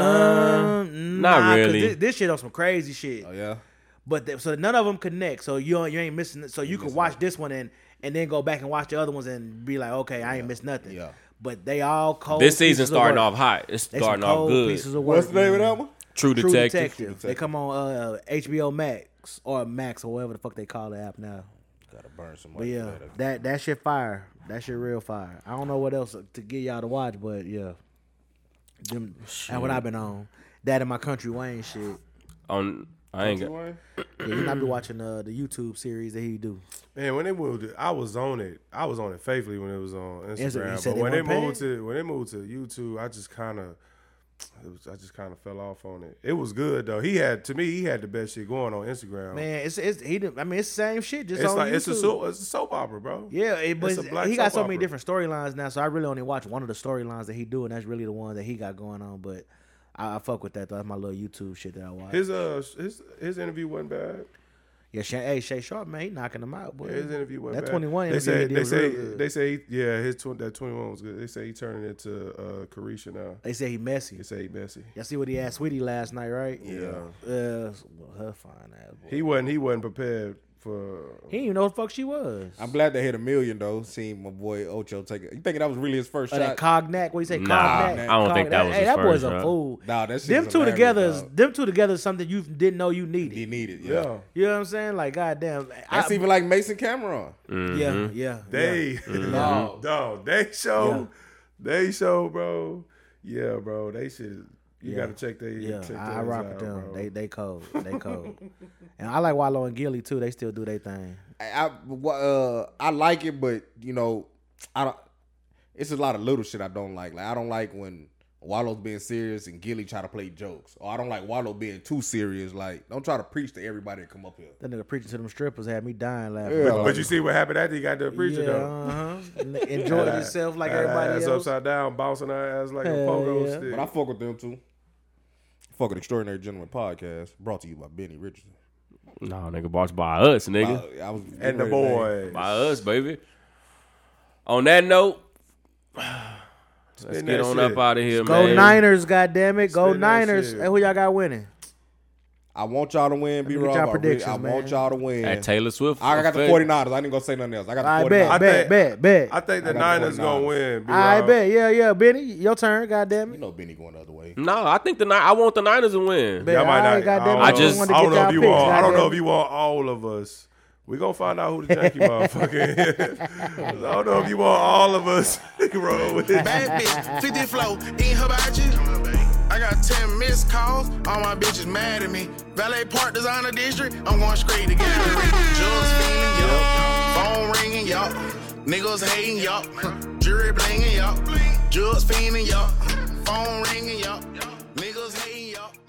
S4: Um, nah, 'cause
S2: really.
S4: thi- This, shit on some crazy shit.
S3: Oh yeah.
S4: But the, so none of them connect. So you don't- you ain't missing. it. So you can watch this one and and then go back and watch the other ones and be like, okay, I ain't missed nothing.
S3: Yeah.
S4: But they all cold.
S2: this season
S4: pieces of
S2: starting
S4: work.
S2: off hot. It's
S4: They some
S2: starting off
S4: cold
S2: good.
S4: Pieces of work,
S3: What's the name of
S4: man.
S3: that one?
S2: True
S4: True
S2: Detective.
S4: Detective. They come on uh, HBO Max or Max or whatever the fuck they call the app now.
S3: Gotta burn some.
S4: But yeah, that that shit fire. That shit real fire. I don't know what else to get y'all to watch, but yeah, Them, and what I've been on. That in my country Wayne shit.
S2: On I ain't got,
S4: Yeah, you know,
S5: Mm.
S4: I be watching uh, the YouTube series that he do.
S5: Man, when they moved, it, I was on it. I was on it faithfully when it was on
S4: you
S5: Instagram.
S4: said
S5: but
S4: they
S5: when they
S4: weren't
S5: moved to when they moved to YouTube, I just kind of, I just kind of fell off on it. It was good though. He had to me, he had the best shit going on Instagram.
S4: Man, it's it's he. done- I mean, it's the same shit. Just
S5: Oh. it's
S4: on
S5: like
S4: YouTube.
S5: it's a soap, it's a soap opera, bro.
S4: Yeah, it, but
S5: It's a
S4: it's-
S5: black
S4: he got
S5: soap
S4: so many
S5: opera.
S4: different storylines now, so I really only watch one of the storylines that he do, and that's really the one that he got going on. But I, I fuck with that though. That's my little YouTube shit that I watch.
S5: His uh his his interview wasn't bad.
S4: yeah, Shay, hey Shay Sharp man, he knocking them out. Boy.
S5: Yeah, his interview wasn't
S4: that
S5: bad.
S4: twenty one
S5: They
S4: interview he
S5: say
S4: did
S5: they
S4: was
S5: say
S4: real good.
S5: they say he, yeah his tw- that twenty one was good. They say he turned into uh Carisha now.
S4: They say he messy.
S5: They say he messy.
S4: Y'all see what he asked Sweetie last night, right?
S5: Yeah.
S4: Uh, well, her fine ass. Boy.
S5: He wasn't he wasn't prepared for
S4: He didn't even know what the fuck she was.
S3: I'm glad they hit a million though. Seeing my boy Ocho take it. You thinking that was really his first
S4: Or
S3: shot?
S4: Oh, that cognac, what do you say?
S2: Nah,
S4: cognac.
S2: I don't think that was
S4: Hey,
S2: his
S4: that boy's
S2: first,
S4: a
S2: huh?
S4: fool.
S3: Nah, that shit
S4: them
S3: is
S4: two
S3: hilarious,
S4: together, is,
S3: dog.
S4: them two together is something you didn't know you needed.
S3: he needed. Yeah.
S5: yeah.
S4: You know what I'm saying? Like, goddamn.
S3: That's
S4: I, Mm-hmm.
S3: even like Mason Cameron.
S4: Yeah,
S2: Mm-hmm.
S4: yeah. yeah.
S5: They no, no, they show, they show, bro. Yeah, bro, they should. You
S4: Yeah.
S5: gotta check they.
S4: Yeah,
S5: check
S4: I, I
S5: theirs
S4: rock
S5: out,
S4: with them.
S5: bro.
S4: They they cold. They cold. and I like Wallow and Gilly too. They still do their thing.
S3: I I- uh, I like it, but you know, I don't. It's a lot of little shit I don't like. Like I don't like when Wallow's being serious and Gilly try to play jokes, or I don't like Wallow being too serious. Like don't try to preach to everybody that come up here.
S4: That nigga preaching to them strippers had me dying laughing.
S3: Yeah.
S5: But you see what happened after he got the preacher
S4: yeah,
S5: though.
S4: uh-huh. N- Enjoyed yourself like
S5: Had her
S4: everybody
S5: ass
S4: else.
S5: upside down, bouncing her ass like
S4: Hell
S5: a pogo
S4: yeah.
S5: stick.
S3: But I fuck with them too. Fuck with Extraordinary Gentleman podcast brought to you by Benny Richardson.
S2: no nigga, watched by us, nigga,
S3: I, I was
S5: and the boy,
S2: by us, baby. On that note, let's
S5: Spin
S2: get
S5: that
S2: on
S5: shit.
S2: up out of here,
S4: Go
S2: man.
S4: Niners, goddamn it! Go
S5: Spin that
S4: Niners!
S5: shit.
S4: And who y'all got winning?
S3: I want y'all to win, B
S4: get
S3: Rob.
S4: y'all
S3: I, really- I
S4: predictions,
S3: want
S4: man.
S3: y'all to win.
S2: At Taylor Swift,
S3: I got the
S2: effect.
S3: 49ers. I didn't go say nothing else. I got the
S4: I
S3: 49ers.
S4: bet, bet, bet, bet.
S5: I think
S3: got
S5: the
S3: the
S5: Niners
S3: 49ers.
S5: gonna win.
S4: I
S5: B-Rob.
S4: bet. Yeah, yeah. Benny, your turn. Goddamn
S3: You
S4: it.
S3: know Benny going the other way.
S2: No, I think the Ni- I want the Niners to win.
S4: Bet.
S5: Y'all might
S4: I
S5: not.
S4: ain't got that
S5: I,
S4: much
S5: don't
S2: just-
S5: know.
S4: money to
S5: I
S4: get
S5: don't know
S4: y'all
S5: if you
S4: picks,
S5: want. I don't know
S4: goddamn.
S5: if you want all of us. We gonna find out who the janky motherfucker is. I don't know if you want all of us. Roll with it.
S1: Bad bitch, 50 flow, ain't her about you. I got 10 missed calls, all my bitches mad at me. Valet Park Designer District, I'm going straight to Gary. Drugs fiend, yeah. Phone Niggas hating y'all, jury blinging y'all, drugs fiending y'all, phone ringing y'all, niggas hating y'all.